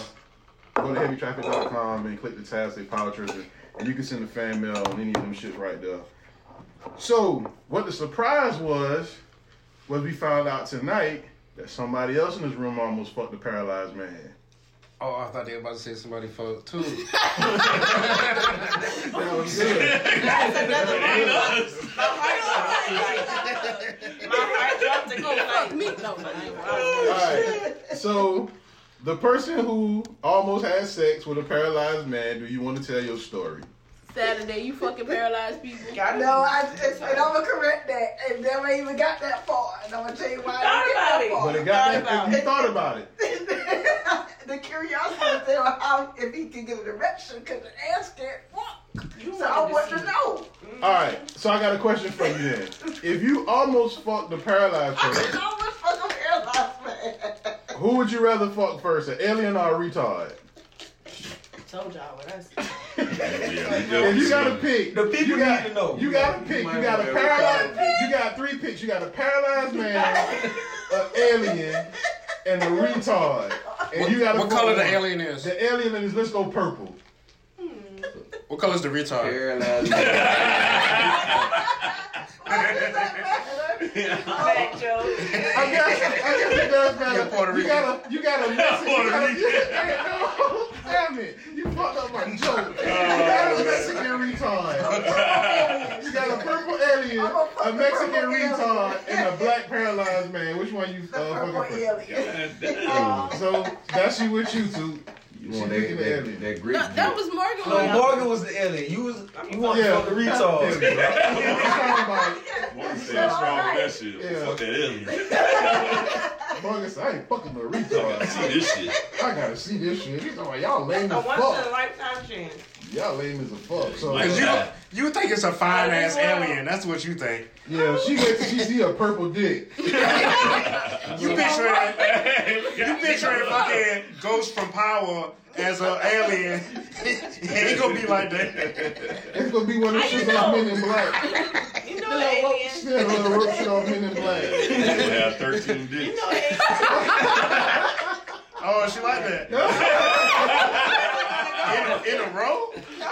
Speaker 6: go to heavytraffic.com and click the tab say power tripping, and you can send the fan mail on any of them shit right there. So, what the surprise was, was we found out tonight that somebody else in this room almost fucked the paralyzed man.
Speaker 10: Oh, I thought they were about to say somebody fucked too.
Speaker 6: That was good.
Speaker 21: That's another
Speaker 7: Ain't
Speaker 21: one.
Speaker 7: us.
Speaker 21: My heart dropped. My heart dropped to go like me. No,
Speaker 6: Alright, so the person who almost had sex with a paralyzed man, do you want to tell your story?
Speaker 9: Saturday, you fucking paralyzed people.
Speaker 21: I know. I just, and I'm gonna correct that. And never even got that far. And I'm gonna tell you why. I didn't
Speaker 6: But it
Speaker 21: get
Speaker 6: got
Speaker 21: that
Speaker 6: that
Speaker 21: far.
Speaker 6: if you thought about it.
Speaker 21: The curiosity was there on how if he could give an erection because the ass can't walk. So I want to know.
Speaker 6: All right, so I got a question for you then. If you almost fucked the paralyzed person,
Speaker 21: How much fucking paralyzed man?
Speaker 6: who would you rather fuck first, an alien or a retard?
Speaker 21: Told y'all what I said.
Speaker 6: If you got to pick, the people you got, need to know. You got to pick. You
Speaker 21: might
Speaker 6: got a
Speaker 21: be a
Speaker 6: paralyzed. You got three picks. You got a paralyzed man, an alien and a retard. And
Speaker 10: What-
Speaker 6: you gotta
Speaker 10: what
Speaker 6: put
Speaker 10: color the
Speaker 6: one.
Speaker 10: alien is?
Speaker 6: The alien in this let's go purple.
Speaker 10: What color is the retard?
Speaker 21: [LAUGHS]
Speaker 6: Bad I guess, I guess it does matter. you gotta, you gotta mess it.
Speaker 12: [LAUGHS]
Speaker 6: You
Speaker 12: Puerto
Speaker 6: gotta,
Speaker 12: Rican.
Speaker 6: no, damn it, you fucked up my
Speaker 12: Oh,
Speaker 6: joke. you gotta Mexican
Speaker 12: [LAUGHS]
Speaker 6: retard. You got a purple alien, a Mexican retard, and a black paralyzed man. Which one you uh, fucking first?
Speaker 7: Oh,
Speaker 6: So that's you with you two.
Speaker 24: You want that, that, that great
Speaker 9: No, that was Morgan.
Speaker 4: No,
Speaker 9: one.
Speaker 4: Morgan was the alien. You was you want
Speaker 6: Yeah.
Speaker 4: the retard.
Speaker 7: Morgan said, "What's wrong with that shit?
Speaker 6: Yeah.
Speaker 7: Fuck that alien.
Speaker 6: Marcus, I ain't fucking no retard.
Speaker 7: See this shit.
Speaker 6: I gotta see this shit. He's talking about y'all lame as fuck.
Speaker 8: lifetime chance.
Speaker 6: Y'all lame as a fuck. So
Speaker 10: Cause you, you think it's a fine ass alien. That's what you think.
Speaker 6: Yeah, she wait till she see a purple dick.
Speaker 10: You picturing
Speaker 7: [LAUGHS]
Speaker 10: you picturing fucking Ghost from Power as an alien. [LAUGHS] it ain't gonna be like that.
Speaker 6: It's gonna be one of them shits off Men in Black.
Speaker 8: You
Speaker 6: [LAUGHS]
Speaker 8: know that alien.
Speaker 6: Yeah, one of them rope shit off Men in Black.
Speaker 7: have 13 dicks.
Speaker 10: Oh, she like that. in, a, in a row?
Speaker 8: I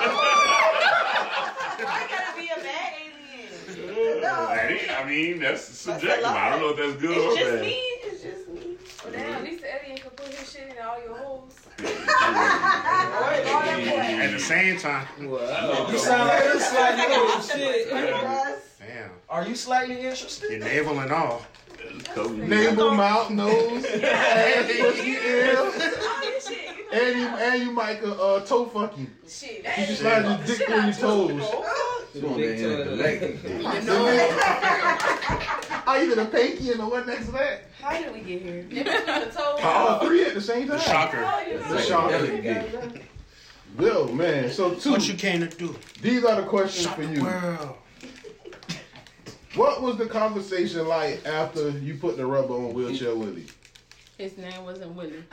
Speaker 8: gotta be a bad alien.
Speaker 7: That ain't- I mean, that's subjective. I don't know if that's good or
Speaker 8: It's just
Speaker 7: bad.
Speaker 8: me. It's just me.
Speaker 13: Well, damn, at least the alien can put his shit in all your
Speaker 21: [LAUGHS]
Speaker 13: holes.
Speaker 10: At the same time.
Speaker 4: You sound like you slightly
Speaker 10: little
Speaker 4: shit.
Speaker 10: Damn.
Speaker 4: Are you slightly interested?
Speaker 10: Your navel and all.
Speaker 6: Navel, mouth, nose, ass, pussy, ears,
Speaker 13: All your shit. You know,
Speaker 6: and you, and you might uh, uh, toe fucking.
Speaker 13: shit.
Speaker 6: You
Speaker 13: That
Speaker 6: can
Speaker 13: is
Speaker 6: slide your dick through your toes.
Speaker 24: She want that
Speaker 9: [LAUGHS]
Speaker 24: intergalactic.
Speaker 6: I either the pinky and the one next to that.
Speaker 13: How did we get here?
Speaker 6: All three at the same time.
Speaker 10: Shocker.
Speaker 6: The shocker. Yo, man. So two.
Speaker 10: What you came to do?
Speaker 6: These are the questions
Speaker 10: Shock
Speaker 6: for
Speaker 10: the
Speaker 6: you.
Speaker 10: world.
Speaker 6: What was the conversation like after you put the rubber on wheelchair Willie?
Speaker 9: His name wasn't Willie,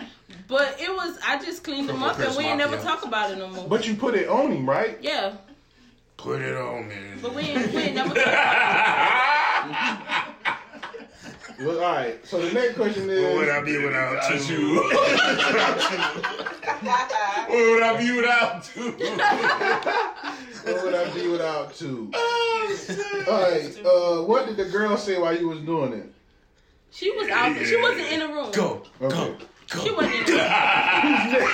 Speaker 9: but it was. I just cleaned him
Speaker 6: Purple
Speaker 9: up, and
Speaker 6: Chris
Speaker 9: we ain't
Speaker 6: Mafia.
Speaker 9: never talk about it no more.
Speaker 6: But you put it on him, right?
Speaker 9: yeah,
Speaker 10: Put it on, man.
Speaker 9: but we ain't, we ain't never. Talk
Speaker 6: Well, all right. So the next question is:
Speaker 10: What would I be without you?
Speaker 7: [LAUGHS]
Speaker 10: what would I be without you?
Speaker 6: What would I [LAUGHS] be without you? Oh, all right. Uh, what did the girl say while you was doing it?
Speaker 9: She was out. She wasn't in the room.
Speaker 6: Go, go,
Speaker 9: She wasn't in the
Speaker 6: [LAUGHS]
Speaker 9: room.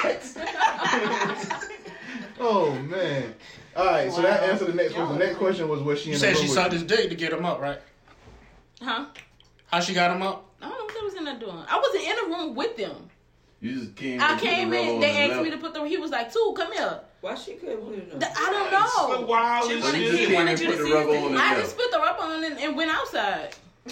Speaker 6: Oh man. All right. So that
Speaker 10: Wow.
Speaker 6: answered the next question. The next question was: Was she in
Speaker 10: You
Speaker 6: the
Speaker 10: said
Speaker 6: room
Speaker 10: she
Speaker 6: with
Speaker 10: sucked
Speaker 6: you?
Speaker 10: his dick to get him up, right?
Speaker 9: Huh?
Speaker 10: How she got him up?
Speaker 9: I don't know what they was in there doing. I wasn't in the room with them.
Speaker 5: You just came.
Speaker 9: I
Speaker 5: and put the
Speaker 9: came
Speaker 5: rubber
Speaker 9: in.
Speaker 5: on
Speaker 9: They
Speaker 5: the
Speaker 9: asked
Speaker 5: left.
Speaker 9: me to put the. He was like, "Two, come here."
Speaker 18: Why she couldn't put it on?
Speaker 9: I don't know.
Speaker 18: It's the wildest
Speaker 9: She wanted-
Speaker 18: shit.
Speaker 9: she
Speaker 18: You can't
Speaker 9: wanted
Speaker 18: even
Speaker 9: you to
Speaker 18: put the
Speaker 9: see his
Speaker 18: rubber
Speaker 9: dick.
Speaker 18: on the
Speaker 9: I
Speaker 18: nail.
Speaker 9: just put the rubber on and, and went outside.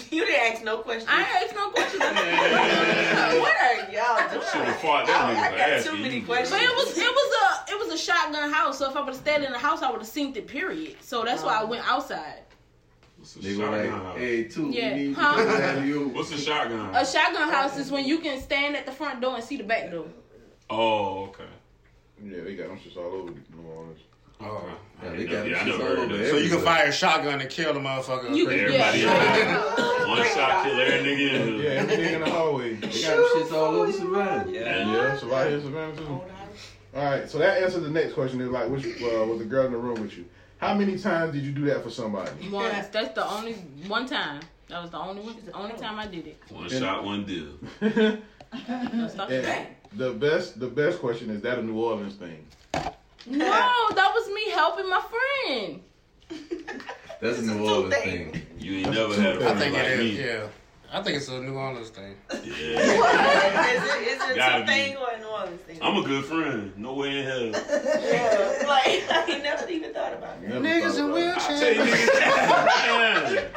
Speaker 8: You didn't ask no questions.
Speaker 9: I ain't asked no
Speaker 6: [LAUGHS]
Speaker 9: questions.
Speaker 8: what are y'all doing?
Speaker 7: Should have fought that nigga.
Speaker 8: I got
Speaker 7: ass
Speaker 8: too
Speaker 7: eating.
Speaker 8: many
Speaker 9: But
Speaker 8: questions.
Speaker 9: it was it was a it was a shotgun house, so if I would have stayed in the house, I would have seen it. Period. So that's why I went outside.
Speaker 5: They were like, "Hey, two,
Speaker 9: Yeah,
Speaker 5: we need
Speaker 9: huh?
Speaker 5: you to have you."
Speaker 7: What's a shotgun?
Speaker 9: A shotgun house is when you can stand at the front door and see the back door.
Speaker 7: Oh, okay.
Speaker 6: Yeah, they got them shits all over New Orleans.
Speaker 10: Oh,
Speaker 7: yeah,
Speaker 5: they got them
Speaker 7: I
Speaker 5: shits
Speaker 7: never
Speaker 5: all
Speaker 7: heard of
Speaker 5: over
Speaker 7: that.
Speaker 10: So you can fire a shotgun and kill the motherfucker.
Speaker 9: You-
Speaker 7: Everybody
Speaker 9: yeah.
Speaker 7: One shot kill every nigga in
Speaker 6: Yeah,
Speaker 7: the
Speaker 6: every nigga in the hallway.
Speaker 5: They got them shits all over Savannah.
Speaker 6: [LAUGHS] Yeah, that's right here, Savannah too. All right, so that answers the next question. Is like, which uh, was the girl in the room with you? How many times did you do that for [LAUGHS] somebody?
Speaker 9: [LAUGHS] Once that's the only one time. That was the only one, only time I did it.
Speaker 7: One shot, one deal.
Speaker 8: Mm.
Speaker 6: And the best, the best question is that a New Orleans thing.
Speaker 9: No, that was me helping my friend.
Speaker 5: That's a New Orleans thing.
Speaker 7: You ain't never had a
Speaker 10: I
Speaker 7: friend
Speaker 10: think
Speaker 7: like
Speaker 10: it is.
Speaker 7: me.
Speaker 10: Yeah, I think it's a New Orleans thing.
Speaker 8: is it, is it
Speaker 7: Gotta
Speaker 8: two
Speaker 7: be.
Speaker 8: thing or New Orleans thing?
Speaker 7: I'm a good friend. No way in hell.
Speaker 8: yeah, like [LAUGHS] I never even thought about that.
Speaker 10: Niggas in
Speaker 7: I tell you,
Speaker 10: wheelchairs.
Speaker 7: niggas.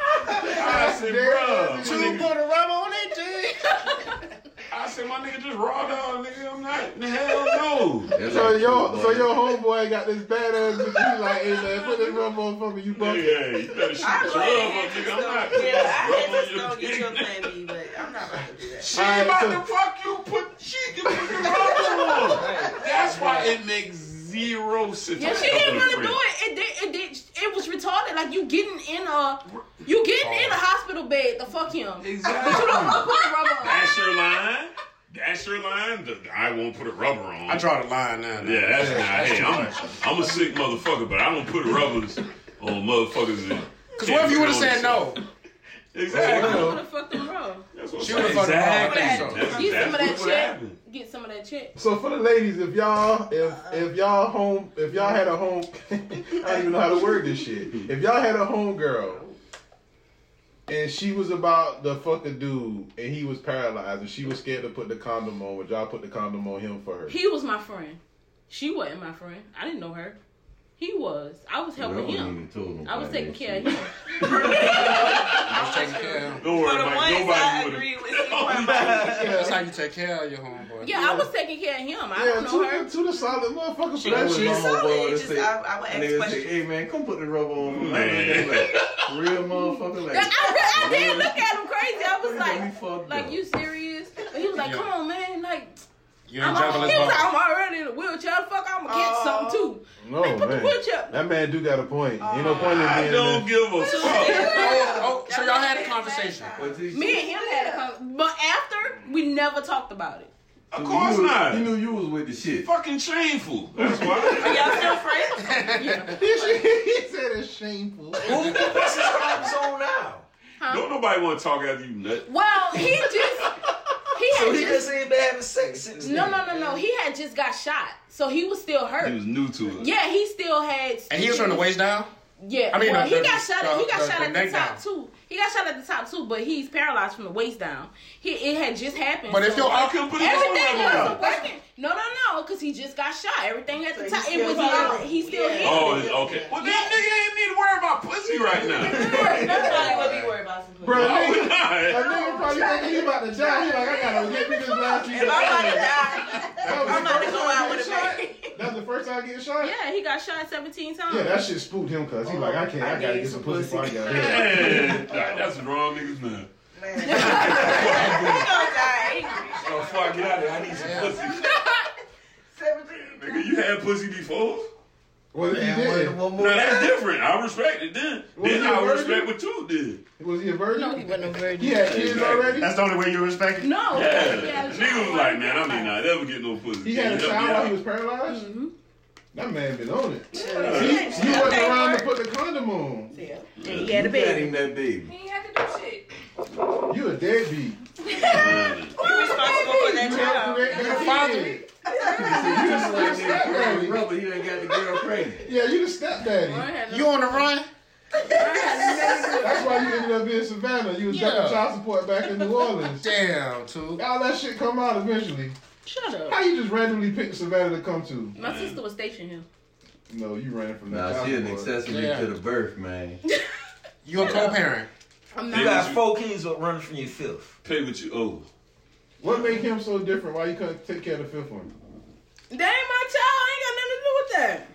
Speaker 7: I said, bro.
Speaker 10: Two put a rubber on that dick.
Speaker 7: I said, my nigga just raw dog, nigga. I'm not. Hell no.
Speaker 6: So your, so your homeboy got this badass bitch. He's like, hey man, put this rubber on for me, you
Speaker 7: Yeah,
Speaker 6: bucket.
Speaker 7: you better shoot
Speaker 8: I
Speaker 7: the
Speaker 8: go ahead
Speaker 7: club
Speaker 8: and
Speaker 7: up,
Speaker 8: just go- yeah, I had to go get
Speaker 7: nigga. I'm not. Rub on your
Speaker 5: [LAUGHS]
Speaker 7: dick.
Speaker 8: your plan B, but I'm not about to do that.
Speaker 7: She
Speaker 6: All right,
Speaker 7: about
Speaker 6: so-
Speaker 7: to fuck you, put she give you the rubber on. That's why it makes zero sense.
Speaker 9: Yeah, she didn't want to do it. It did, it did. It was retarded. Like you getting in a You getting in a hospital bed to fuck him. Exactly. But you don't wanna put the rubber [LAUGHS] on.
Speaker 7: That's your line. That's your line. The, I won't put a rubber on.
Speaker 10: I draw the line now.
Speaker 7: Yeah, that's not. Hey, I'm, I'm a sick motherfucker, but I don't put rubbers on motherfuckers. that
Speaker 10: Because
Speaker 7: can't
Speaker 10: what if you would have
Speaker 7: control
Speaker 10: said no?
Speaker 7: Exactly.
Speaker 9: You would've fucked him raw.
Speaker 10: She would have fucked
Speaker 6: Exactly.
Speaker 10: the
Speaker 9: Get some of that
Speaker 6: That's what
Speaker 9: check. Get some of that check.
Speaker 6: So for the ladies, if y'all if if y'all home if y'all had a home [LAUGHS] I don't even know how to word this shit. If y'all had a home girl and she was about to fuck a dude and he was paralyzed and she was scared to put the condom on, would y'all put the condom on him for her?
Speaker 9: He was my friend. She wasn't my friend. I didn't know her. He was. I was helping him. mm, I was taking care of him.
Speaker 7: Don't worry, Mike. Nobody would
Speaker 10: agree with you.
Speaker 5: [LAUGHS]
Speaker 10: That's how you take care of your homeboy.
Speaker 9: Yeah, I was taking care of him. I
Speaker 6: Yeah,
Speaker 9: don't know
Speaker 6: two-
Speaker 9: her.
Speaker 6: two the solid motherfuckers
Speaker 9: She was
Speaker 6: shit.
Speaker 9: my homeboy, Just,
Speaker 18: I- I would ask
Speaker 6: Niggas say,
Speaker 18: questions.
Speaker 6: Hey man, come put the rubber on me.
Speaker 7: Man.
Speaker 6: real motherfucker
Speaker 9: I,
Speaker 6: like
Speaker 9: I did look at him crazy. I was like,
Speaker 6: fucked
Speaker 9: like
Speaker 6: up.
Speaker 9: you serious? And he was like,
Speaker 6: Yeah.
Speaker 9: come on, man. Like,
Speaker 6: You
Speaker 9: I'm,
Speaker 6: ain't jumping
Speaker 9: al-
Speaker 6: this
Speaker 9: he was
Speaker 6: ball.
Speaker 9: like, I'm already in a wheelchair. Fuck, I'm gonna catch something too.
Speaker 6: No, man. That man do got a point. Ain't
Speaker 9: Oh.
Speaker 6: no point in being
Speaker 7: I don't give a
Speaker 10: Oh, oh, so y'all had a conversation.
Speaker 9: Me and him had a conversation, but after we never talked about it.
Speaker 7: Of course not.
Speaker 5: He knew you was with the shit.
Speaker 7: Fucking shameful.
Speaker 9: [LAUGHS]
Speaker 6: [LAUGHS] he said it's shameful.
Speaker 7: What's his condoms on now?
Speaker 9: Huh?
Speaker 7: Don't nobody want to talk after you nut.
Speaker 9: [LAUGHS] Well, he just he had
Speaker 7: So
Speaker 9: just,
Speaker 7: he just
Speaker 6: ain't been having sex since
Speaker 9: No,
Speaker 7: then.
Speaker 9: no, no, no. He had just got shot, so he was still hurt.
Speaker 7: He was new to it.
Speaker 9: yeah, he still had.
Speaker 10: And he was from the waist down?
Speaker 9: Yeah,
Speaker 10: I mean,
Speaker 9: well,
Speaker 10: the-
Speaker 9: he
Speaker 10: the-
Speaker 9: got shot. at he got
Speaker 10: the-
Speaker 9: shot
Speaker 10: the
Speaker 9: at the
Speaker 10: neck
Speaker 9: top
Speaker 10: down.
Speaker 9: too. He got shot at the top too, but he's paralyzed from the waist down. He it had just happened.
Speaker 10: But if
Speaker 9: so
Speaker 10: your- I couldn't put his
Speaker 9: everything
Speaker 10: phone number
Speaker 9: wasn't
Speaker 10: out.
Speaker 9: working. No, no, no, because he just got shot. Everything at the
Speaker 10: So
Speaker 9: top,
Speaker 10: he's
Speaker 9: it was
Speaker 10: still
Speaker 9: out.
Speaker 10: healing.
Speaker 9: He still
Speaker 10: Yeah.
Speaker 9: hit. [LAUGHS]
Speaker 7: Oh, it's- okay.
Speaker 9: Well, that nigga ain't need to worry about pussy
Speaker 7: Right now. Oh,
Speaker 8: Nobody would be worried about some pussy.
Speaker 6: Bro,
Speaker 7: No,
Speaker 6: nigga,
Speaker 7: we're not. [LAUGHS]
Speaker 6: that nigga probably thinking he about to die. He like, I gotta get me this last piece
Speaker 8: If I'm about to
Speaker 6: die,
Speaker 8: I'm about to go out with a
Speaker 6: That's the first time getting shot?
Speaker 9: Yeah, he got shot 17 times.
Speaker 6: Yeah, that shit spooked him because he like, I
Speaker 8: Oh,
Speaker 6: can't, I, gotta get some pussy before I
Speaker 8: [LAUGHS]
Speaker 6: got
Speaker 7: Man,
Speaker 6: hit.
Speaker 7: that's the wrong niggas man.
Speaker 8: Oh,
Speaker 7: before I get out of here, I need some pussy. Nigga, you had pussy before?
Speaker 6: Well, he did.
Speaker 7: Now that's different. I respect it then.
Speaker 6: Was
Speaker 7: then
Speaker 6: he a
Speaker 7: I
Speaker 6: virgin?
Speaker 7: respect what you did.
Speaker 6: Was he a virgin?
Speaker 9: No, he wasn't a virgin.
Speaker 6: He had kids already?
Speaker 10: That's the only way you respect it?
Speaker 9: No.
Speaker 7: Yeah.
Speaker 9: Yeah.
Speaker 7: Nigga was like, man, I uh, may not ever get no pussy.
Speaker 6: He had a
Speaker 7: Can you
Speaker 6: child
Speaker 7: help
Speaker 6: while
Speaker 7: me
Speaker 6: he
Speaker 7: out?
Speaker 6: was paralyzed?
Speaker 9: Mm-hmm.
Speaker 6: That man been on it.
Speaker 7: Yeah.
Speaker 6: He, he
Speaker 7: Yeah.
Speaker 6: wasn't around to put the condom on. Yeah.
Speaker 7: he had a You baby. got him
Speaker 6: that baby.
Speaker 13: He ain't had to do shit.
Speaker 6: You a deadbeat.
Speaker 8: You responsible for that
Speaker 6: You
Speaker 8: child.
Speaker 6: helped create that kid. You just like stepdaddy. Rubber, you done got the girl pregnant. Yeah, you the stepdaddy.
Speaker 10: You on the run?
Speaker 6: That's why you ended up in Savannah. You was
Speaker 10: Yeah.
Speaker 6: ducking child support back in New Orleans.
Speaker 10: Damn, too.
Speaker 6: All that shit come out eventually.
Speaker 9: Shut up.
Speaker 6: How you just randomly picked Savannah to come to?
Speaker 9: My sister was stationed here.
Speaker 6: No, you ran from that.
Speaker 5: Nah, she an
Speaker 6: child support.
Speaker 5: accessory
Speaker 6: Yeah.
Speaker 5: to the birth, man.
Speaker 10: You a co-parent?
Speaker 9: I'm
Speaker 6: not.
Speaker 4: You got four kids but running from your fifth.
Speaker 7: Pay what you owe.
Speaker 6: What made him so different? Why you couldn't take care of the fifth one?
Speaker 9: That ain't my child. I ain't got nothing to do with that.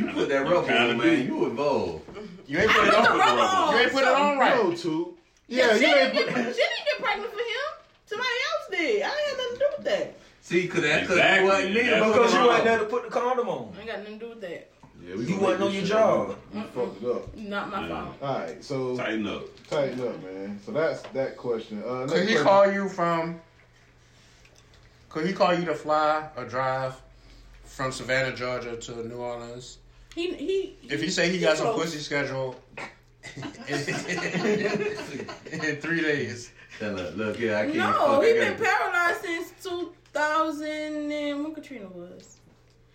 Speaker 5: You put that rubber on, man. You involved.
Speaker 10: You
Speaker 9: ain't I put it put on. the rubber on. You ain't put it on right.
Speaker 6: No, two.
Speaker 9: Yeah,
Speaker 6: Yeah,
Speaker 9: she,
Speaker 6: you
Speaker 9: didn't
Speaker 6: ain't
Speaker 9: get, she
Speaker 6: put.
Speaker 9: didn't get pregnant for him. Somebody else did. I ain't had nothing to do with that.
Speaker 5: See, cause that cause
Speaker 4: Exactly.
Speaker 5: you wasn't needed
Speaker 4: That's
Speaker 5: because
Speaker 4: the
Speaker 5: you
Speaker 4: problem.
Speaker 5: wasn't there
Speaker 4: to put the condom on.
Speaker 9: I ain't got nothing to do with that.
Speaker 4: You wasn't on your job.
Speaker 6: You fucked it up.
Speaker 9: Not my fault.
Speaker 6: All right, so
Speaker 7: tighten up,
Speaker 6: tighten up, man. So that's that question. Uh, next
Speaker 10: Could he
Speaker 6: question.
Speaker 10: call you from? Could he call you to fly or drive from Savannah, Georgia to New Orleans?
Speaker 9: He he.
Speaker 10: If he say he got some
Speaker 9: close.
Speaker 10: pussy scheduled in three days,
Speaker 5: Tell her, look, yeah, I can't.
Speaker 9: No,
Speaker 5: fuck,
Speaker 9: he
Speaker 5: I
Speaker 9: been
Speaker 5: gotta-
Speaker 9: paralyzed since 2000 and when Katrina was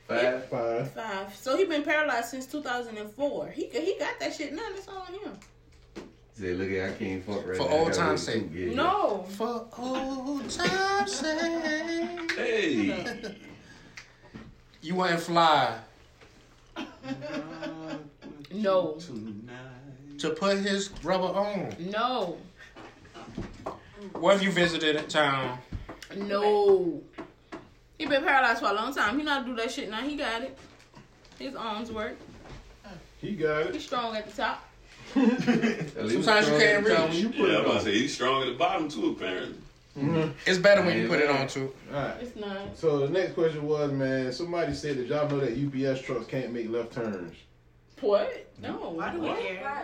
Speaker 5: Five,
Speaker 6: five.
Speaker 9: five. So he been paralyzed since 2004. He he got that shit. None. That's all on him.
Speaker 5: Say, look, I can't fuck right
Speaker 10: For
Speaker 5: now.
Speaker 10: old
Speaker 5: I gotta
Speaker 10: time's
Speaker 5: wait
Speaker 10: sake.
Speaker 5: two years.
Speaker 9: No.
Speaker 10: For old time's sake.
Speaker 7: Hey.
Speaker 10: you wouldn't fly
Speaker 9: No.
Speaker 10: to put his rubber on.
Speaker 9: No.
Speaker 10: What if you visited a town?
Speaker 9: No. He been paralyzed for a long time. He not do that shit now. He got it. His arms work.
Speaker 6: He got
Speaker 9: He's strong at the top.
Speaker 10: Sometimes you can't reach.
Speaker 7: You put yeah, I'm about to say he's strong at the bottom too, apparently.
Speaker 10: It's better when you put it on too.
Speaker 6: All right.
Speaker 9: It's not.
Speaker 6: So the next question was, man. Somebody said that y'all know that UPS trucks can't make left turns.
Speaker 9: What? No. Why do we care?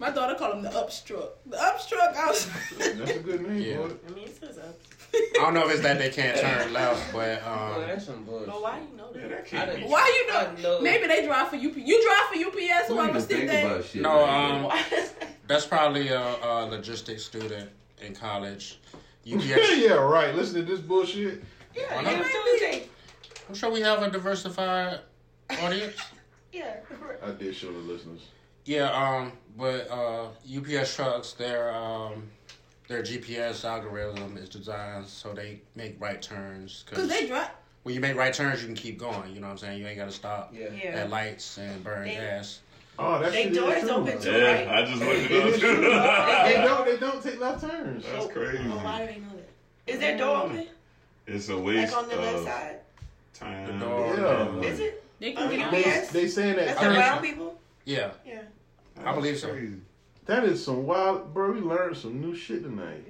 Speaker 9: My daughter called him the upstruck. The upstruck. I was.
Speaker 6: That's a good name,
Speaker 10: Yeah.
Speaker 6: boy.
Speaker 9: [LAUGHS] I mean, it says up.
Speaker 10: I don't know if it's that they can't turn left, but um,
Speaker 18: Boy, that's some bullshit.
Speaker 9: But why you know that?
Speaker 18: I done-
Speaker 9: Why
Speaker 18: I
Speaker 9: you know? Maybe they drive for UP. You drive for UPS, so
Speaker 10: We
Speaker 9: I'm gonna
Speaker 10: need to
Speaker 9: stick
Speaker 10: think
Speaker 9: [LAUGHS] that.
Speaker 10: about shit No, like that's probably a, a logistics student in college. [LAUGHS] UPS.
Speaker 6: [LAUGHS] yeah, right. Listen to this bullshit.
Speaker 10: Why not? I'm sure we have a diversified audience.
Speaker 9: Yeah.
Speaker 6: I did show the listeners.
Speaker 10: Yeah, um, but uh, UPS trucks, their um, their GPS algorithm is designed so they make right turns.
Speaker 9: Cause they drive.
Speaker 10: when you make right turns, you can keep going. You know what I'm saying? You ain't got to stop
Speaker 9: Yeah.
Speaker 10: at lights and burn
Speaker 9: They-
Speaker 10: gas.
Speaker 6: Oh, that shit is true.
Speaker 10: It is
Speaker 7: [LAUGHS]
Speaker 10: true.
Speaker 6: they don't. They don't take left turns.
Speaker 7: That's crazy.
Speaker 9: Why do they know that?
Speaker 8: Is their door
Speaker 10: Mm.
Speaker 8: open?
Speaker 7: It's a waste
Speaker 8: like on the left
Speaker 7: of
Speaker 8: side?
Speaker 7: time.
Speaker 6: Yeah.
Speaker 8: Is it?
Speaker 9: They
Speaker 8: can get
Speaker 6: They, they saying that.
Speaker 8: That's the brown people.
Speaker 10: Yeah.
Speaker 8: Yeah.
Speaker 10: I believe so.
Speaker 6: That is some wild, bro. We learned some new shit tonight.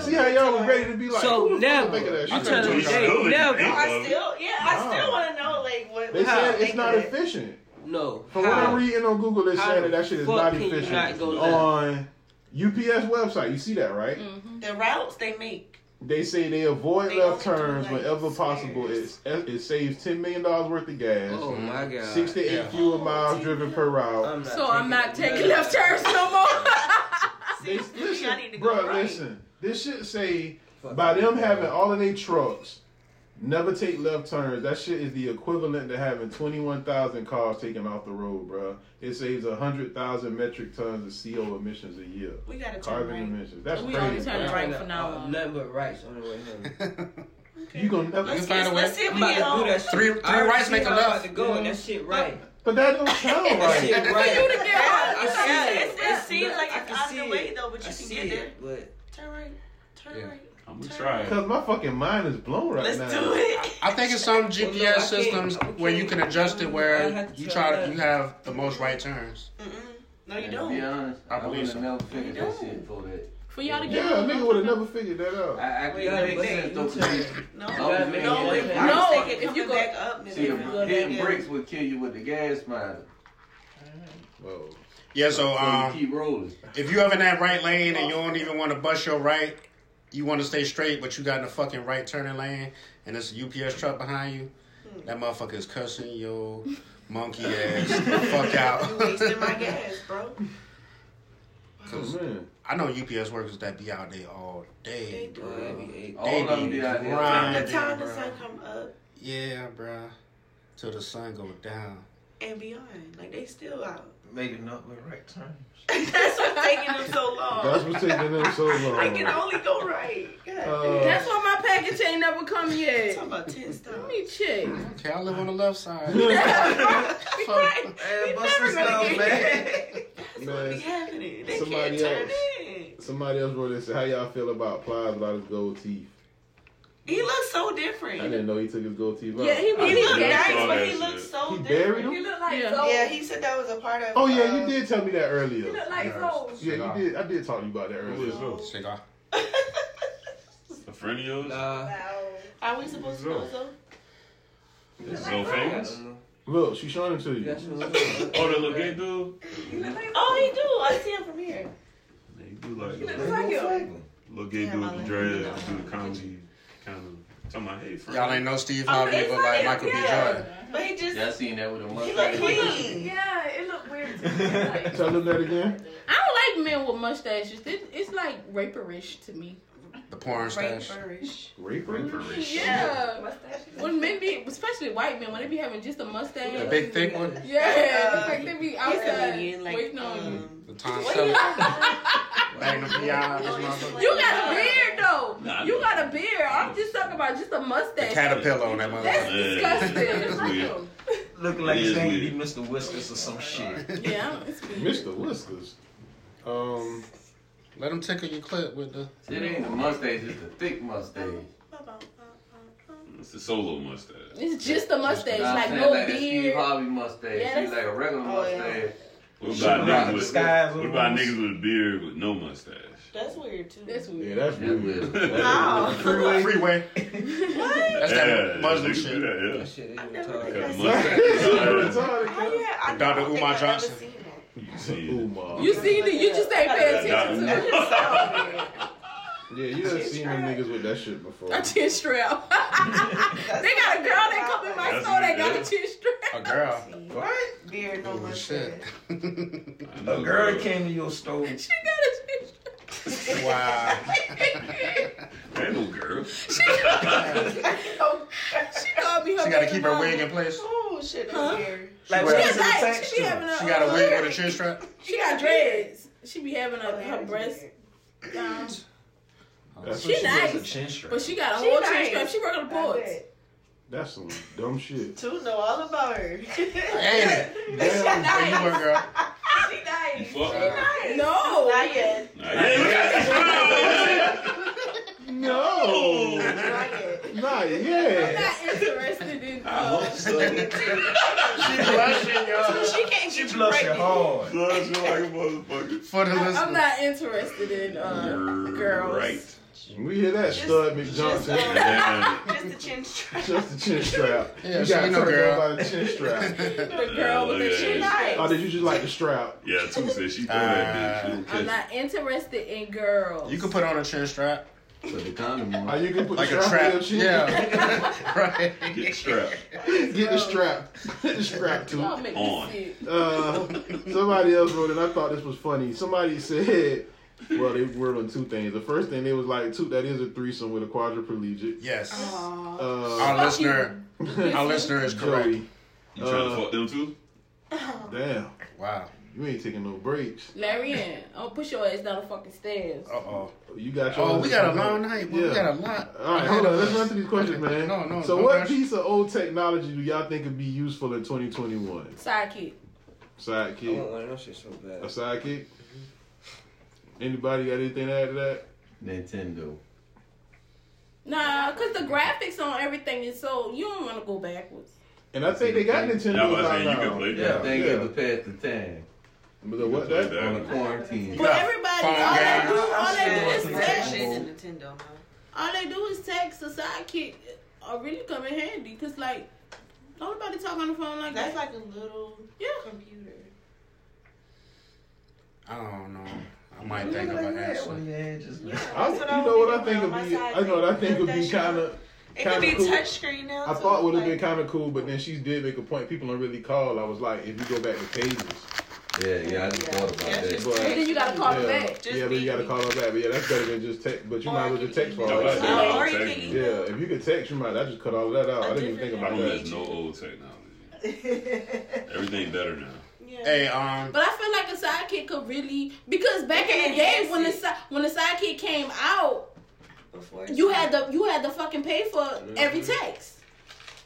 Speaker 6: See how y'all was ready to be like,
Speaker 17: So
Speaker 6: who the fuck
Speaker 17: never.
Speaker 6: think of that
Speaker 17: I'm
Speaker 6: shit?
Speaker 17: telling you, they never.
Speaker 8: No, I still, yeah, I still want to know like what.
Speaker 6: They
Speaker 8: how
Speaker 6: said
Speaker 8: they
Speaker 6: it's
Speaker 8: do
Speaker 6: not
Speaker 8: that.
Speaker 6: efficient.
Speaker 17: No.
Speaker 6: From what I'm reading on Google, they're
Speaker 17: how
Speaker 6: saying
Speaker 17: the
Speaker 6: that that shit is
Speaker 17: fuck
Speaker 6: not
Speaker 17: can you
Speaker 6: efficient.
Speaker 17: not go left?
Speaker 6: on UPS website, you see that right?
Speaker 8: The routes they make.
Speaker 6: They say they avoid left turns whenever possible. It's, it saves ten million dollars worth of gas.
Speaker 18: Oh, my God.
Speaker 6: Six to eight
Speaker 18: Yeah.
Speaker 6: fewer miles driven per route.
Speaker 17: Um,
Speaker 9: So I'm not taking left turns no more.
Speaker 6: They, listen, bro, listen. This shit say by them having all of their trucks, never take left turns. That shit is the equivalent to having twenty one thousand cars taken off the road, bro. It saves hundred thousand metric tons of CO emissions a year.
Speaker 8: We gotta turn
Speaker 6: carbon
Speaker 8: right.
Speaker 6: emissions. That's
Speaker 8: We
Speaker 6: crazy.
Speaker 8: only turn
Speaker 6: bro.
Speaker 8: right from now
Speaker 18: Uh,
Speaker 8: on.
Speaker 18: Nothing but rights on the way home.
Speaker 6: You gonna never
Speaker 18: Let's
Speaker 10: find
Speaker 18: get-
Speaker 10: a way.
Speaker 18: let's see if
Speaker 10: I'm
Speaker 18: we
Speaker 10: about
Speaker 18: get
Speaker 10: to do
Speaker 18: home.
Speaker 10: that shit. Three- three
Speaker 18: I already
Speaker 10: rights
Speaker 18: see
Speaker 10: make a
Speaker 18: how
Speaker 10: left.
Speaker 18: I'm about to go and that shit
Speaker 8: [LAUGHS]
Speaker 18: right.
Speaker 6: But that don't sound
Speaker 18: That shit
Speaker 6: right.
Speaker 18: right.
Speaker 8: You to get out.
Speaker 18: I see
Speaker 8: It's-
Speaker 18: it.
Speaker 8: it's- It seems
Speaker 18: Look,
Speaker 8: like
Speaker 18: I
Speaker 8: it's
Speaker 18: can
Speaker 8: out of the
Speaker 18: see
Speaker 8: way
Speaker 18: it.
Speaker 8: though, but
Speaker 18: I
Speaker 8: you can
Speaker 18: see
Speaker 8: get there.
Speaker 18: it, But
Speaker 8: Turn right. Turn right.
Speaker 7: I'm gonna try.
Speaker 6: Cause my fucking mind is blown right now.
Speaker 10: [LAUGHS] I think it's some GPS
Speaker 18: I can't-
Speaker 10: systems where you can adjust it
Speaker 18: I
Speaker 10: where
Speaker 18: have to
Speaker 10: you
Speaker 18: try
Speaker 10: try
Speaker 18: that.
Speaker 10: you have the most right turns.
Speaker 8: No, you
Speaker 18: To be
Speaker 8: don't.
Speaker 18: honest,
Speaker 10: I
Speaker 18: I,
Speaker 10: believe
Speaker 18: would
Speaker 10: so.
Speaker 18: have never figured that shit for that.
Speaker 9: For y'all to
Speaker 6: Yeah,
Speaker 9: get.
Speaker 6: a nigga would have never figured that out.
Speaker 18: I, I
Speaker 8: Wait,
Speaker 18: get
Speaker 8: wait,
Speaker 18: it, but
Speaker 8: wait,
Speaker 18: since don't
Speaker 8: No,
Speaker 18: Oh, man,
Speaker 8: no,
Speaker 18: yeah,
Speaker 8: if-
Speaker 18: yeah.
Speaker 8: I
Speaker 9: No,
Speaker 8: was thinking
Speaker 9: if you
Speaker 8: coming
Speaker 9: go-
Speaker 8: back up, then
Speaker 18: See,
Speaker 8: they
Speaker 18: the
Speaker 8: would.
Speaker 18: hitting
Speaker 8: Yeah.
Speaker 18: brakes would kill you with the gas mileage.
Speaker 6: Whoa.
Speaker 10: Yeah, so
Speaker 18: So you
Speaker 10: um,
Speaker 18: keep rolling.
Speaker 10: If you're in that right lane and you don't even want to bust your right, you want to stay straight, but you got in the fucking right turning lane and it's a UPS truck behind you,
Speaker 8: Hmm.
Speaker 10: that motherfucker is cussing
Speaker 8: [LAUGHS]
Speaker 10: your monkey ass the fuck
Speaker 8: You
Speaker 10: out.
Speaker 8: wasting
Speaker 10: [LAUGHS]
Speaker 8: my gas, bro.
Speaker 10: 'Cause I know UPS workers that be out there all day, bro. They
Speaker 18: All of them
Speaker 10: be
Speaker 18: uh, be out there.
Speaker 8: From the
Speaker 10: grinding,
Speaker 8: time the
Speaker 10: bruh.
Speaker 8: sun come up
Speaker 10: Yeah, bruh. Till the sun go down.
Speaker 8: and beyond, like they still out. [LAUGHS]
Speaker 18: Making up with right turn.
Speaker 8: That's what's taking them so long.
Speaker 6: That's what's taking them
Speaker 8: [LAUGHS]
Speaker 6: so long.
Speaker 8: I can only go right. God
Speaker 6: Uh,
Speaker 9: That's why my package ain't never come yet.
Speaker 8: Talking about ten stars.
Speaker 9: Let me check.
Speaker 10: Okay, I live on the left
Speaker 8: [LAUGHS]
Speaker 10: side.
Speaker 18: [LAUGHS]
Speaker 8: Right?
Speaker 18: Hey,
Speaker 8: We
Speaker 18: bust
Speaker 8: never
Speaker 18: this
Speaker 8: gonna
Speaker 18: down,
Speaker 8: get
Speaker 18: man.
Speaker 8: What be
Speaker 6: Man,
Speaker 8: happening? They
Speaker 6: somebody
Speaker 8: can't turn
Speaker 6: else.
Speaker 8: in.
Speaker 6: somebody else wrote this. How y'all feel about Plies about his gold teeth?
Speaker 8: He looks so
Speaker 6: I
Speaker 8: different.
Speaker 6: didn't know he took his gold teeth out.
Speaker 9: Yeah, he was-
Speaker 8: He looked
Speaker 7: Yeah, I
Speaker 8: nice,
Speaker 7: saw
Speaker 8: but
Speaker 7: that
Speaker 8: he looked
Speaker 7: shit.
Speaker 8: so
Speaker 6: He buried
Speaker 8: different.
Speaker 6: him?
Speaker 13: look like
Speaker 9: Yeah.
Speaker 13: Zoe.
Speaker 8: Yeah, he said that was a part of.
Speaker 6: Oh yeah, you
Speaker 8: uh,
Speaker 6: did tell me that earlier.
Speaker 13: You look like
Speaker 10: Yeah.
Speaker 13: Zoe.
Speaker 6: Yeah, you did. I did talk to you about that earlier.
Speaker 10: Cigar.
Speaker 7: A friend of yours?
Speaker 18: Nah.
Speaker 8: Are we supposed to know so?
Speaker 7: So famous?
Speaker 6: Look, she showing it to you.
Speaker 18: That's what it
Speaker 7: Oh, that little gay dude?
Speaker 8: Oh, he do. I see him from here.
Speaker 7: Yeah, He do like
Speaker 8: He looks like him.
Speaker 7: little gay dude with the dreads, do the comedy kind of. Talking about, hey, friend.
Speaker 10: Y'all ain't know Steve
Speaker 8: Oh,
Speaker 10: Harvey
Speaker 8: it's
Speaker 10: look like Michael B.
Speaker 8: yeah.
Speaker 10: Jordan.
Speaker 8: But he just.
Speaker 18: Y'all seen that with a
Speaker 8: He look
Speaker 18: mustache?
Speaker 8: clean.
Speaker 13: Yeah, it looked weird to me. Like,
Speaker 6: Tell them that again.
Speaker 9: I don't like men with mustaches. It- It's like raperish to me.
Speaker 10: The porn stash.
Speaker 8: Raperish.
Speaker 6: Rape,
Speaker 9: Yeah.
Speaker 13: mustache.
Speaker 9: When men be, especially white men, when they be having just a mustache.
Speaker 10: The big thick one.
Speaker 9: Yeah,
Speaker 8: Uh,
Speaker 9: like they be
Speaker 8: He's
Speaker 9: outside
Speaker 8: Indian, like.
Speaker 9: waiting on you.
Speaker 8: um,
Speaker 10: The tonsilla. Magnum PI. this motherfucker.
Speaker 9: You
Speaker 8: uh,
Speaker 9: got a beard though.
Speaker 7: Nah.
Speaker 9: you got a beard. I'm just talking about just a
Speaker 10: The
Speaker 9: mustache.
Speaker 10: caterpillar on that
Speaker 9: That's
Speaker 10: motherfucker.
Speaker 7: That's weird.
Speaker 9: disgusting.
Speaker 18: Look like
Speaker 7: It is
Speaker 18: Sandy
Speaker 7: weird.
Speaker 18: Mr. Whiskers or some shit.
Speaker 9: yeah, it's weird.
Speaker 6: Mr. Whiskers. Um,
Speaker 10: Let him tickle your clip with the.
Speaker 18: It ain't a mustache, it's a thick mustache.
Speaker 7: [LAUGHS] It's a solo mustache.
Speaker 9: It's just a mustache,
Speaker 18: Nah, I'm
Speaker 9: like
Speaker 18: saying
Speaker 9: no
Speaker 18: like that Steve
Speaker 9: beard.
Speaker 18: Harvey mustache.
Speaker 9: Yeah,
Speaker 18: He's like a regular
Speaker 8: Oh, yeah.
Speaker 18: mustache.
Speaker 7: What
Speaker 18: She
Speaker 7: about,
Speaker 18: rock
Speaker 7: niggas with,
Speaker 18: skies
Speaker 7: what
Speaker 18: on
Speaker 7: about
Speaker 18: us.
Speaker 7: niggas with a beard with no mustache?
Speaker 8: That's weird too.
Speaker 9: That's
Speaker 6: yeah,
Speaker 9: weird.
Speaker 6: that's
Speaker 18: That
Speaker 6: weird.
Speaker 18: weird.
Speaker 7: [LAUGHS]
Speaker 10: Freeway. Freeway. That's
Speaker 7: yeah,
Speaker 10: that Muslim
Speaker 7: niggas do
Speaker 10: shit.
Speaker 7: that, yeah.
Speaker 18: That shit is
Speaker 8: I never
Speaker 18: retarded.
Speaker 8: think I
Speaker 7: Got
Speaker 8: seen
Speaker 7: mustache.
Speaker 8: How you had- I
Speaker 10: Dr.
Speaker 8: don't think
Speaker 10: Umar
Speaker 8: I've ever
Speaker 10: Johnson.
Speaker 8: seen that.
Speaker 9: You seen it? You just ain't paying attention to it.
Speaker 6: Yeah, you have seen them niggas with that shit before.
Speaker 9: A chin strap. [LAUGHS] they got a girl that come in my
Speaker 6: That's
Speaker 9: store that got
Speaker 6: good.
Speaker 9: a chin strap. [LAUGHS]
Speaker 10: A girl.
Speaker 4: What?
Speaker 21: Beard no
Speaker 10: Oh, shit.
Speaker 4: A girl came to your store.
Speaker 9: She got a chin strap.
Speaker 10: [LAUGHS] Wow.
Speaker 7: Ain't no girl.
Speaker 9: She called me her
Speaker 10: She gotta
Speaker 9: baby
Speaker 10: keep her
Speaker 9: mama.
Speaker 10: wig in place.
Speaker 9: Oh shit, that's
Speaker 21: Huh?
Speaker 9: scary.
Speaker 10: Like,
Speaker 9: she,
Speaker 10: what
Speaker 9: got,
Speaker 10: is the
Speaker 9: like,
Speaker 10: text
Speaker 9: she be having a,
Speaker 10: She got a
Speaker 9: uh,
Speaker 10: wig with a chin strap.
Speaker 9: She got dreads. She be having a, her breast down.
Speaker 6: That's
Speaker 9: She
Speaker 6: what
Speaker 9: nice,
Speaker 6: does, a chin
Speaker 7: [LAUGHS]
Speaker 6: strap.
Speaker 9: but she got a
Speaker 6: She
Speaker 9: whole chin
Speaker 6: nice.
Speaker 9: strap. She work on the ports. [LAUGHS]
Speaker 6: That's some dumb shit.
Speaker 9: Two know all about her.
Speaker 10: Ain't it? Damn,
Speaker 9: nice.
Speaker 10: you were girl.
Speaker 9: She nice.
Speaker 7: Fuck.
Speaker 9: No. Not yet.
Speaker 6: No. Not
Speaker 9: I'm
Speaker 6: yet.
Speaker 9: not interested in. uh,
Speaker 7: I hope so.
Speaker 10: blushing, y'all.
Speaker 9: She can't get you pregnant.
Speaker 10: hard.
Speaker 7: Blushing like a motherfucker.
Speaker 10: For the
Speaker 9: I- I'm
Speaker 10: listeners.
Speaker 9: not interested in uh, girls.
Speaker 7: Right.
Speaker 6: We hear that, Stud McJohnson.
Speaker 9: Just the chin strap.
Speaker 6: [LAUGHS] Just the chin strap.
Speaker 10: Yeah,
Speaker 6: you
Speaker 10: she
Speaker 6: got
Speaker 10: ain't
Speaker 6: turned
Speaker 10: no girl.
Speaker 6: on by the chin
Speaker 10: [LAUGHS]
Speaker 6: strap.
Speaker 9: The girl with the chin
Speaker 6: Oh,
Speaker 9: strap.
Speaker 6: did you just like the strap?
Speaker 7: Yeah, too said she threw that bitch. She don't
Speaker 9: I'm
Speaker 7: catch
Speaker 9: not interested in girls.
Speaker 10: You can put on a chin strap.
Speaker 7: it. Put the condom on.
Speaker 6: Oh, you can put
Speaker 10: Like
Speaker 6: the
Speaker 10: a
Speaker 6: strap
Speaker 10: trap.
Speaker 6: on your chin?
Speaker 10: [LAUGHS] Yeah. [LAUGHS] right.
Speaker 7: Get the strap.
Speaker 6: Get the strap. Get the strap, too.
Speaker 9: Don't make
Speaker 7: On.
Speaker 9: me sick.
Speaker 6: Uh, somebody else wrote it. I thought this was funny. Somebody said, well, they wrote on two things. The first thing, they was like, two, that is a threesome with a quadriplegic.
Speaker 10: Yes.
Speaker 11: Oh,
Speaker 6: Uh,
Speaker 10: Our listener,
Speaker 11: [LAUGHS]
Speaker 10: our listener is correct.
Speaker 6: Joey.
Speaker 7: You trying to
Speaker 6: Uh,
Speaker 7: fuck them too?
Speaker 6: Damn.
Speaker 10: Wow.
Speaker 6: You ain't taking no breaks.
Speaker 9: Larry in. I'll push your ass down the fucking stairs.
Speaker 10: Uh oh.
Speaker 6: You got your
Speaker 10: Oh, we got a long
Speaker 6: night.
Speaker 10: night. bro. We got a lot.
Speaker 6: All right, hold on. Let's run through these questions, man.
Speaker 10: No, no.
Speaker 6: So,
Speaker 10: no
Speaker 6: what
Speaker 10: rush.
Speaker 6: piece of old technology do y'all think would be useful in 2021?
Speaker 9: Sidekick.
Speaker 6: Sidekick.
Speaker 18: want one of them shit so
Speaker 6: A
Speaker 18: bad.
Speaker 6: sidekick? Anybody got anything to add to that?
Speaker 5: Nintendo.
Speaker 9: Nah, cause the graphics on everything is so you don't want to go backwards.
Speaker 6: And I think they got Nintendo
Speaker 7: Y'all about to
Speaker 6: out
Speaker 7: say you
Speaker 6: now.
Speaker 7: can play
Speaker 5: Yeah,
Speaker 7: that.
Speaker 5: thank
Speaker 6: yeah.
Speaker 5: you for passing the time.
Speaker 6: But the what
Speaker 7: play
Speaker 6: that?
Speaker 7: that.
Speaker 5: On the quarantine.
Speaker 9: But everybody,
Speaker 10: phone
Speaker 9: all they
Speaker 10: games.
Speaker 9: do, all they do is text.
Speaker 11: Nintendo, huh?
Speaker 9: All they do is text. A sidekick are really come in handy, cause like don't nobody talk on the phone like
Speaker 11: That's like
Speaker 9: that.
Speaker 11: a little
Speaker 9: yeah.
Speaker 11: computer.
Speaker 10: I don't know. I might think about answering.
Speaker 6: I, you
Speaker 11: That's what I
Speaker 6: know
Speaker 11: was
Speaker 6: what I think
Speaker 11: thinking
Speaker 6: would
Speaker 11: about
Speaker 6: be?
Speaker 11: my
Speaker 6: I know what I think
Speaker 11: sidekick.
Speaker 6: would be
Speaker 11: That
Speaker 6: kind of.
Speaker 11: It
Speaker 6: Kinda
Speaker 11: could be
Speaker 6: cool.
Speaker 11: touchscreen now.
Speaker 6: I
Speaker 11: so,
Speaker 6: thought would have
Speaker 11: like,
Speaker 6: been kind of cool, but then she did make a point. People don't really call. I was like, if you go back to pages,
Speaker 5: Yeah, yeah, I just thought about
Speaker 11: Yeah,
Speaker 5: that.
Speaker 11: just
Speaker 6: But-
Speaker 9: But then you gotta call them
Speaker 6: yeah,
Speaker 9: back.
Speaker 11: Just
Speaker 6: yeah, but you
Speaker 11: beat
Speaker 6: got to
Speaker 11: me.
Speaker 6: call her back. But yeah, that's better than just text. But you
Speaker 11: Or
Speaker 6: might as
Speaker 11: I
Speaker 6: well just
Speaker 11: could
Speaker 6: text for
Speaker 11: email.
Speaker 6: all
Speaker 7: No, that's
Speaker 6: that.
Speaker 7: it.
Speaker 11: Oh, or you
Speaker 7: Text
Speaker 11: can
Speaker 7: me.
Speaker 11: email.
Speaker 6: Yeah, if you could text, you might. I just cut all of that out. I didn't even think
Speaker 7: I
Speaker 6: about
Speaker 7: don't
Speaker 6: that.
Speaker 7: miss no old technology. Everything better now.
Speaker 11: Yeah.
Speaker 10: Hey, um,
Speaker 9: But I feel like a sidekick could really because back
Speaker 11: They
Speaker 9: in
Speaker 11: can
Speaker 9: the day
Speaker 11: enhance
Speaker 9: when the
Speaker 11: it.
Speaker 9: si- when the sidekick came out,
Speaker 11: Before
Speaker 9: you had the you had to fucking pay for every text.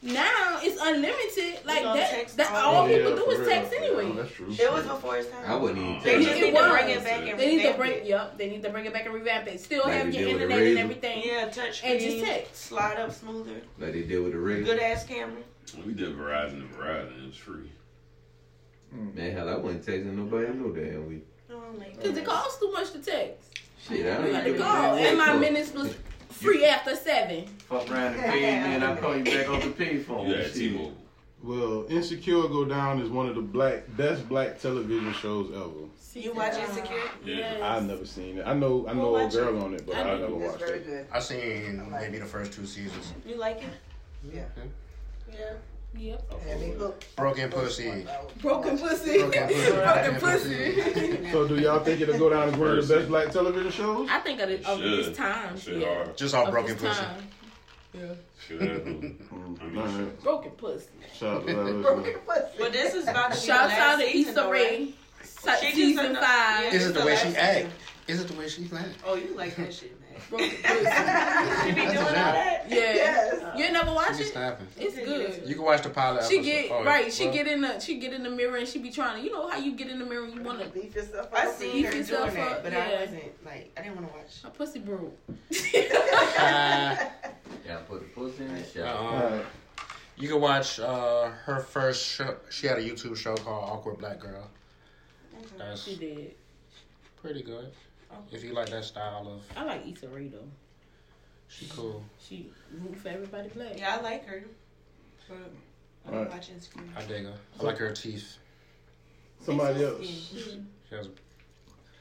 Speaker 9: Now it's unlimited. Like
Speaker 11: don't
Speaker 9: that.
Speaker 11: text
Speaker 9: That
Speaker 11: all
Speaker 9: all
Speaker 6: Yeah,
Speaker 9: people do
Speaker 6: for
Speaker 9: is
Speaker 6: real.
Speaker 9: text
Speaker 6: Yeah,
Speaker 9: anyway.
Speaker 6: That's true.
Speaker 11: It was before his time.
Speaker 5: I wouldn't even
Speaker 9: They
Speaker 11: They
Speaker 5: take
Speaker 9: just
Speaker 11: just
Speaker 9: It
Speaker 11: need
Speaker 5: it.
Speaker 11: to
Speaker 9: was.
Speaker 11: bring it back and
Speaker 9: They need to
Speaker 11: revamp
Speaker 9: bring.
Speaker 11: it.
Speaker 9: Yup. They need to bring it back and revamp it. Still
Speaker 5: Like
Speaker 9: have
Speaker 5: they
Speaker 9: your
Speaker 5: did with the
Speaker 9: internet and
Speaker 5: razor.
Speaker 9: everything.
Speaker 11: Yeah, touch
Speaker 9: And just
Speaker 11: screen,
Speaker 9: text.
Speaker 11: Slide up smoother.
Speaker 5: Like they did with the radio.
Speaker 11: Good ass camera.
Speaker 7: When we did Verizon and Verizon, it was free.
Speaker 5: Man, hell, I wasn't texting nobody no damn week.
Speaker 11: Oh my God.
Speaker 9: Because it costs too much to text.
Speaker 5: Shit, I
Speaker 9: You
Speaker 5: don't
Speaker 9: had to
Speaker 5: even
Speaker 9: go, and my minutes was free after seven.
Speaker 5: Fuck around and pay me, and I call you back on the payphone.
Speaker 7: You had
Speaker 5: Shit.
Speaker 7: T-Mobile.
Speaker 6: Well, Insecure Go Down is one of the black best black television shows ever.
Speaker 11: You watch Insecure?
Speaker 7: Yeah.
Speaker 9: Yes.
Speaker 6: I've never seen it. I know I
Speaker 11: We'll
Speaker 6: know a
Speaker 11: watch
Speaker 6: girl on it, but
Speaker 9: I
Speaker 6: I
Speaker 9: know.
Speaker 6: never
Speaker 21: It's
Speaker 6: watched
Speaker 21: very
Speaker 6: it.
Speaker 21: good.
Speaker 10: I seen maybe the first two seasons.
Speaker 11: You like it?
Speaker 21: Yeah.
Speaker 11: Yeah.
Speaker 9: Yep.
Speaker 21: And they hooked.
Speaker 10: Broken pussy.
Speaker 9: Broken pussy.
Speaker 10: Broken
Speaker 11: [LAUGHS]
Speaker 9: Broken
Speaker 10: pussy.
Speaker 9: pussy.
Speaker 6: So do y'all think it'll go down as one of the best black television shows?
Speaker 9: I think of, the, of
Speaker 7: Should.
Speaker 9: this time.
Speaker 7: Should
Speaker 9: yeah.
Speaker 7: hard.
Speaker 10: Just all
Speaker 9: Of
Speaker 10: broken
Speaker 9: this
Speaker 10: pussy.
Speaker 9: time.
Speaker 7: Should have. been. I mean,
Speaker 6: Alright.
Speaker 7: shit.
Speaker 9: Broken pussy.
Speaker 6: Shout out to that
Speaker 21: Broken
Speaker 6: listener.
Speaker 21: pussy.
Speaker 11: But this is about to be
Speaker 9: Shout
Speaker 11: the
Speaker 9: out
Speaker 11: last
Speaker 9: to
Speaker 11: season,
Speaker 9: Issa
Speaker 11: though,
Speaker 9: Rae. se-
Speaker 11: She just
Speaker 9: Season
Speaker 11: anno-
Speaker 9: five.
Speaker 11: Yeah.
Speaker 10: Is it the
Speaker 11: So
Speaker 10: way
Speaker 11: that's
Speaker 10: right. she
Speaker 11: it.
Speaker 10: act? Is it the way she act?
Speaker 11: Oh, you like that shit, man. [LAUGHS]
Speaker 9: Broken pussy.
Speaker 11: She be doing all that?
Speaker 9: Yeah.
Speaker 21: Yes.
Speaker 9: You ain't never
Speaker 10: She
Speaker 9: watch
Speaker 10: be
Speaker 9: it?
Speaker 10: snapping.
Speaker 9: It's good.
Speaker 10: You can watch the pilot.
Speaker 9: She
Speaker 10: episode.
Speaker 9: get
Speaker 10: Oh,
Speaker 9: right. She
Speaker 10: well, [LAUGHS]
Speaker 9: get in the she get in the mirror and she be trying to. You know how you get in the mirror and you want to.
Speaker 21: Beef yourself
Speaker 11: I
Speaker 21: up.
Speaker 11: seen her
Speaker 9: Beef
Speaker 11: doing
Speaker 9: yourself
Speaker 11: that,
Speaker 9: up,
Speaker 11: but
Speaker 9: yeah.
Speaker 11: I wasn't like I didn't want to watch.
Speaker 9: A pussy brew.
Speaker 11: [LAUGHS]
Speaker 10: uh,
Speaker 5: Yeah, I put the pussy in
Speaker 11: [LAUGHS]
Speaker 5: the shower.
Speaker 10: um,
Speaker 6: Alright.
Speaker 10: You can watch uh, her first show. She had a YouTube show called Awkward Black Girl. That's
Speaker 9: she did.
Speaker 10: pretty good. If you like that style of,
Speaker 9: I like Issa Rae though.
Speaker 10: she cool.
Speaker 9: She root for everybody black.
Speaker 11: Yeah, I like her, but I'm
Speaker 6: Alright.
Speaker 11: watching Scream.
Speaker 10: I dig her. I like her teeth.
Speaker 6: Somebody else.
Speaker 10: She has a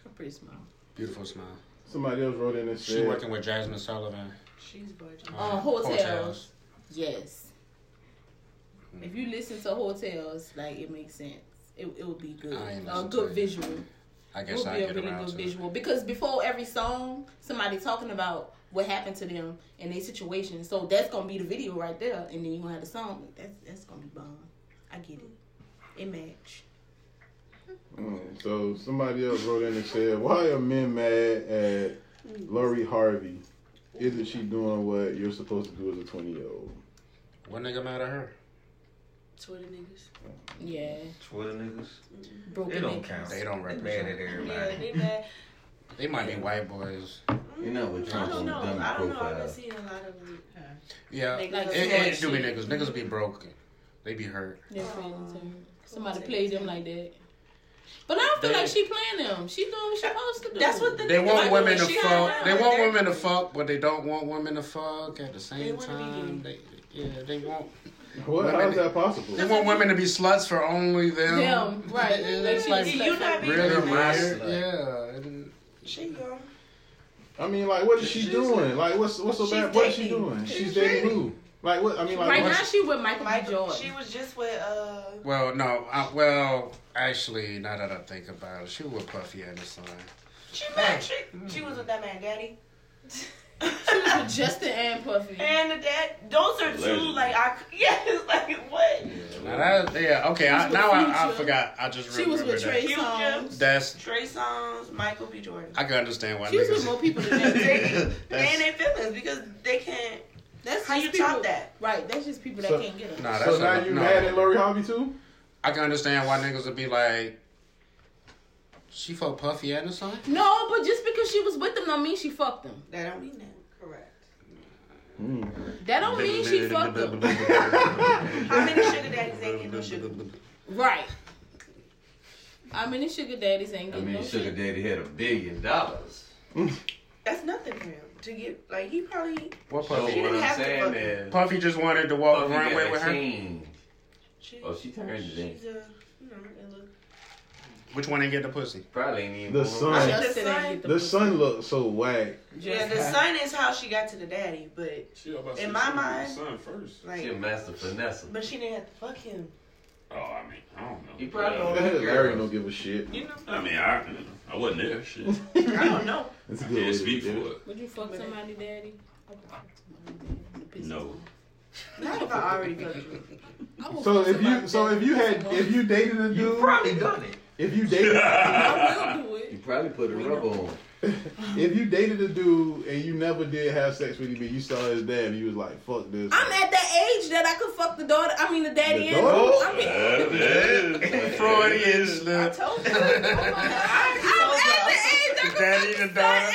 Speaker 9: I'm pretty small.
Speaker 10: beautiful smile.
Speaker 6: Somebody else wrote in and
Speaker 10: She
Speaker 6: said.
Speaker 10: working with Jasmine Sullivan.
Speaker 9: She's gorgeous.
Speaker 10: Uh,
Speaker 9: Uh, hotels.
Speaker 10: hotels.
Speaker 9: Yes.
Speaker 10: Hmm.
Speaker 9: If you listen to hotels, like it makes sense. It, it would be good.
Speaker 10: I ain't
Speaker 9: A
Speaker 10: listen
Speaker 9: good
Speaker 10: to it.
Speaker 9: visual.
Speaker 10: I
Speaker 9: it
Speaker 10: guess
Speaker 9: would
Speaker 10: I
Speaker 9: be a
Speaker 10: get
Speaker 9: really
Speaker 10: around
Speaker 9: good
Speaker 10: to it.
Speaker 9: visual because before every song, somebody talking about what happened to them and their situation. So that's gonna be the video right there, and then you gonna have the song. That's that's gonna be bomb. I get it. It match.
Speaker 6: Mm, So somebody else wrote in and said, "Why are men mad at Lori Harvey? Isn't she doing what you're supposed to do as a 20 year old?"
Speaker 10: What nigga mad at her?
Speaker 9: Twitter niggas. Yeah.
Speaker 10: Twitter niggas.
Speaker 9: Broken
Speaker 10: they don't
Speaker 9: niggas.
Speaker 10: count. They don't
Speaker 9: They
Speaker 10: represent
Speaker 9: mad at
Speaker 10: everybody.
Speaker 9: they mad.
Speaker 10: They might be white boys.
Speaker 5: You know what
Speaker 9: I don't know. I don't know. I've been [LAUGHS]
Speaker 10: profile.
Speaker 9: seeing a lot of them. her.
Speaker 10: Yeah,
Speaker 9: Niggas
Speaker 10: it,
Speaker 9: like
Speaker 10: it, it do be
Speaker 9: shit.
Speaker 10: niggas. Niggas be broken. They be hurt.
Speaker 9: Their
Speaker 8: Oh.
Speaker 9: feelings hurt. Somebody played them like that. But I don't feel like she playing them. She doing what she supposed to do. That's what
Speaker 10: They want women to fuck. They want women to fuck, but they don't want women to fuck at the same time. They, yeah, they want.
Speaker 6: What? How is that possible?
Speaker 10: They want women to be sluts for only them.
Speaker 9: Them, right.
Speaker 10: [LAUGHS] Yeah,
Speaker 9: Like,
Speaker 10: it's
Speaker 9: she-
Speaker 10: like
Speaker 9: you not being
Speaker 10: really
Speaker 9: a man.
Speaker 10: weird.
Speaker 6: Yeah.
Speaker 21: She young.
Speaker 6: I mean, like, what is she doing? Like, what's what's so
Speaker 8: She's
Speaker 6: bad? What is she
Speaker 8: dating.
Speaker 6: doing? She's
Speaker 8: She's
Speaker 6: dating
Speaker 8: dating.
Speaker 6: who? Like, what? I mean, like,
Speaker 9: right
Speaker 6: what's-
Speaker 9: now she with Michael, B. Jordan.
Speaker 8: She was just with uh.
Speaker 10: Well, no. I, well, actually, now that I think about it, she was Puffy Anderson.
Speaker 8: She met. She, she was with that man, Daddy.
Speaker 9: she
Speaker 8: [LAUGHS]
Speaker 9: was with Justin and Puffy.
Speaker 8: And the dad. Those are two
Speaker 10: Allegedly.
Speaker 8: like I. Yes, like what?
Speaker 10: Now that, yeah. Okay. I,
Speaker 8: She was
Speaker 10: now
Speaker 8: with
Speaker 10: I, I
Speaker 8: Future.
Speaker 10: forgot. I just
Speaker 8: She was
Speaker 10: remembered
Speaker 8: with Trey
Speaker 10: that.
Speaker 8: Songz.
Speaker 10: That's
Speaker 8: Trey Songz, Michael B. Jordan.
Speaker 10: I can understand why
Speaker 9: She was with
Speaker 10: niggas.
Speaker 9: more people than
Speaker 10: That's-
Speaker 8: They ain't their feelings because they can't.
Speaker 9: That's
Speaker 8: how you
Speaker 9: people-
Speaker 8: top that.
Speaker 9: Right. That's just people that
Speaker 10: So-
Speaker 9: can't get them.
Speaker 10: Nah,
Speaker 6: so
Speaker 10: that's
Speaker 6: now
Speaker 10: not-
Speaker 6: you
Speaker 10: no.
Speaker 6: mad at Lori Harvey too?
Speaker 10: I can understand why niggas would be like, she fuck Puffy Anderson.
Speaker 9: No, but just because she was with them don't mean she fucked them. That don't mean that. Correct.
Speaker 6: [LAUGHS]
Speaker 9: That don't mean she fucked them.
Speaker 8: How many sugar daddies ain't getting no sugar?
Speaker 9: Right. How many sugar daddies ain't
Speaker 5: I
Speaker 9: getting
Speaker 5: mean,
Speaker 9: no
Speaker 5: Sugar
Speaker 9: shit?
Speaker 5: Daddy had a billion dollars.
Speaker 8: That's nothing for him to get. Like he probably.
Speaker 10: What
Speaker 5: So
Speaker 10: Puffy?
Speaker 5: what I'm saying is,
Speaker 10: Puffy just wanted to walk
Speaker 5: Puffy
Speaker 10: the runway
Speaker 5: got
Speaker 10: with
Speaker 5: a
Speaker 10: her.
Speaker 5: king. Oh, she turned it in.
Speaker 8: She's a. You know, a little-
Speaker 10: Which one ain't get the pussy?
Speaker 5: Probably ain't even
Speaker 6: The
Speaker 5: born.
Speaker 8: Justin ain't
Speaker 6: son.
Speaker 8: get
Speaker 6: The son looks so whack.
Speaker 8: yeah, the son is how she got to the daddy, but
Speaker 7: about to
Speaker 8: in
Speaker 7: say
Speaker 8: my
Speaker 7: she
Speaker 8: mind,
Speaker 7: was the son first.
Speaker 8: Like,
Speaker 5: She a master finesse.
Speaker 8: But she didn't have to fuck him.
Speaker 7: Oh, I mean, I don't know.
Speaker 5: You probably don't
Speaker 7: Yeah.
Speaker 5: like
Speaker 6: Larry don't give a shit.
Speaker 8: You know.
Speaker 7: I mean, I, I wasn't there. Shit.
Speaker 8: I don't know.
Speaker 6: That's a
Speaker 7: I
Speaker 6: good way
Speaker 7: can't
Speaker 6: to
Speaker 7: speak for
Speaker 6: do
Speaker 7: it.
Speaker 9: Would you fuck somebody, daddy?
Speaker 7: No.
Speaker 9: Not if I already fucked you. I will
Speaker 6: So
Speaker 9: fuck
Speaker 6: if
Speaker 9: somebody,
Speaker 6: you so if you had if you dated a dude, you
Speaker 5: probably done it.
Speaker 6: If you
Speaker 7: [LAUGHS]
Speaker 6: dated,
Speaker 9: I will do it.
Speaker 5: You probably put a rubber on.
Speaker 6: if you dated a dude and you never did have sex with him, but you saw his dad, and you was like, "Fuck this."
Speaker 9: I'm at that age that I could fuck the daughter. I mean, the daddy
Speaker 6: The
Speaker 9: and
Speaker 6: daughter?
Speaker 7: [LAUGHS]
Speaker 9: I mean,
Speaker 10: Freudian slip.
Speaker 9: Oh
Speaker 10: Daddy and daughter.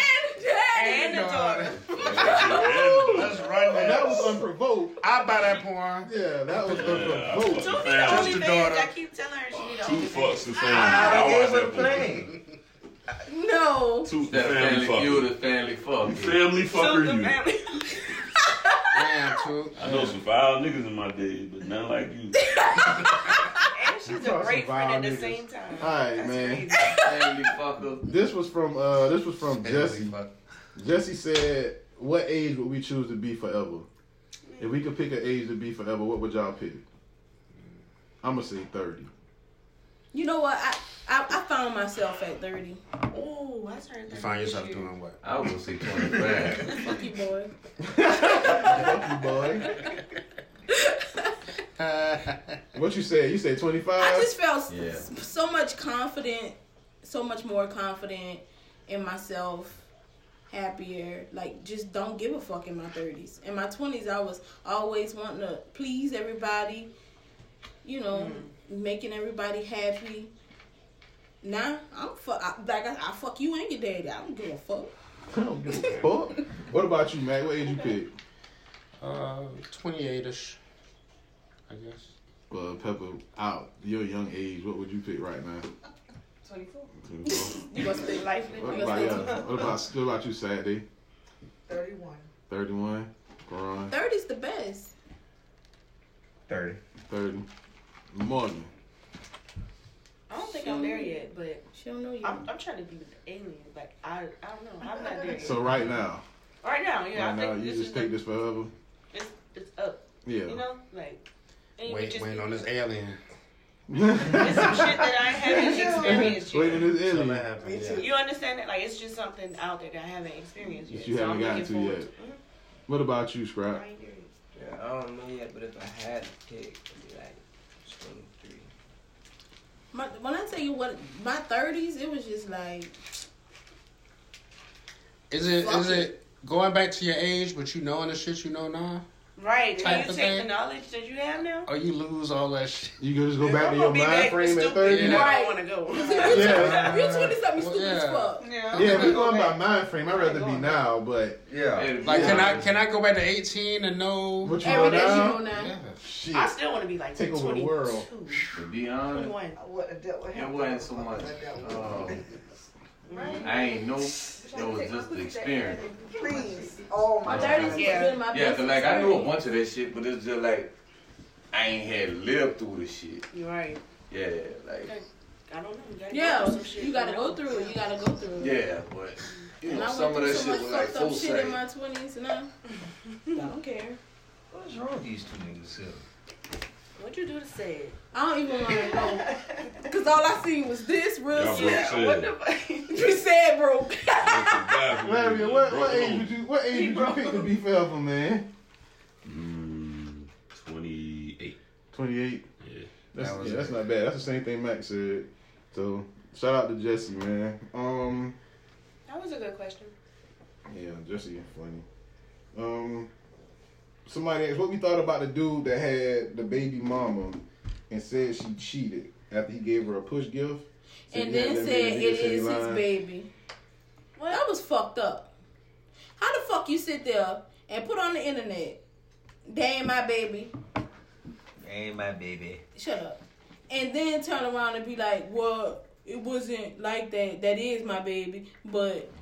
Speaker 9: And
Speaker 10: the daughter.
Speaker 6: Let's
Speaker 10: run
Speaker 6: that. That was unprovoked.
Speaker 10: I buy that porn.
Speaker 6: Yeah, that was
Speaker 7: unprovoked.
Speaker 8: Two be the only
Speaker 10: Just the
Speaker 8: thing. I
Speaker 10: daughter.
Speaker 8: keep telling her she need
Speaker 7: Two
Speaker 8: a
Speaker 7: fucks the family.
Speaker 8: Ah,
Speaker 7: I
Speaker 8: I
Speaker 7: watched
Speaker 8: gave
Speaker 7: that plane.
Speaker 9: No.
Speaker 7: Two
Speaker 5: That
Speaker 7: family
Speaker 5: family feud,
Speaker 7: fucker.
Speaker 5: the family fuck.
Speaker 7: Family fucker you.
Speaker 10: Damn, too.
Speaker 7: I know some foul niggas in my day, but none like you.
Speaker 8: And she's a great friend at the same time.
Speaker 6: All right, man.
Speaker 5: family fucker.
Speaker 6: This was from uh, this was from Jesse. Jesse said, "What age would we choose to be forever? If we could pick an age to be forever, what would y'all pick?" I'm gonna say thirty.
Speaker 9: You know what? I, I I found myself at thirty.
Speaker 8: Oh, I turned
Speaker 10: You
Speaker 8: thirty.
Speaker 10: find yourself doing what? [LAUGHS]
Speaker 5: I was gonna say 25.
Speaker 9: Fuck you, boy.
Speaker 6: Uh, What you said? You said twenty five.
Speaker 9: I just felt s-
Speaker 6: Yeah.
Speaker 9: s- so much confident, so much more confident in myself, happier. Like, just don't give a fuck in my 30s. In my 20s, I was always wanting to please everybody, you know,
Speaker 6: Mm.
Speaker 9: making everybody happy. Now, I'm fuck, I, like, I, I fuck you and your daddy. I don't give a fuck.
Speaker 6: I don't give a fuck. What about you, Mac? What age you pick?
Speaker 10: Uh, 28 ish, I guess.
Speaker 6: Well, Pepper, out your young age, what would you pick right now?
Speaker 8: 24.
Speaker 9: You gonna stay life? You
Speaker 6: What
Speaker 9: gonna
Speaker 6: about,
Speaker 9: stay
Speaker 6: yeah, what about what about you, Saturday?
Speaker 21: 31.
Speaker 6: Thirty one, Quran,
Speaker 9: 30's the best.
Speaker 6: thirty, morning.
Speaker 8: I don't don't think I'm there yet, but
Speaker 9: she don't know you.
Speaker 8: I'm, I'm trying to be with the alien. Like I, I don't know. I'm not there. Yet.
Speaker 6: So right now,
Speaker 8: Right now, yeah.
Speaker 6: right
Speaker 8: I
Speaker 6: now,
Speaker 8: think
Speaker 6: you
Speaker 8: this
Speaker 6: just
Speaker 8: is
Speaker 6: take
Speaker 8: like,
Speaker 6: this forever.
Speaker 8: It's, it's up.
Speaker 6: Yeah.
Speaker 8: You know, like. and you
Speaker 10: Wait,
Speaker 8: just-
Speaker 10: waiting on this alien.
Speaker 6: [LAUGHS]
Speaker 8: It's some shit that
Speaker 5: [LAUGHS]
Speaker 8: I haven't experienced yet.
Speaker 6: Waiting this alien.
Speaker 8: You understand that? Like, it's just something out there that I haven't experienced yet.
Speaker 6: That you
Speaker 8: so
Speaker 6: haven't
Speaker 8: I'm
Speaker 6: gotten
Speaker 8: looking
Speaker 6: to
Speaker 8: forward
Speaker 6: yet. What about you, Scrap?
Speaker 18: Yeah, I don't know yet, but if I had to pick, it'd be like 23.
Speaker 9: My, when I tell you what, my thirties, it was just like
Speaker 10: Is it
Speaker 9: Fuck
Speaker 10: is it going back to your age, but you knowing the shit you know now,
Speaker 8: Right. Can
Speaker 10: Type
Speaker 8: you take
Speaker 10: of
Speaker 8: the
Speaker 10: thing.
Speaker 8: knowledge that you have now?
Speaker 10: or you lose all that shit?
Speaker 6: You can just go back to
Speaker 10: I'm
Speaker 6: your
Speaker 10: gonna be
Speaker 6: mind
Speaker 10: back
Speaker 6: frame at
Speaker 10: stupid.
Speaker 6: thirty.
Speaker 10: Yeah.
Speaker 8: I want to
Speaker 9: [LAUGHS]
Speaker 8: go.
Speaker 6: Yeah.
Speaker 9: You're 20 something stupid
Speaker 10: yeah.
Speaker 9: as fuck.
Speaker 8: Yeah.
Speaker 6: Yeah, if we're going by mind frame, I'd rather be now, but
Speaker 10: yeah. Like, can I can I go back to eighteen and know
Speaker 6: What you know Everything you now? know
Speaker 9: now.
Speaker 6: Shit.
Speaker 8: I still want to be like
Speaker 6: Take over the
Speaker 8: 22.
Speaker 6: world.
Speaker 5: To be honest,
Speaker 8: 21.
Speaker 21: I would have dealt with
Speaker 5: it
Speaker 21: him.
Speaker 5: wasn't so much. Um, I ain't know. It was just the experience.
Speaker 21: Please. Oh my
Speaker 9: My thirties
Speaker 21: God.
Speaker 9: was been my
Speaker 5: Yeah,
Speaker 9: best.
Speaker 5: cause like I knew a bunch of that shit, but it's just like I ain't had lived through this shit.
Speaker 8: You're right.
Speaker 5: Yeah, like
Speaker 8: I don't know. You gotta
Speaker 9: Yeah,
Speaker 8: go through some shit,
Speaker 9: you gotta go through it. You gotta go through it.
Speaker 5: yeah, but you
Speaker 9: and
Speaker 5: know
Speaker 9: I
Speaker 5: some
Speaker 9: went
Speaker 5: of
Speaker 9: through so
Speaker 5: that
Speaker 9: much
Speaker 5: shit was like
Speaker 9: fucked up shit
Speaker 5: foresight.
Speaker 9: in my twenties, and I, I don't care.
Speaker 18: What's wrong with these two niggas here?
Speaker 8: What'd you do to say it?
Speaker 9: I don't even want to know, [LAUGHS] cause all I seen was this real
Speaker 7: Y'all
Speaker 9: shit.
Speaker 7: broke
Speaker 9: What the fuck? [LAUGHS] You said broke. [LAUGHS]
Speaker 6: Larry, what, what age would you what age would you pick to be forever, man?
Speaker 7: Twenty-eight.
Speaker 6: Twenty-eight.
Speaker 7: Yeah.
Speaker 6: That's,
Speaker 7: That was
Speaker 6: yeah, that's
Speaker 7: it.
Speaker 6: not bad. That's the same thing Max said. So shout out to Jesse, man. Um,
Speaker 8: That was a good question.
Speaker 6: yeah, Jesse, funny. Um, somebody asked what we thought about the dude that had the baby mama and said she cheated after he gave her a push gift. Said
Speaker 9: and
Speaker 6: he had
Speaker 9: then
Speaker 6: that
Speaker 9: said
Speaker 6: baby,
Speaker 9: it
Speaker 6: nigga said he
Speaker 9: is his
Speaker 6: lying.
Speaker 9: baby. That was fucked up. How the fuck you sit there and put on the internet, they ain't my baby,
Speaker 18: Ain't my baby.
Speaker 9: shut up, and then turn around and be like, well, it wasn't like that. That is my baby, but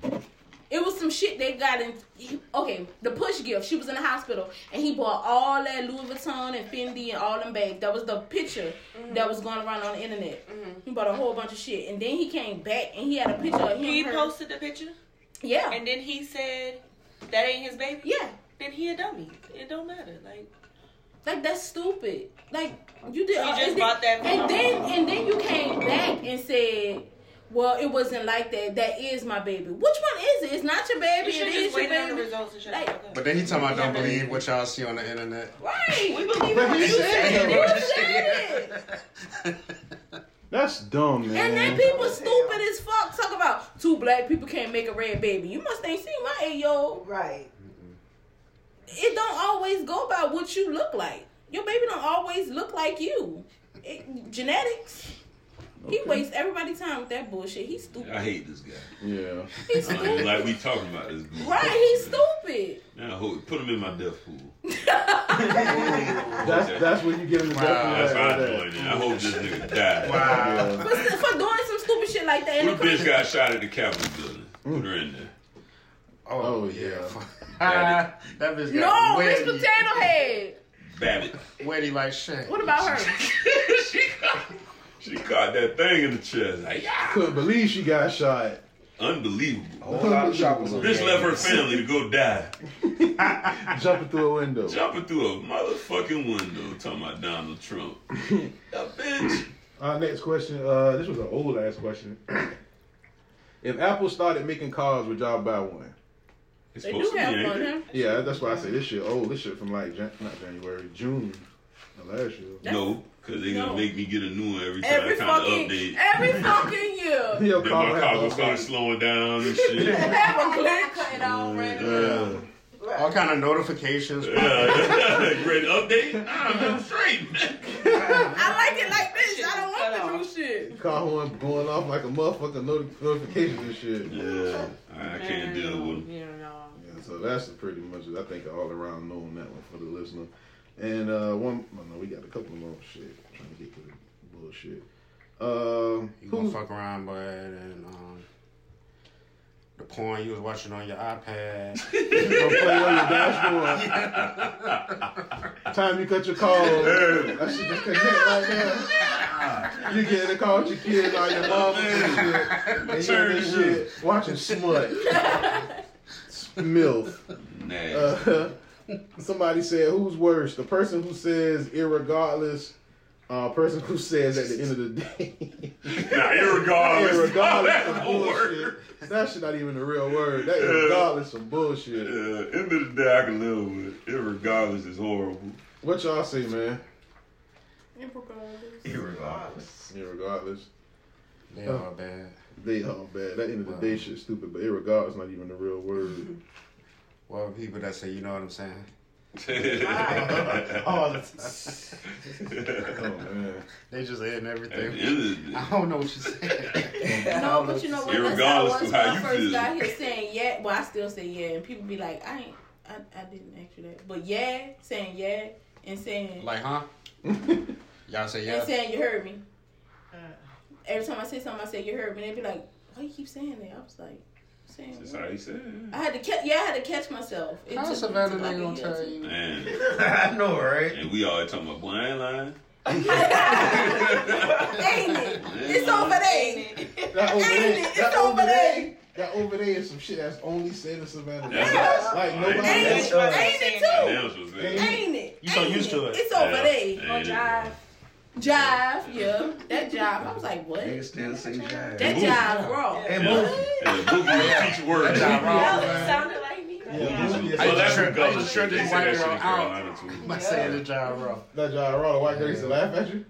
Speaker 9: it was some shit they got in. he- Okay, the push gift. She was in the hospital, and he bought all that Louis Vuitton and Fendi and all them bags. That was the picture
Speaker 8: Mm-hmm.
Speaker 9: that was going around on the internet. He bought a whole bunch of shit, and then he came back and he had a picture of him.
Speaker 8: He
Speaker 9: her-
Speaker 8: posted the picture.
Speaker 9: Yeah.
Speaker 8: And then he said that ain't his baby.
Speaker 9: Yeah.
Speaker 8: Then he a dummy. It don't matter. Like
Speaker 9: Like that's stupid. Like you did.
Speaker 8: She just
Speaker 9: and
Speaker 8: bought
Speaker 9: then-
Speaker 8: that
Speaker 9: And
Speaker 8: from-
Speaker 9: then and then you came back and said, "Well, it wasn't like that. That is my baby. Which one is it? It's not your baby.
Speaker 8: you should
Speaker 9: It
Speaker 8: just
Speaker 9: is your
Speaker 8: wait on the
Speaker 9: baby."
Speaker 8: results and shut
Speaker 9: Like-
Speaker 8: the fuck up.
Speaker 10: But then he talking about don't believe what y'all see on the internet.
Speaker 9: Right.
Speaker 8: We believe what you
Speaker 10: [LAUGHS] said
Speaker 8: said.
Speaker 10: it.
Speaker 9: You said it.
Speaker 6: That's dumb, man.
Speaker 9: And then people stupid as fuck talk about two black people can't make a red baby. You must ain't seen my eight year old.
Speaker 21: Right.
Speaker 9: It don't always go by what you look like. Your baby don't always look like you. It- genetics. He wastes everybody's time with that bullshit. He's stupid.
Speaker 7: I hate this guy.
Speaker 6: Yeah.
Speaker 9: He's stupid.
Speaker 7: like we talking about this. dude.
Speaker 9: Right, he's stupid.
Speaker 7: Now hold, put him in my death pool.
Speaker 6: That's that's when you give him the
Speaker 7: That's what I'm
Speaker 6: death
Speaker 7: doing. it. I hope this nigga died.
Speaker 6: Wow.
Speaker 9: But st- for doing some stupid shit like that, and
Speaker 7: What
Speaker 9: it could
Speaker 7: bitch got shot at the Capitol building? Put her in there.
Speaker 10: Oh,
Speaker 6: yeah.
Speaker 10: [LAUGHS] that bitch
Speaker 9: no,
Speaker 10: got
Speaker 9: Miss
Speaker 10: wetty,
Speaker 9: Potato Head.
Speaker 7: Babbitt.
Speaker 10: wetty like shit.
Speaker 9: What about
Speaker 7: [LAUGHS]
Speaker 9: her?
Speaker 7: She caught that thing in the chest. Like, yeah.
Speaker 6: Couldn't believe she got shot.
Speaker 7: Unbelievable.
Speaker 9: Oh,
Speaker 10: whole lot of choppers on
Speaker 7: Bitch
Speaker 10: the
Speaker 7: left her
Speaker 10: game.
Speaker 7: family to go
Speaker 9: [LAUGHS]
Speaker 7: die.
Speaker 6: Jumping through a window.
Speaker 7: Jumping through a motherfucking window talking about
Speaker 9: [LAUGHS]
Speaker 7: Donald Trump.
Speaker 6: Our next question. Uh, this was an old ass question. [CLEARS THROAT] if Apple started making cars, would y'all buy one?
Speaker 7: It's
Speaker 9: They do have fun, huh?
Speaker 6: Yeah, that's why I say this shit old. This shit from like Jan- not January, June of last year.
Speaker 7: No, because they gonna
Speaker 9: No.
Speaker 7: make me get a new one every time
Speaker 9: Every
Speaker 7: I kind of
Speaker 9: fucking,
Speaker 7: update.
Speaker 9: every fucking year.
Speaker 6: Your
Speaker 7: then
Speaker 6: car
Speaker 7: my
Speaker 6: have
Speaker 7: car gonna
Speaker 6: update.
Speaker 7: start slowing down
Speaker 9: [LAUGHS]
Speaker 7: and shit.
Speaker 9: Have a glitch.
Speaker 10: Mm,
Speaker 7: Yeah.
Speaker 10: All kind of notifications.
Speaker 7: Yeah. [LAUGHS] Great update. Nah, man, straight.
Speaker 9: I like it like this. I don't want the new shit.
Speaker 6: Car horn going off like a motherfucking noti- notification and shit.
Speaker 7: Yeah, I can't deal with 'em.
Speaker 6: Yeah, so that's pretty much it. I think all around knowing that one for the listener. And uh, one, oh no, we got a couple more shit. trying to get to the bullshit. Um,
Speaker 10: You
Speaker 6: who-
Speaker 10: gonna fuck around, boy, and um, the porn you was watching on your iPad.
Speaker 6: Gonna play on your dashboard.
Speaker 10: [LAUGHS]
Speaker 6: Time you cut your call. That shit just connect right now. You get to call your kids all your mamas [LAUGHS] and shit. They hear this shit. Watching smut. MILF. Uh, somebody said, who's worse? The person who says irregardless, uh, person who says at the end of the day.
Speaker 7: Nah, irregardless.
Speaker 6: [LAUGHS] irregardless
Speaker 7: That's
Speaker 6: of
Speaker 7: a
Speaker 6: bullshit. That shit not even a real word. That irregardless of bullshit.
Speaker 7: Yeah, end of the day, I can live with it. Irregardless is horrible.
Speaker 6: What y'all say, man?
Speaker 7: Irregardless.
Speaker 6: Irregardless.
Speaker 10: They all bad.
Speaker 6: They all bad. At the end of the day, shit stupid, but irregardless not even the real word.
Speaker 10: Well, people that say, you know what I'm saying?
Speaker 7: [LAUGHS]
Speaker 6: All the
Speaker 10: They just adding
Speaker 7: It is.
Speaker 10: everything. [LAUGHS] I don't know what you're saying.
Speaker 9: No, but you know what? That's
Speaker 10: Irregardless
Speaker 9: how once
Speaker 10: of
Speaker 9: when I
Speaker 10: how you
Speaker 9: first
Speaker 10: feel.
Speaker 9: got here saying yeah, well, I still say yeah, and people be like, I ain't, I, I didn't ask you that, but yeah, saying yeah, and saying
Speaker 10: Like, huh? Y'all say yeah. Uh.
Speaker 9: and saying you heard me. Every time I say something, I say you heard me. They be like, why you keep saying that? I was like, saying.
Speaker 7: That's
Speaker 9: what?
Speaker 7: how he said it.
Speaker 9: I had to catch. Yeah, I had to catch myself. It
Speaker 10: How's
Speaker 9: took-
Speaker 10: Savannah
Speaker 9: took like a
Speaker 10: nigga gonna
Speaker 9: year
Speaker 10: tell
Speaker 9: to-
Speaker 10: you?
Speaker 7: Man. I know, right? And we all talking about, boy, I ain't
Speaker 6: [LAUGHS]
Speaker 7: lying.
Speaker 9: Ain't it?
Speaker 10: [LAUGHS]
Speaker 9: It's over there.
Speaker 6: That over there,
Speaker 9: Ain't it? It's
Speaker 6: that
Speaker 9: over
Speaker 6: over
Speaker 9: there.
Speaker 6: there, that over there is some shit that's only said in Savannah.
Speaker 7: That's
Speaker 6: That's
Speaker 7: us.
Speaker 6: like
Speaker 7: Ain't
Speaker 6: nobody
Speaker 7: it?
Speaker 6: else.
Speaker 9: Ain't it too?
Speaker 6: Ain't
Speaker 9: Ain't it?
Speaker 6: You so
Speaker 9: Ain't
Speaker 6: used to it.
Speaker 9: It's over
Speaker 6: Yeah.
Speaker 9: there.
Speaker 6: Ain't it?
Speaker 9: jive. Jive, yeah. That jive. I was like, what?
Speaker 4: Niggas still say jive.
Speaker 9: That jive raw.
Speaker 4: Hey, move.
Speaker 7: Teach words.
Speaker 4: That jive raw.
Speaker 8: sounded like me.
Speaker 7: Yeah.
Speaker 10: I
Speaker 7: Well,
Speaker 10: just
Speaker 7: that's
Speaker 10: tripped- I just
Speaker 7: regardless.
Speaker 10: tripped
Speaker 7: They
Speaker 10: this
Speaker 7: say
Speaker 10: white
Speaker 7: that
Speaker 10: girl
Speaker 7: shit in
Speaker 10: out.
Speaker 7: Carolina, too.
Speaker 10: By saying the John Rowe.
Speaker 6: That John Rowe, the white girl used to laugh at you.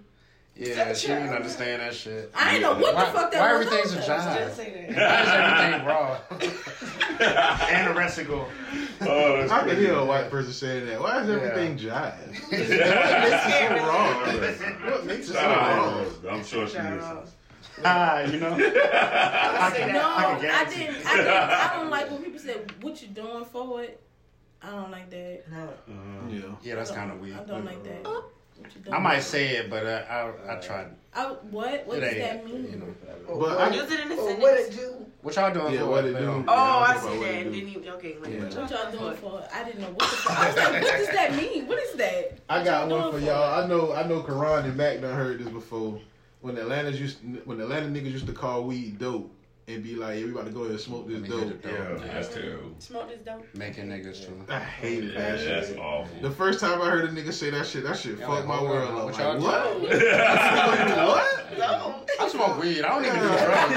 Speaker 10: Yeah, she didn't understand that shit.
Speaker 9: I ain't know what the
Speaker 10: Why-
Speaker 9: fuck that
Speaker 10: Why
Speaker 9: was
Speaker 10: everything's a
Speaker 9: either.
Speaker 10: jive?
Speaker 9: Just say
Speaker 10: Why is everything raw? [LAUGHS] and a resicle.
Speaker 7: [LAUGHS] Oh,
Speaker 6: I can hear
Speaker 7: [LAUGHS]
Speaker 6: a white person saying that. Why is everything jive? what makes it so wrong? [LAUGHS] What makes it so wrong?
Speaker 7: I'm sure she listens.
Speaker 10: Ah, you know. I can,
Speaker 9: No,
Speaker 10: I
Speaker 9: I
Speaker 10: can guarantee.
Speaker 9: didn't. I didn't. I [LAUGHS] don't like when people say, "What you doing for it?" I don't like that.
Speaker 10: yeah. that's
Speaker 9: I don't-
Speaker 10: kind of weird. uh,
Speaker 9: I don't like that. What you doing
Speaker 10: I might
Speaker 9: for
Speaker 10: say it, but I I, I tried.
Speaker 9: I, what? What
Speaker 10: It
Speaker 9: does
Speaker 10: ain't,
Speaker 9: that mean?
Speaker 10: But I-
Speaker 2: Use it in a
Speaker 21: Or
Speaker 2: sentence.
Speaker 21: what it do?
Speaker 10: What y'all doing
Speaker 6: Yeah,
Speaker 10: for
Speaker 6: what
Speaker 10: it,
Speaker 6: it
Speaker 10: man?
Speaker 6: do?
Speaker 2: Oh, I see that. And didn't even. Okay, like,
Speaker 6: Yeah.
Speaker 2: what
Speaker 9: What y'all doing for? it? I didn't know what the
Speaker 10: [LAUGHS]
Speaker 9: fuck. I was like, what does that mean? What is that?
Speaker 6: I got one for y'all. I know, I know. Karan and Mac done heard this before. When Atlanta's used, when Atlanta niggas used to call weed dope and be like, "Yeah, we about to go ahead and smoke this dope."
Speaker 7: That's terrible.
Speaker 2: Smoke this dope.
Speaker 10: Making niggas too.
Speaker 6: I hated
Speaker 7: Yeah,
Speaker 6: that shit.
Speaker 7: that's awful.
Speaker 6: [LAUGHS] The first time I heard a nigga say that shit, that shit
Speaker 10: Yeah,
Speaker 6: fucked
Speaker 10: like,
Speaker 6: my
Speaker 10: hold
Speaker 6: world
Speaker 10: on,
Speaker 6: up.
Speaker 10: what
Speaker 6: Like, [LAUGHS]
Speaker 10: y'all
Speaker 6: what?
Speaker 10: doing?
Speaker 6: What?
Speaker 10: I smoke weed. I don't even do drugs.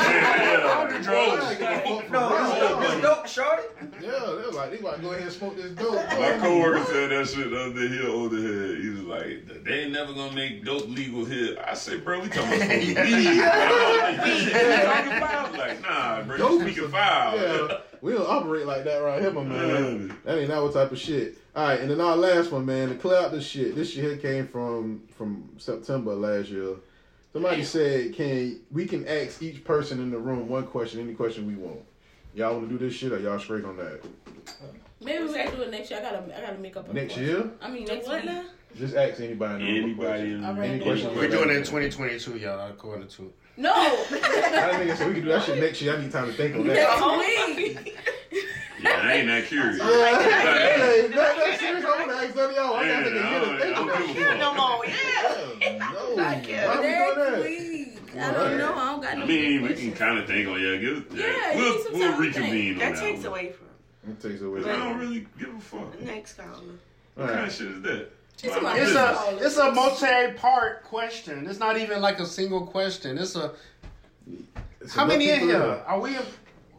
Speaker 10: I don't do drugs.
Speaker 6: No, this dope, shorty. Yeah, they're like, they about to go ahead and smoke this dope.
Speaker 7: My coworker said that shit the other day. He older head. He was like, "They ain't never gonna make dope legal here." I say, "Bro, we talking about some weed."
Speaker 6: Yeah.
Speaker 7: Like, nah, bro,
Speaker 6: Dope
Speaker 7: you
Speaker 6: is
Speaker 7: speaking
Speaker 6: a-
Speaker 7: foul.
Speaker 6: Yeah, we don't operate like that right here, my man. That ain't our type of shit. All right, and then our last one, man, to clear out this shit. This shit here came from from September last year. Somebody said, "Can we can ask each person in the room one question, any question we want." Y'all want to do this shit, or y'all straight on that?
Speaker 9: Maybe we gotta do it next year. I gotta, I gotta make up. A
Speaker 6: Next
Speaker 9: question.
Speaker 6: year?
Speaker 9: I mean, next what now?
Speaker 6: Just ask anybody. in the room a question. Any question?
Speaker 10: We're doing it in 2022, y'all. According to
Speaker 9: No. [LAUGHS]
Speaker 6: I think so. We can do that shit next year. I need time to think on that.
Speaker 9: next week.
Speaker 7: Yeah, I ain't that curious.
Speaker 6: [LAUGHS] Yeah, hey,
Speaker 7: Like,
Speaker 6: that, that's serious. I want to ask none of y'all. I got to get
Speaker 7: Yeah, I don't-
Speaker 6: a think
Speaker 7: I don't
Speaker 6: about
Speaker 7: give a
Speaker 6: shit.
Speaker 7: fuck. No more,
Speaker 6: No,
Speaker 9: Not
Speaker 6: why we doing
Speaker 9: next
Speaker 6: that?
Speaker 9: week. I don't know. I don't got no.
Speaker 7: I mean, we can kind of think on yeah. Give it.
Speaker 9: Yeah, you need
Speaker 7: we'll,
Speaker 9: some
Speaker 7: we'll
Speaker 9: time to think.
Speaker 7: reconvene on
Speaker 2: That
Speaker 7: that.
Speaker 2: takes
Speaker 7: one.
Speaker 2: away from
Speaker 6: It takes away.
Speaker 7: But I don't really give a fuck.
Speaker 2: next column.
Speaker 7: What kind of shit is that?
Speaker 10: It's
Speaker 7: Mind
Speaker 10: a,
Speaker 7: my
Speaker 10: it's a
Speaker 7: business.
Speaker 10: it's a multi-part question. It's not even like a single question. It's a how
Speaker 6: enough
Speaker 10: many in
Speaker 6: people
Speaker 10: here?
Speaker 6: in here.
Speaker 10: Are we in,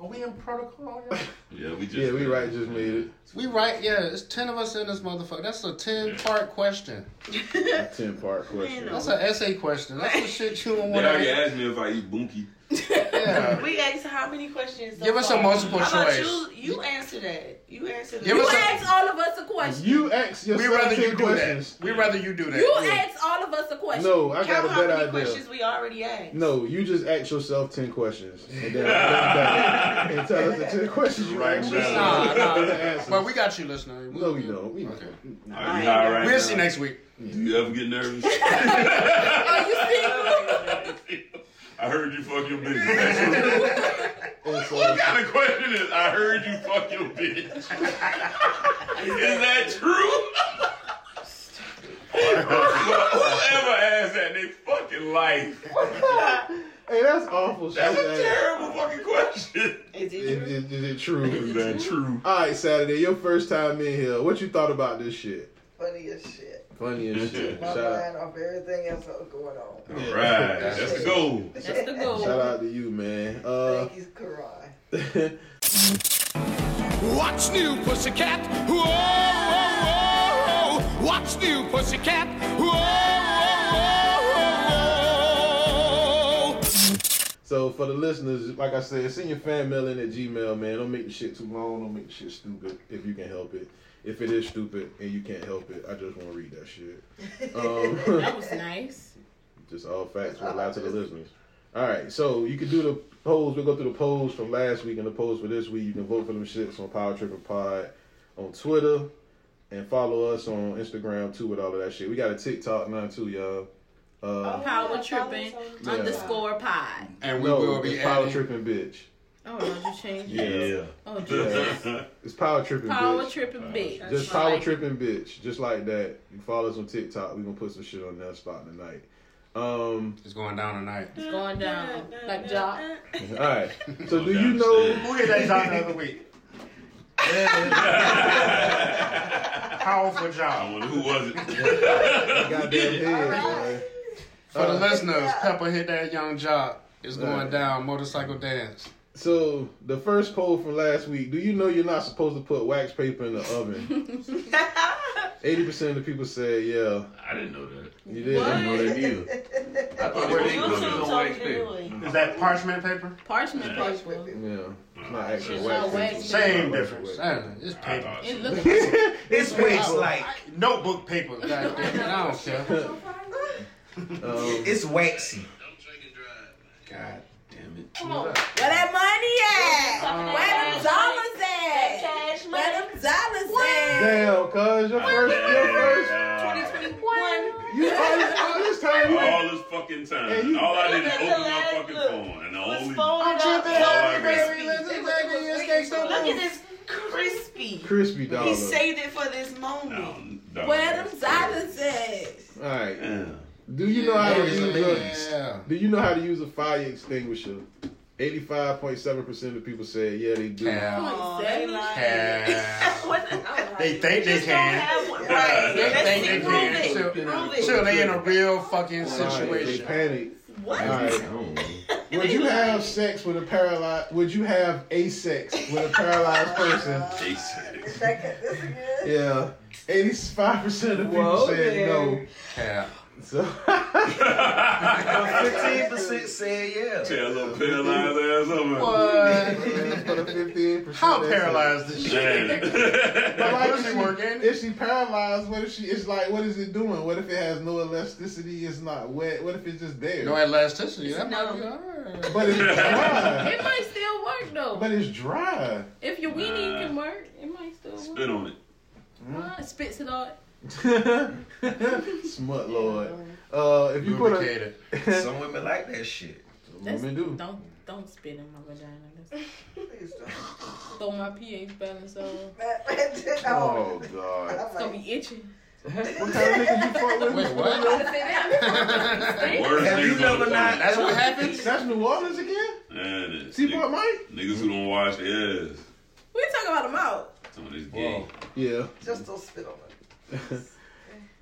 Speaker 10: are we in protocol? [LAUGHS] y'all?
Speaker 7: Yeah, we just.
Speaker 6: Yeah, we right just made it.
Speaker 10: we right? Yeah, it's ten of us in this motherfucker. That's a ten-part question.
Speaker 6: A [LAUGHS] ten part question.
Speaker 10: That's an essay question. That's the shit you don't
Speaker 7: They
Speaker 10: want
Speaker 7: [LAUGHS] already
Speaker 10: to.
Speaker 7: asked me if I eat bunkie.
Speaker 9: [LAUGHS]
Speaker 2: We asked how many questions. So
Speaker 10: Give us
Speaker 2: far.
Speaker 10: a multiple
Speaker 2: How about
Speaker 10: choice.
Speaker 2: You, you answer that. You answer that.
Speaker 10: Give
Speaker 9: You
Speaker 10: us a-
Speaker 9: ask all of us a question.
Speaker 6: You ask
Speaker 10: We
Speaker 6: yourself
Speaker 10: rather
Speaker 6: ten
Speaker 10: you do
Speaker 6: questions.
Speaker 10: that. We rather you do that.
Speaker 9: You
Speaker 10: Yeah.
Speaker 9: ask all of us a question.
Speaker 6: No, I got
Speaker 2: Count
Speaker 6: a
Speaker 2: how
Speaker 6: better
Speaker 2: many
Speaker 6: idea.
Speaker 2: questions we already asked.
Speaker 6: No, you just ask yourself ten questions and
Speaker 10: [LAUGHS]
Speaker 6: then and tell us the ten questions you
Speaker 10: Right,
Speaker 6: asked
Speaker 10: nah,
Speaker 6: yourself.
Speaker 10: [LAUGHS]
Speaker 6: The
Speaker 10: nah.
Speaker 6: answers.
Speaker 10: Well, we got you listening.
Speaker 6: No, we don't. We don't.
Speaker 7: Are you high Oh, right
Speaker 10: We'll
Speaker 7: now?
Speaker 10: see next week.
Speaker 7: Do you ever get nervous?
Speaker 9: Are you single?
Speaker 7: I heard you fuck your bitch.
Speaker 10: Oh,
Speaker 7: what kind of question is I heard you fuck your bitch? is that true? Whoever asked that, they fucking life?
Speaker 6: Hey, that's awful
Speaker 7: That's
Speaker 6: shit.
Speaker 7: a
Speaker 6: man.
Speaker 7: terrible fucking question.
Speaker 2: Is
Speaker 6: Is, is, is it
Speaker 10: [LAUGHS]
Speaker 6: true?
Speaker 7: Is that true?
Speaker 6: All right, Saturday, your first time in here. What you thought about this shit?
Speaker 21: Funny as shit.
Speaker 6: Funny as shit.
Speaker 21: My
Speaker 6: Shout out.
Speaker 21: mind off everything else that was going on.
Speaker 6: All
Speaker 7: right, that's the goal.
Speaker 21: That's the goal.
Speaker 6: Shout out to you, man. Uh,
Speaker 21: He's Karai.
Speaker 1: [LAUGHS] What's new, pussycat? Whoa, whoa, whoa, whoa. What's new, pussycat? Whoa, whoa, whoa, whoa, whoa.
Speaker 6: So for the listeners, like I said, send your fan mail in at Gmail, man. Don't make the shit too long. Don't make the shit stupid if you can help it. If it is stupid and you can't help it, I just want to read that shit. Um, [LAUGHS]
Speaker 9: that was nice.
Speaker 6: Just all facts
Speaker 9: [LAUGHS]
Speaker 6: were allowed to the listeners. All right, so you can do the polls. We'll go through the polls from last week and the polls for this week. You can vote for them shits on Power Tripping Pod on Twitter and follow us on Instagram too with all of that shit. We got a TikTok now too, y'all. Uh,
Speaker 9: Power tripping
Speaker 6: Yeah.
Speaker 9: underscore pod.
Speaker 6: and Oh, we will be Power Tripping Bitch.
Speaker 9: Oh no, you changed
Speaker 6: Yeah.
Speaker 9: it.
Speaker 7: [LAUGHS]
Speaker 9: Oh, Jesus.
Speaker 6: it's Power Tripping
Speaker 9: Power
Speaker 6: Bitch.
Speaker 9: tripping bitch.
Speaker 6: Just power tripping bitch, just like that. You follow us on TikTok. We gonna put some shit on there starting tonight. [LAUGHS] Um, it's going down tonight.
Speaker 9: It's going down like jock.
Speaker 6: All right. So do you know
Speaker 10: Who did that job the other week? Powerful job.
Speaker 7: who was it?
Speaker 6: Goddamn head.
Speaker 10: For the
Speaker 6: Uh,
Speaker 10: listeners, Pepper hit that young job. It's going
Speaker 6: Right.
Speaker 10: down. Motorcycle dance.
Speaker 6: So the first poll from last week: Do you know you're not supposed to put wax paper in the oven?
Speaker 2: [LAUGHS]
Speaker 6: Eighty percent of the people said yeah.
Speaker 7: I didn't know that.
Speaker 6: You did.
Speaker 7: I didn't know that either. I thought
Speaker 6: Where
Speaker 7: it
Speaker 6: they
Speaker 7: was
Speaker 6: put it
Speaker 7: on
Speaker 6: on
Speaker 7: wax
Speaker 6: white
Speaker 7: paper.
Speaker 10: Is that parchment paper?
Speaker 9: Parchment paper.
Speaker 6: Yeah, it's not actually
Speaker 10: It's
Speaker 6: wax.
Speaker 10: not wax
Speaker 6: paper.
Speaker 10: paper. Same
Speaker 6: It's
Speaker 10: difference.
Speaker 6: wax paper.
Speaker 10: I don't know. It's paper.
Speaker 9: It
Speaker 6: [LAUGHS]
Speaker 9: looks.
Speaker 10: This
Speaker 4: week's like-
Speaker 10: notebook paper. Goddamn, it. I [LAUGHS] don't care.
Speaker 6: Um,
Speaker 4: it's waxy.
Speaker 10: God damn it.
Speaker 11: Where that money at?
Speaker 6: Uh,
Speaker 11: Where them dollars at?
Speaker 8: cash money.
Speaker 11: Where them dollars at?
Speaker 6: Damn, cuz your first, your first,
Speaker 8: 2021.
Speaker 6: you all this time you
Speaker 7: All this fucking time.
Speaker 6: And you-
Speaker 7: all I did is
Speaker 6: Look
Speaker 7: open
Speaker 6: at the
Speaker 7: my fucking phone and I only.
Speaker 2: Look at this crispy.
Speaker 6: crispy
Speaker 2: He
Speaker 6: dollar.
Speaker 2: saved it for this moment.
Speaker 7: No,
Speaker 11: Where them dollars at?
Speaker 6: All right. Do you know how to use a Do you know how to use a fire extinguisher? Eighty-five point seven percent of people said yeah they do.
Speaker 11: Point seven.
Speaker 4: [LAUGHS]
Speaker 10: They think they can.
Speaker 2: Right.
Speaker 10: They
Speaker 2: Let's
Speaker 10: think
Speaker 2: see,
Speaker 10: they
Speaker 2: prove it.
Speaker 10: can.
Speaker 2: Prove
Speaker 10: Till-
Speaker 2: it.
Speaker 10: Till they in a real fucking
Speaker 6: Alright, They
Speaker 10: situation.
Speaker 6: panic.
Speaker 2: What?
Speaker 6: Would you have sex with a paralyzed? Would you have a sex with a paralyzed [LAUGHS] person? Yeah, eighty-five percent of people
Speaker 4: Whoa,
Speaker 6: said
Speaker 4: yeah.
Speaker 6: no.
Speaker 10: Yeah.
Speaker 6: So [LAUGHS]
Speaker 4: Fifteen percent said
Speaker 7: [LAUGHS]
Speaker 4: yeah.
Speaker 7: Tell little paralyzed ass over.
Speaker 6: fifteen percent.
Speaker 10: How paralyzed is she? [LAUGHS]
Speaker 6: But like, if
Speaker 10: Pussy
Speaker 6: she,
Speaker 10: working.
Speaker 6: if she paralyzed, what if she? It's like, what is it doing? What if it has no elasticity? It's not wet. What if it's just there?
Speaker 10: No elasticity. That might be
Speaker 6: But
Speaker 10: [LAUGHS]
Speaker 6: it's dry.
Speaker 9: It might still work though.
Speaker 6: but it's dry. [LAUGHS]
Speaker 9: if your weenie can work, it might still work.
Speaker 7: Spit on it.
Speaker 9: Huh?
Speaker 6: Mm-hmm.
Speaker 9: It spits it out.
Speaker 6: Smut lord. Uh, if you put a,
Speaker 10: Lubricated. [LAUGHS]
Speaker 4: Some women like that shit.
Speaker 9: That's,
Speaker 6: women do.
Speaker 9: Don't don't spit in my vagina. That's- Throw my pH balance off.
Speaker 6: Oh god.
Speaker 9: It's gonna be itching.
Speaker 6: [LAUGHS] What kind of nigga you fuck with?
Speaker 10: Wait, what?
Speaker 9: [LAUGHS]
Speaker 7: Worst
Speaker 4: Have you
Speaker 7: niggas on the
Speaker 4: never not?
Speaker 7: planet.
Speaker 10: That's what happens.
Speaker 6: That's New Orleans again.
Speaker 7: Man, it's
Speaker 6: See
Speaker 7: nigg-
Speaker 6: what, Mike?
Speaker 7: Niggas who don't wash their ass.
Speaker 11: We talking about them out.
Speaker 7: Some of these gay.
Speaker 6: Yeah. [LAUGHS]
Speaker 21: Just don't spit on it.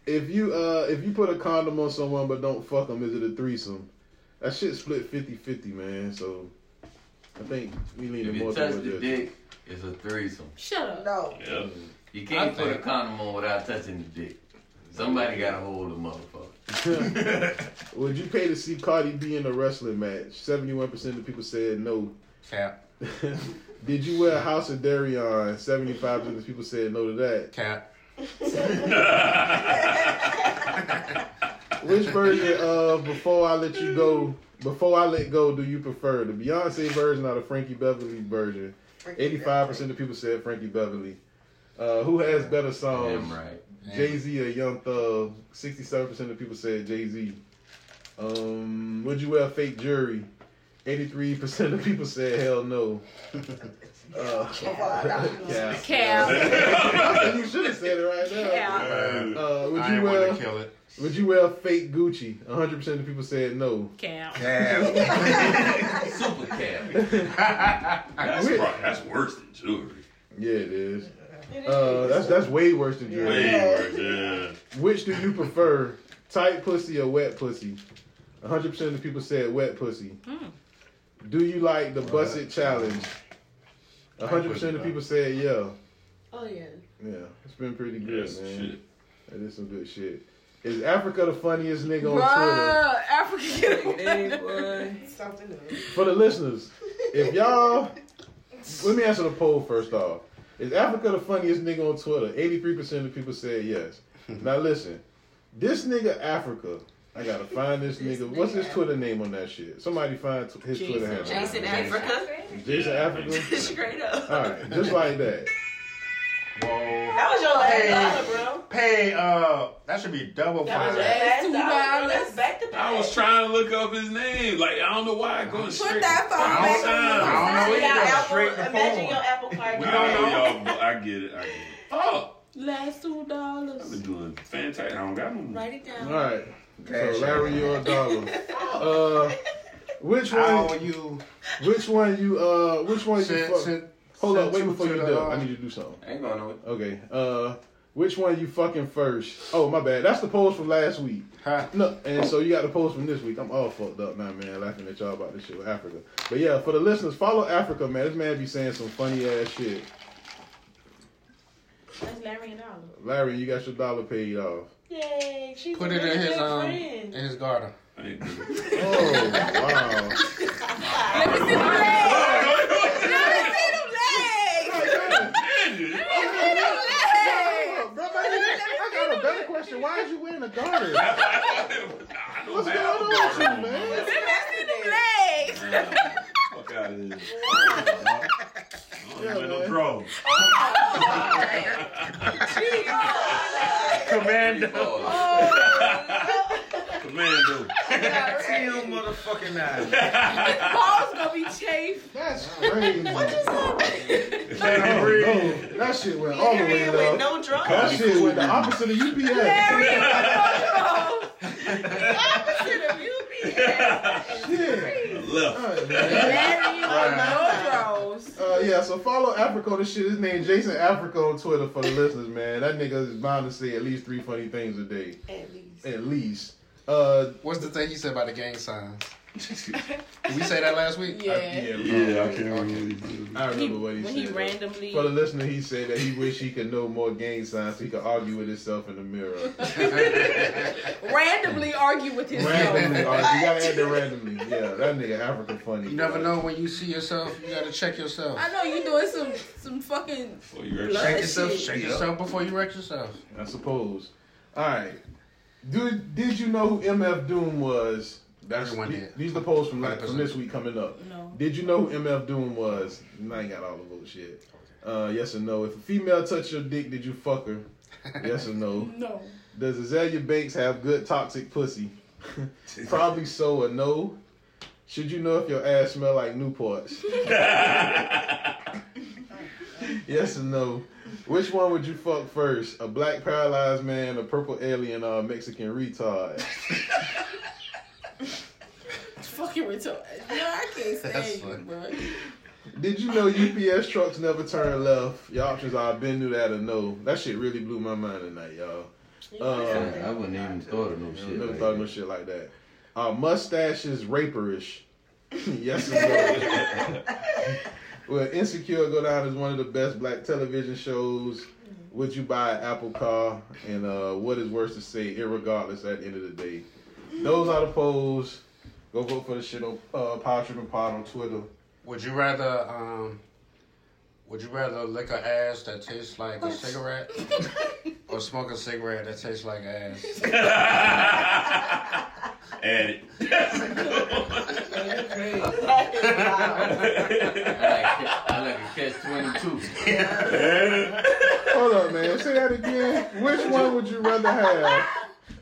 Speaker 6: If you uh if you put a condom on someone but don't fuck them, is it a threesome? That shit split 50-50, man. So I think we
Speaker 5: If
Speaker 6: leaning
Speaker 5: you
Speaker 6: more
Speaker 5: touch
Speaker 6: towards
Speaker 5: the
Speaker 6: this.
Speaker 5: dick, it's a threesome.
Speaker 9: Shut up.
Speaker 21: No.
Speaker 7: Yep. You
Speaker 10: I
Speaker 7: can't put a
Speaker 10: think-
Speaker 7: condom on without touching the dick. Somebody got to hold the motherfucker.
Speaker 6: [LAUGHS] Would you pay to see Cardi B in a wrestling match? Seventy-one percent of people said
Speaker 5: [LAUGHS]
Speaker 6: no.
Speaker 10: Cap.
Speaker 6: Did you wear a House of Darion? Seventy-five percent of people said no to that.
Speaker 10: Cap.
Speaker 6: Which version of "Before I Let You Go"? Before I Let Go, do you prefer the Beyonce version or the Frankie Beverly version? Eighty-five percent of people said Frankie Beverly. Uh, who has better songs?
Speaker 5: Damn right.
Speaker 6: Jay Z or Young Thug? Sixty-seven percent of people said Jay Z. Um, would you wear a fake jury? Eighty-three percent of people said hell no. Uh, [LAUGHS] yeah.
Speaker 9: Cal.
Speaker 6: you should have said it right now.
Speaker 9: Cal.
Speaker 6: Uh, would
Speaker 10: I
Speaker 6: you
Speaker 10: ain't want
Speaker 6: wear?
Speaker 10: to kill it.
Speaker 6: Would you wear fake Gucci? 100% of the people said no.
Speaker 9: Cap.
Speaker 10: [LAUGHS]
Speaker 6: Cap.
Speaker 7: Super cap. That's,
Speaker 6: Wait.
Speaker 7: pro- that's worse than jewelry.
Speaker 6: Yeah, it is. Uh, that's that's way worse than jewelry.
Speaker 7: Way worse, yeah.
Speaker 6: Which do you prefer, tight pussy or wet pussy? 100% of the people said wet pussy. Do you like the bus it challenge? 100% of the people said yeah.
Speaker 19: Oh yeah.
Speaker 6: Yeah, it's been pretty good,
Speaker 7: Yes,
Speaker 6: man. That is some good shit. Is Africa the funniest nigga on Twitter?
Speaker 9: Bruh, African.
Speaker 21: Something else.
Speaker 6: For the listeners, if y'all, let me answer the poll first off. Is Africa the funniest nigga on Twitter? Eighty-three percent of people said yes. now listen, this nigga Africa, I gotta find this nigga. What's his Twitter name on that shit? Somebody find t- his Twitter handle.
Speaker 19: Jason Africa.
Speaker 6: Jason Africa. [LAUGHS]
Speaker 19: Straight up.
Speaker 6: All right, just like that.
Speaker 19: That was your last
Speaker 10: Pay-
Speaker 19: dollar, bro.
Speaker 10: Pay, uh, that should be double
Speaker 19: That was your last
Speaker 10: fine.
Speaker 19: dollar, bro. That's back to
Speaker 7: I was trying to look up his name. Like, I don't know why I go Put straight.
Speaker 19: that phone
Speaker 7: I
Speaker 19: back on the
Speaker 7: don't sound- I don't know
Speaker 19: side.
Speaker 7: either.
Speaker 19: Yeah,
Speaker 7: Straight the
Speaker 19: Imagine
Speaker 7: phone.
Speaker 19: your Apple Card.
Speaker 7: We
Speaker 19: You
Speaker 7: don't know. Y'all, but I get it. I get it. Oh,
Speaker 9: Last two
Speaker 7: I've
Speaker 9: dollars.
Speaker 7: been doing fantastic. I don't got no money.
Speaker 9: Write it down.
Speaker 6: All right, so Larry, you're a [LAUGHS] dollar. Uh, which one?
Speaker 10: How you?
Speaker 6: Which one you? Uh, which one
Speaker 10: Send-
Speaker 6: you? Fuck?
Speaker 10: send-
Speaker 6: Hold
Speaker 10: send
Speaker 6: up, wait
Speaker 10: two
Speaker 6: before
Speaker 10: to
Speaker 6: you
Speaker 10: the,
Speaker 6: do.
Speaker 10: uh,
Speaker 6: I need you to do something.
Speaker 5: ain't going nowhere.
Speaker 6: Okay. Uh, which one you fucking first? Oh my bad. That's the post from last week. No, and so you got the post from this week. I'm all fucked up now, man. Laughing at y'all about this shit with Africa. But yeah, for the listeners, follow Africa, man. This man be saying some funny ass shit.
Speaker 9: That's Larry and Dollar.
Speaker 6: Larry, you got your dollar paid off.
Speaker 9: Yay! She's
Speaker 10: Put
Speaker 9: a
Speaker 10: it in
Speaker 9: really
Speaker 10: his
Speaker 9: good
Speaker 10: um in
Speaker 9: friend.
Speaker 10: his garden.
Speaker 7: [LAUGHS]
Speaker 6: Oh wow. I got a better question. Why is you wearing a garter? What's going on with you, man?
Speaker 7: Fuck out of here.
Speaker 6: Yeah, man.
Speaker 10: Commando.
Speaker 5: Oh.
Speaker 7: Commando.
Speaker 10: Teal motherfucking nine.
Speaker 9: Paul's gonna be chafed. [LAUGHS]
Speaker 6: That's crazy. What
Speaker 9: you
Speaker 7: [LAUGHS]
Speaker 6: Oh, no. That shit went all the way
Speaker 9: Period
Speaker 6: up.
Speaker 9: with no drugs.
Speaker 6: That shit went the opposite of UPS.
Speaker 10: [LAUGHS]
Speaker 7: Left.
Speaker 6: Uh, yeah, so follow Africa. This shit, his name Jason Africa on Twitter for the listeners, man. That nigga is bound to say at least three funny things a day.
Speaker 19: At least.
Speaker 6: At least. Uh,
Speaker 10: What's the thing you said about the gang signs? Did we say that last week?
Speaker 9: Yeah.
Speaker 7: Yeah, I can't remember.
Speaker 6: I remember
Speaker 9: He-
Speaker 6: what he
Speaker 9: when
Speaker 6: said.
Speaker 9: he randomly-
Speaker 6: For the listener, he said that he wish he could know more gang signs so he could argue with himself in
Speaker 9: [LAUGHS]
Speaker 6: the mirror.
Speaker 9: [LAUGHS] Randomly argue with his
Speaker 6: randomly, or you gotta add the randomly. Yeah, that nigga Africa funny.
Speaker 10: You never
Speaker 6: bro.
Speaker 10: know when you see yourself. You gotta check yourself.
Speaker 9: I know you doing some some fucking.
Speaker 7: you
Speaker 9: blood
Speaker 10: Shake yourself.
Speaker 9: shit.
Speaker 10: Shake yourself before you wreck yourself.
Speaker 6: I suppose. All right. Did Did you know who MF Doom was? That's
Speaker 10: Everyone
Speaker 6: the-
Speaker 10: did.
Speaker 6: These the polls from, like, from this week coming up.
Speaker 9: No.
Speaker 6: Did you know who MF Doom was? And I ain't got all the vote shit. Uh, yes or no? If a female touched your dick, did you fuck
Speaker 10: [LAUGHS]
Speaker 6: her? Yes or no?
Speaker 9: No.
Speaker 6: Does Azalea Banks have good toxic pussy? [LAUGHS] Probably so or no. Should you know if your ass smell like Newports?
Speaker 7: [LAUGHS]
Speaker 6: yes or no? Which one would you fuck first? A black paralyzed man, a purple alien, or a Mexican retard?
Speaker 9: Fucking retard. No, I
Speaker 10: [LAUGHS]
Speaker 9: can't stand you, bro.
Speaker 6: Did you know UPS trucks never turn left? Your options are I been knew that or no. That shit really blew my mind tonight, y'all. Um,
Speaker 5: I wouldn't even thought of no shit.
Speaker 6: never
Speaker 5: like
Speaker 6: thought
Speaker 5: that.
Speaker 6: no shit like that. Uh, mustache is raperish. [LAUGHS] yes or no? well, Insecure Go Down is one of the best black television shows. Would you buy an Apple car? And uh, what is worse to say, irregardless at the end of the day? Those are the polls. Go vote for the shit on uh, Power Trip and Pod on Twitter.
Speaker 10: Would you rather um would you rather lick an ass that tastes like a cigarette or smoke a cigarette that tastes like
Speaker 7: [LAUGHS]
Speaker 10: ass?
Speaker 7: Add it.
Speaker 5: I like a catch 22.
Speaker 6: Hold up, man. Say that again. Which one would you rather have?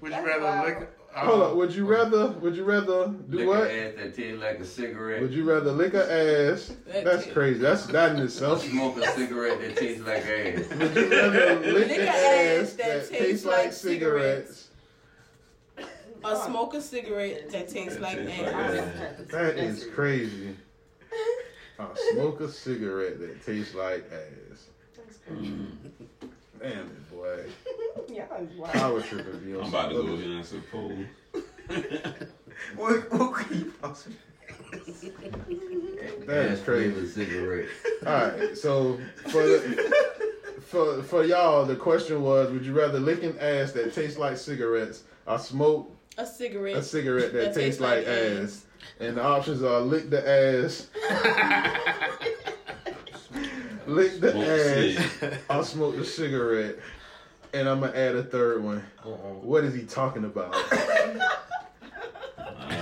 Speaker 10: Would you rather lick uh-huh.
Speaker 6: Hold up. Would you rather? Would you rather do
Speaker 5: Lick
Speaker 6: what?
Speaker 5: a ass that tastes like a cigarette.
Speaker 6: Would you rather lick a ass? That's crazy. That's that in itself.
Speaker 5: Smoke a cigarette that tastes like ass.
Speaker 6: Would you rather [LAUGHS] lick
Speaker 9: Lick
Speaker 6: a
Speaker 9: a
Speaker 6: ass that tastes like cigarettes
Speaker 9: or smoke a cigarette that tastes like ass.
Speaker 6: That is crazy. [LAUGHS] I smoke a cigarette that tastes like ass. Mm. Damn it, boy. [LAUGHS] I was tripping be on
Speaker 7: I'm about to go
Speaker 6: some-
Speaker 7: in and suppose.
Speaker 6: What, what could you possibly That is crazy.
Speaker 4: Cigarette.
Speaker 6: All right, so for the, for for y'all, the question was: Would you rather lick an ass that tastes like cigarettes, or smoke
Speaker 9: A cigarette.
Speaker 6: a cigarette that, tastes like ass? And the options are: lick the [LAUGHS] ass, lick the ass, or smoke the cigarette. And I'm gonna add a third one. What is he talking about?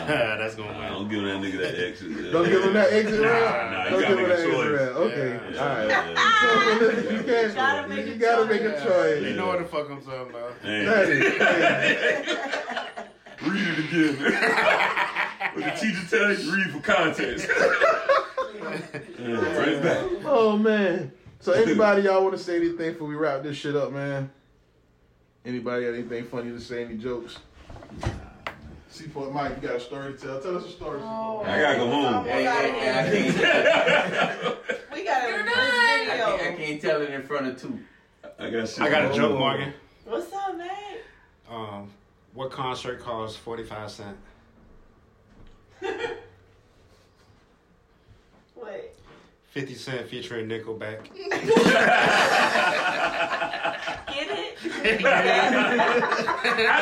Speaker 7: That's gonna win. Don't give that nigga that exit.
Speaker 6: Don't give him that exit
Speaker 7: nah,
Speaker 6: round?
Speaker 7: Nah,
Speaker 6: Don't
Speaker 7: you gotta
Speaker 6: give him
Speaker 7: make
Speaker 6: that
Speaker 7: a
Speaker 6: exit
Speaker 7: choice.
Speaker 6: round. Okay, all right.
Speaker 7: Yeah.
Speaker 6: So, listen, you can't-
Speaker 7: Gotta make
Speaker 6: you
Speaker 7: a
Speaker 6: gotta make a choice.
Speaker 10: You know what the fuck I'm talking about.
Speaker 6: That is
Speaker 7: Read it again. [LAUGHS] what the teacher tell you, read for context. yeah, right [LAUGHS] back.
Speaker 6: [LAUGHS] Oh man. So anybody y'all want to say anything before we wrap this shit up, man? Anybody got anything funny to say? Any jokes? Seaport Mike, you got a story to tell. Tell us a story.
Speaker 2: Oh.
Speaker 6: Seaport.
Speaker 7: I gotta go home.
Speaker 4: Hey, hey, hey,
Speaker 2: We got a
Speaker 4: I,
Speaker 2: video.
Speaker 4: can't, I can't tell it in front of two.
Speaker 7: I got shit.
Speaker 10: I got a
Speaker 7: going
Speaker 10: joke,
Speaker 7: on.
Speaker 10: Morgan.
Speaker 2: What's up, man?
Speaker 10: Um, what concert costs forty five cent?
Speaker 2: [LAUGHS] What?
Speaker 10: Fifty Cent featuring Nickelback.
Speaker 2: Get it? [LAUGHS]
Speaker 7: [LAUGHS] I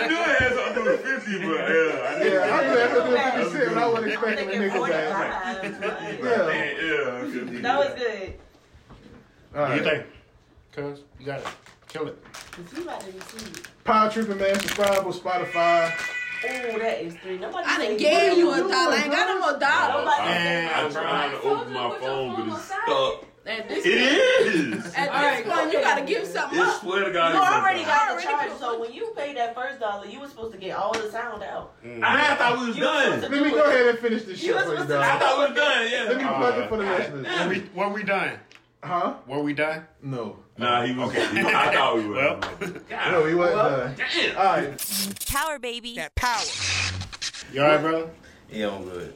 Speaker 7: knew it had something to do with 50, but yeah. I knew
Speaker 6: Yeah, I knew it had something to do with
Speaker 7: That's
Speaker 6: 50 cent, but I wasn't
Speaker 7: good.
Speaker 6: expecting a nigga back.
Speaker 7: Yeah, yeah, 50.
Speaker 2: That was good.
Speaker 10: What do you
Speaker 6: Alright.
Speaker 10: think? Cuz you got it. Kill it.
Speaker 2: You about to be sweet.
Speaker 6: Power Tripping Man, subscribe on Spotify.
Speaker 2: Oh, that is three. Nobody
Speaker 9: I done
Speaker 2: said-
Speaker 9: gave you a
Speaker 2: What
Speaker 9: dollar. I ain't got no more dollar.
Speaker 7: I'm trying to open my phone, but it's stuck.
Speaker 9: At
Speaker 7: It
Speaker 9: this
Speaker 7: is.
Speaker 9: At this point, you gotta give something
Speaker 7: It's
Speaker 9: up.
Speaker 7: swear to
Speaker 2: You
Speaker 7: God. it's
Speaker 2: already
Speaker 7: something.
Speaker 2: got the charge, so when you paid that first dollar, you were supposed to get all the sound out.
Speaker 7: I thought we was
Speaker 2: You was
Speaker 7: done.
Speaker 2: supposed
Speaker 6: Let
Speaker 2: to
Speaker 6: me
Speaker 2: do
Speaker 6: go
Speaker 2: it.
Speaker 6: ahead and finish this shit
Speaker 2: You was
Speaker 6: for you,
Speaker 2: supposed to-
Speaker 7: I
Speaker 6: dog.
Speaker 7: thought we was done, yeah.
Speaker 6: Let me plug it for the listeners.
Speaker 10: Were we, were we done?
Speaker 6: Huh?
Speaker 10: Were we done?
Speaker 6: No.
Speaker 7: Nah, he was. I thought we were.
Speaker 10: Well,
Speaker 6: No, we wasn't done.
Speaker 7: damn.
Speaker 6: All right.
Speaker 22: Power, baby. That power.
Speaker 10: you all right, brother?
Speaker 24: Yeah, I'm good.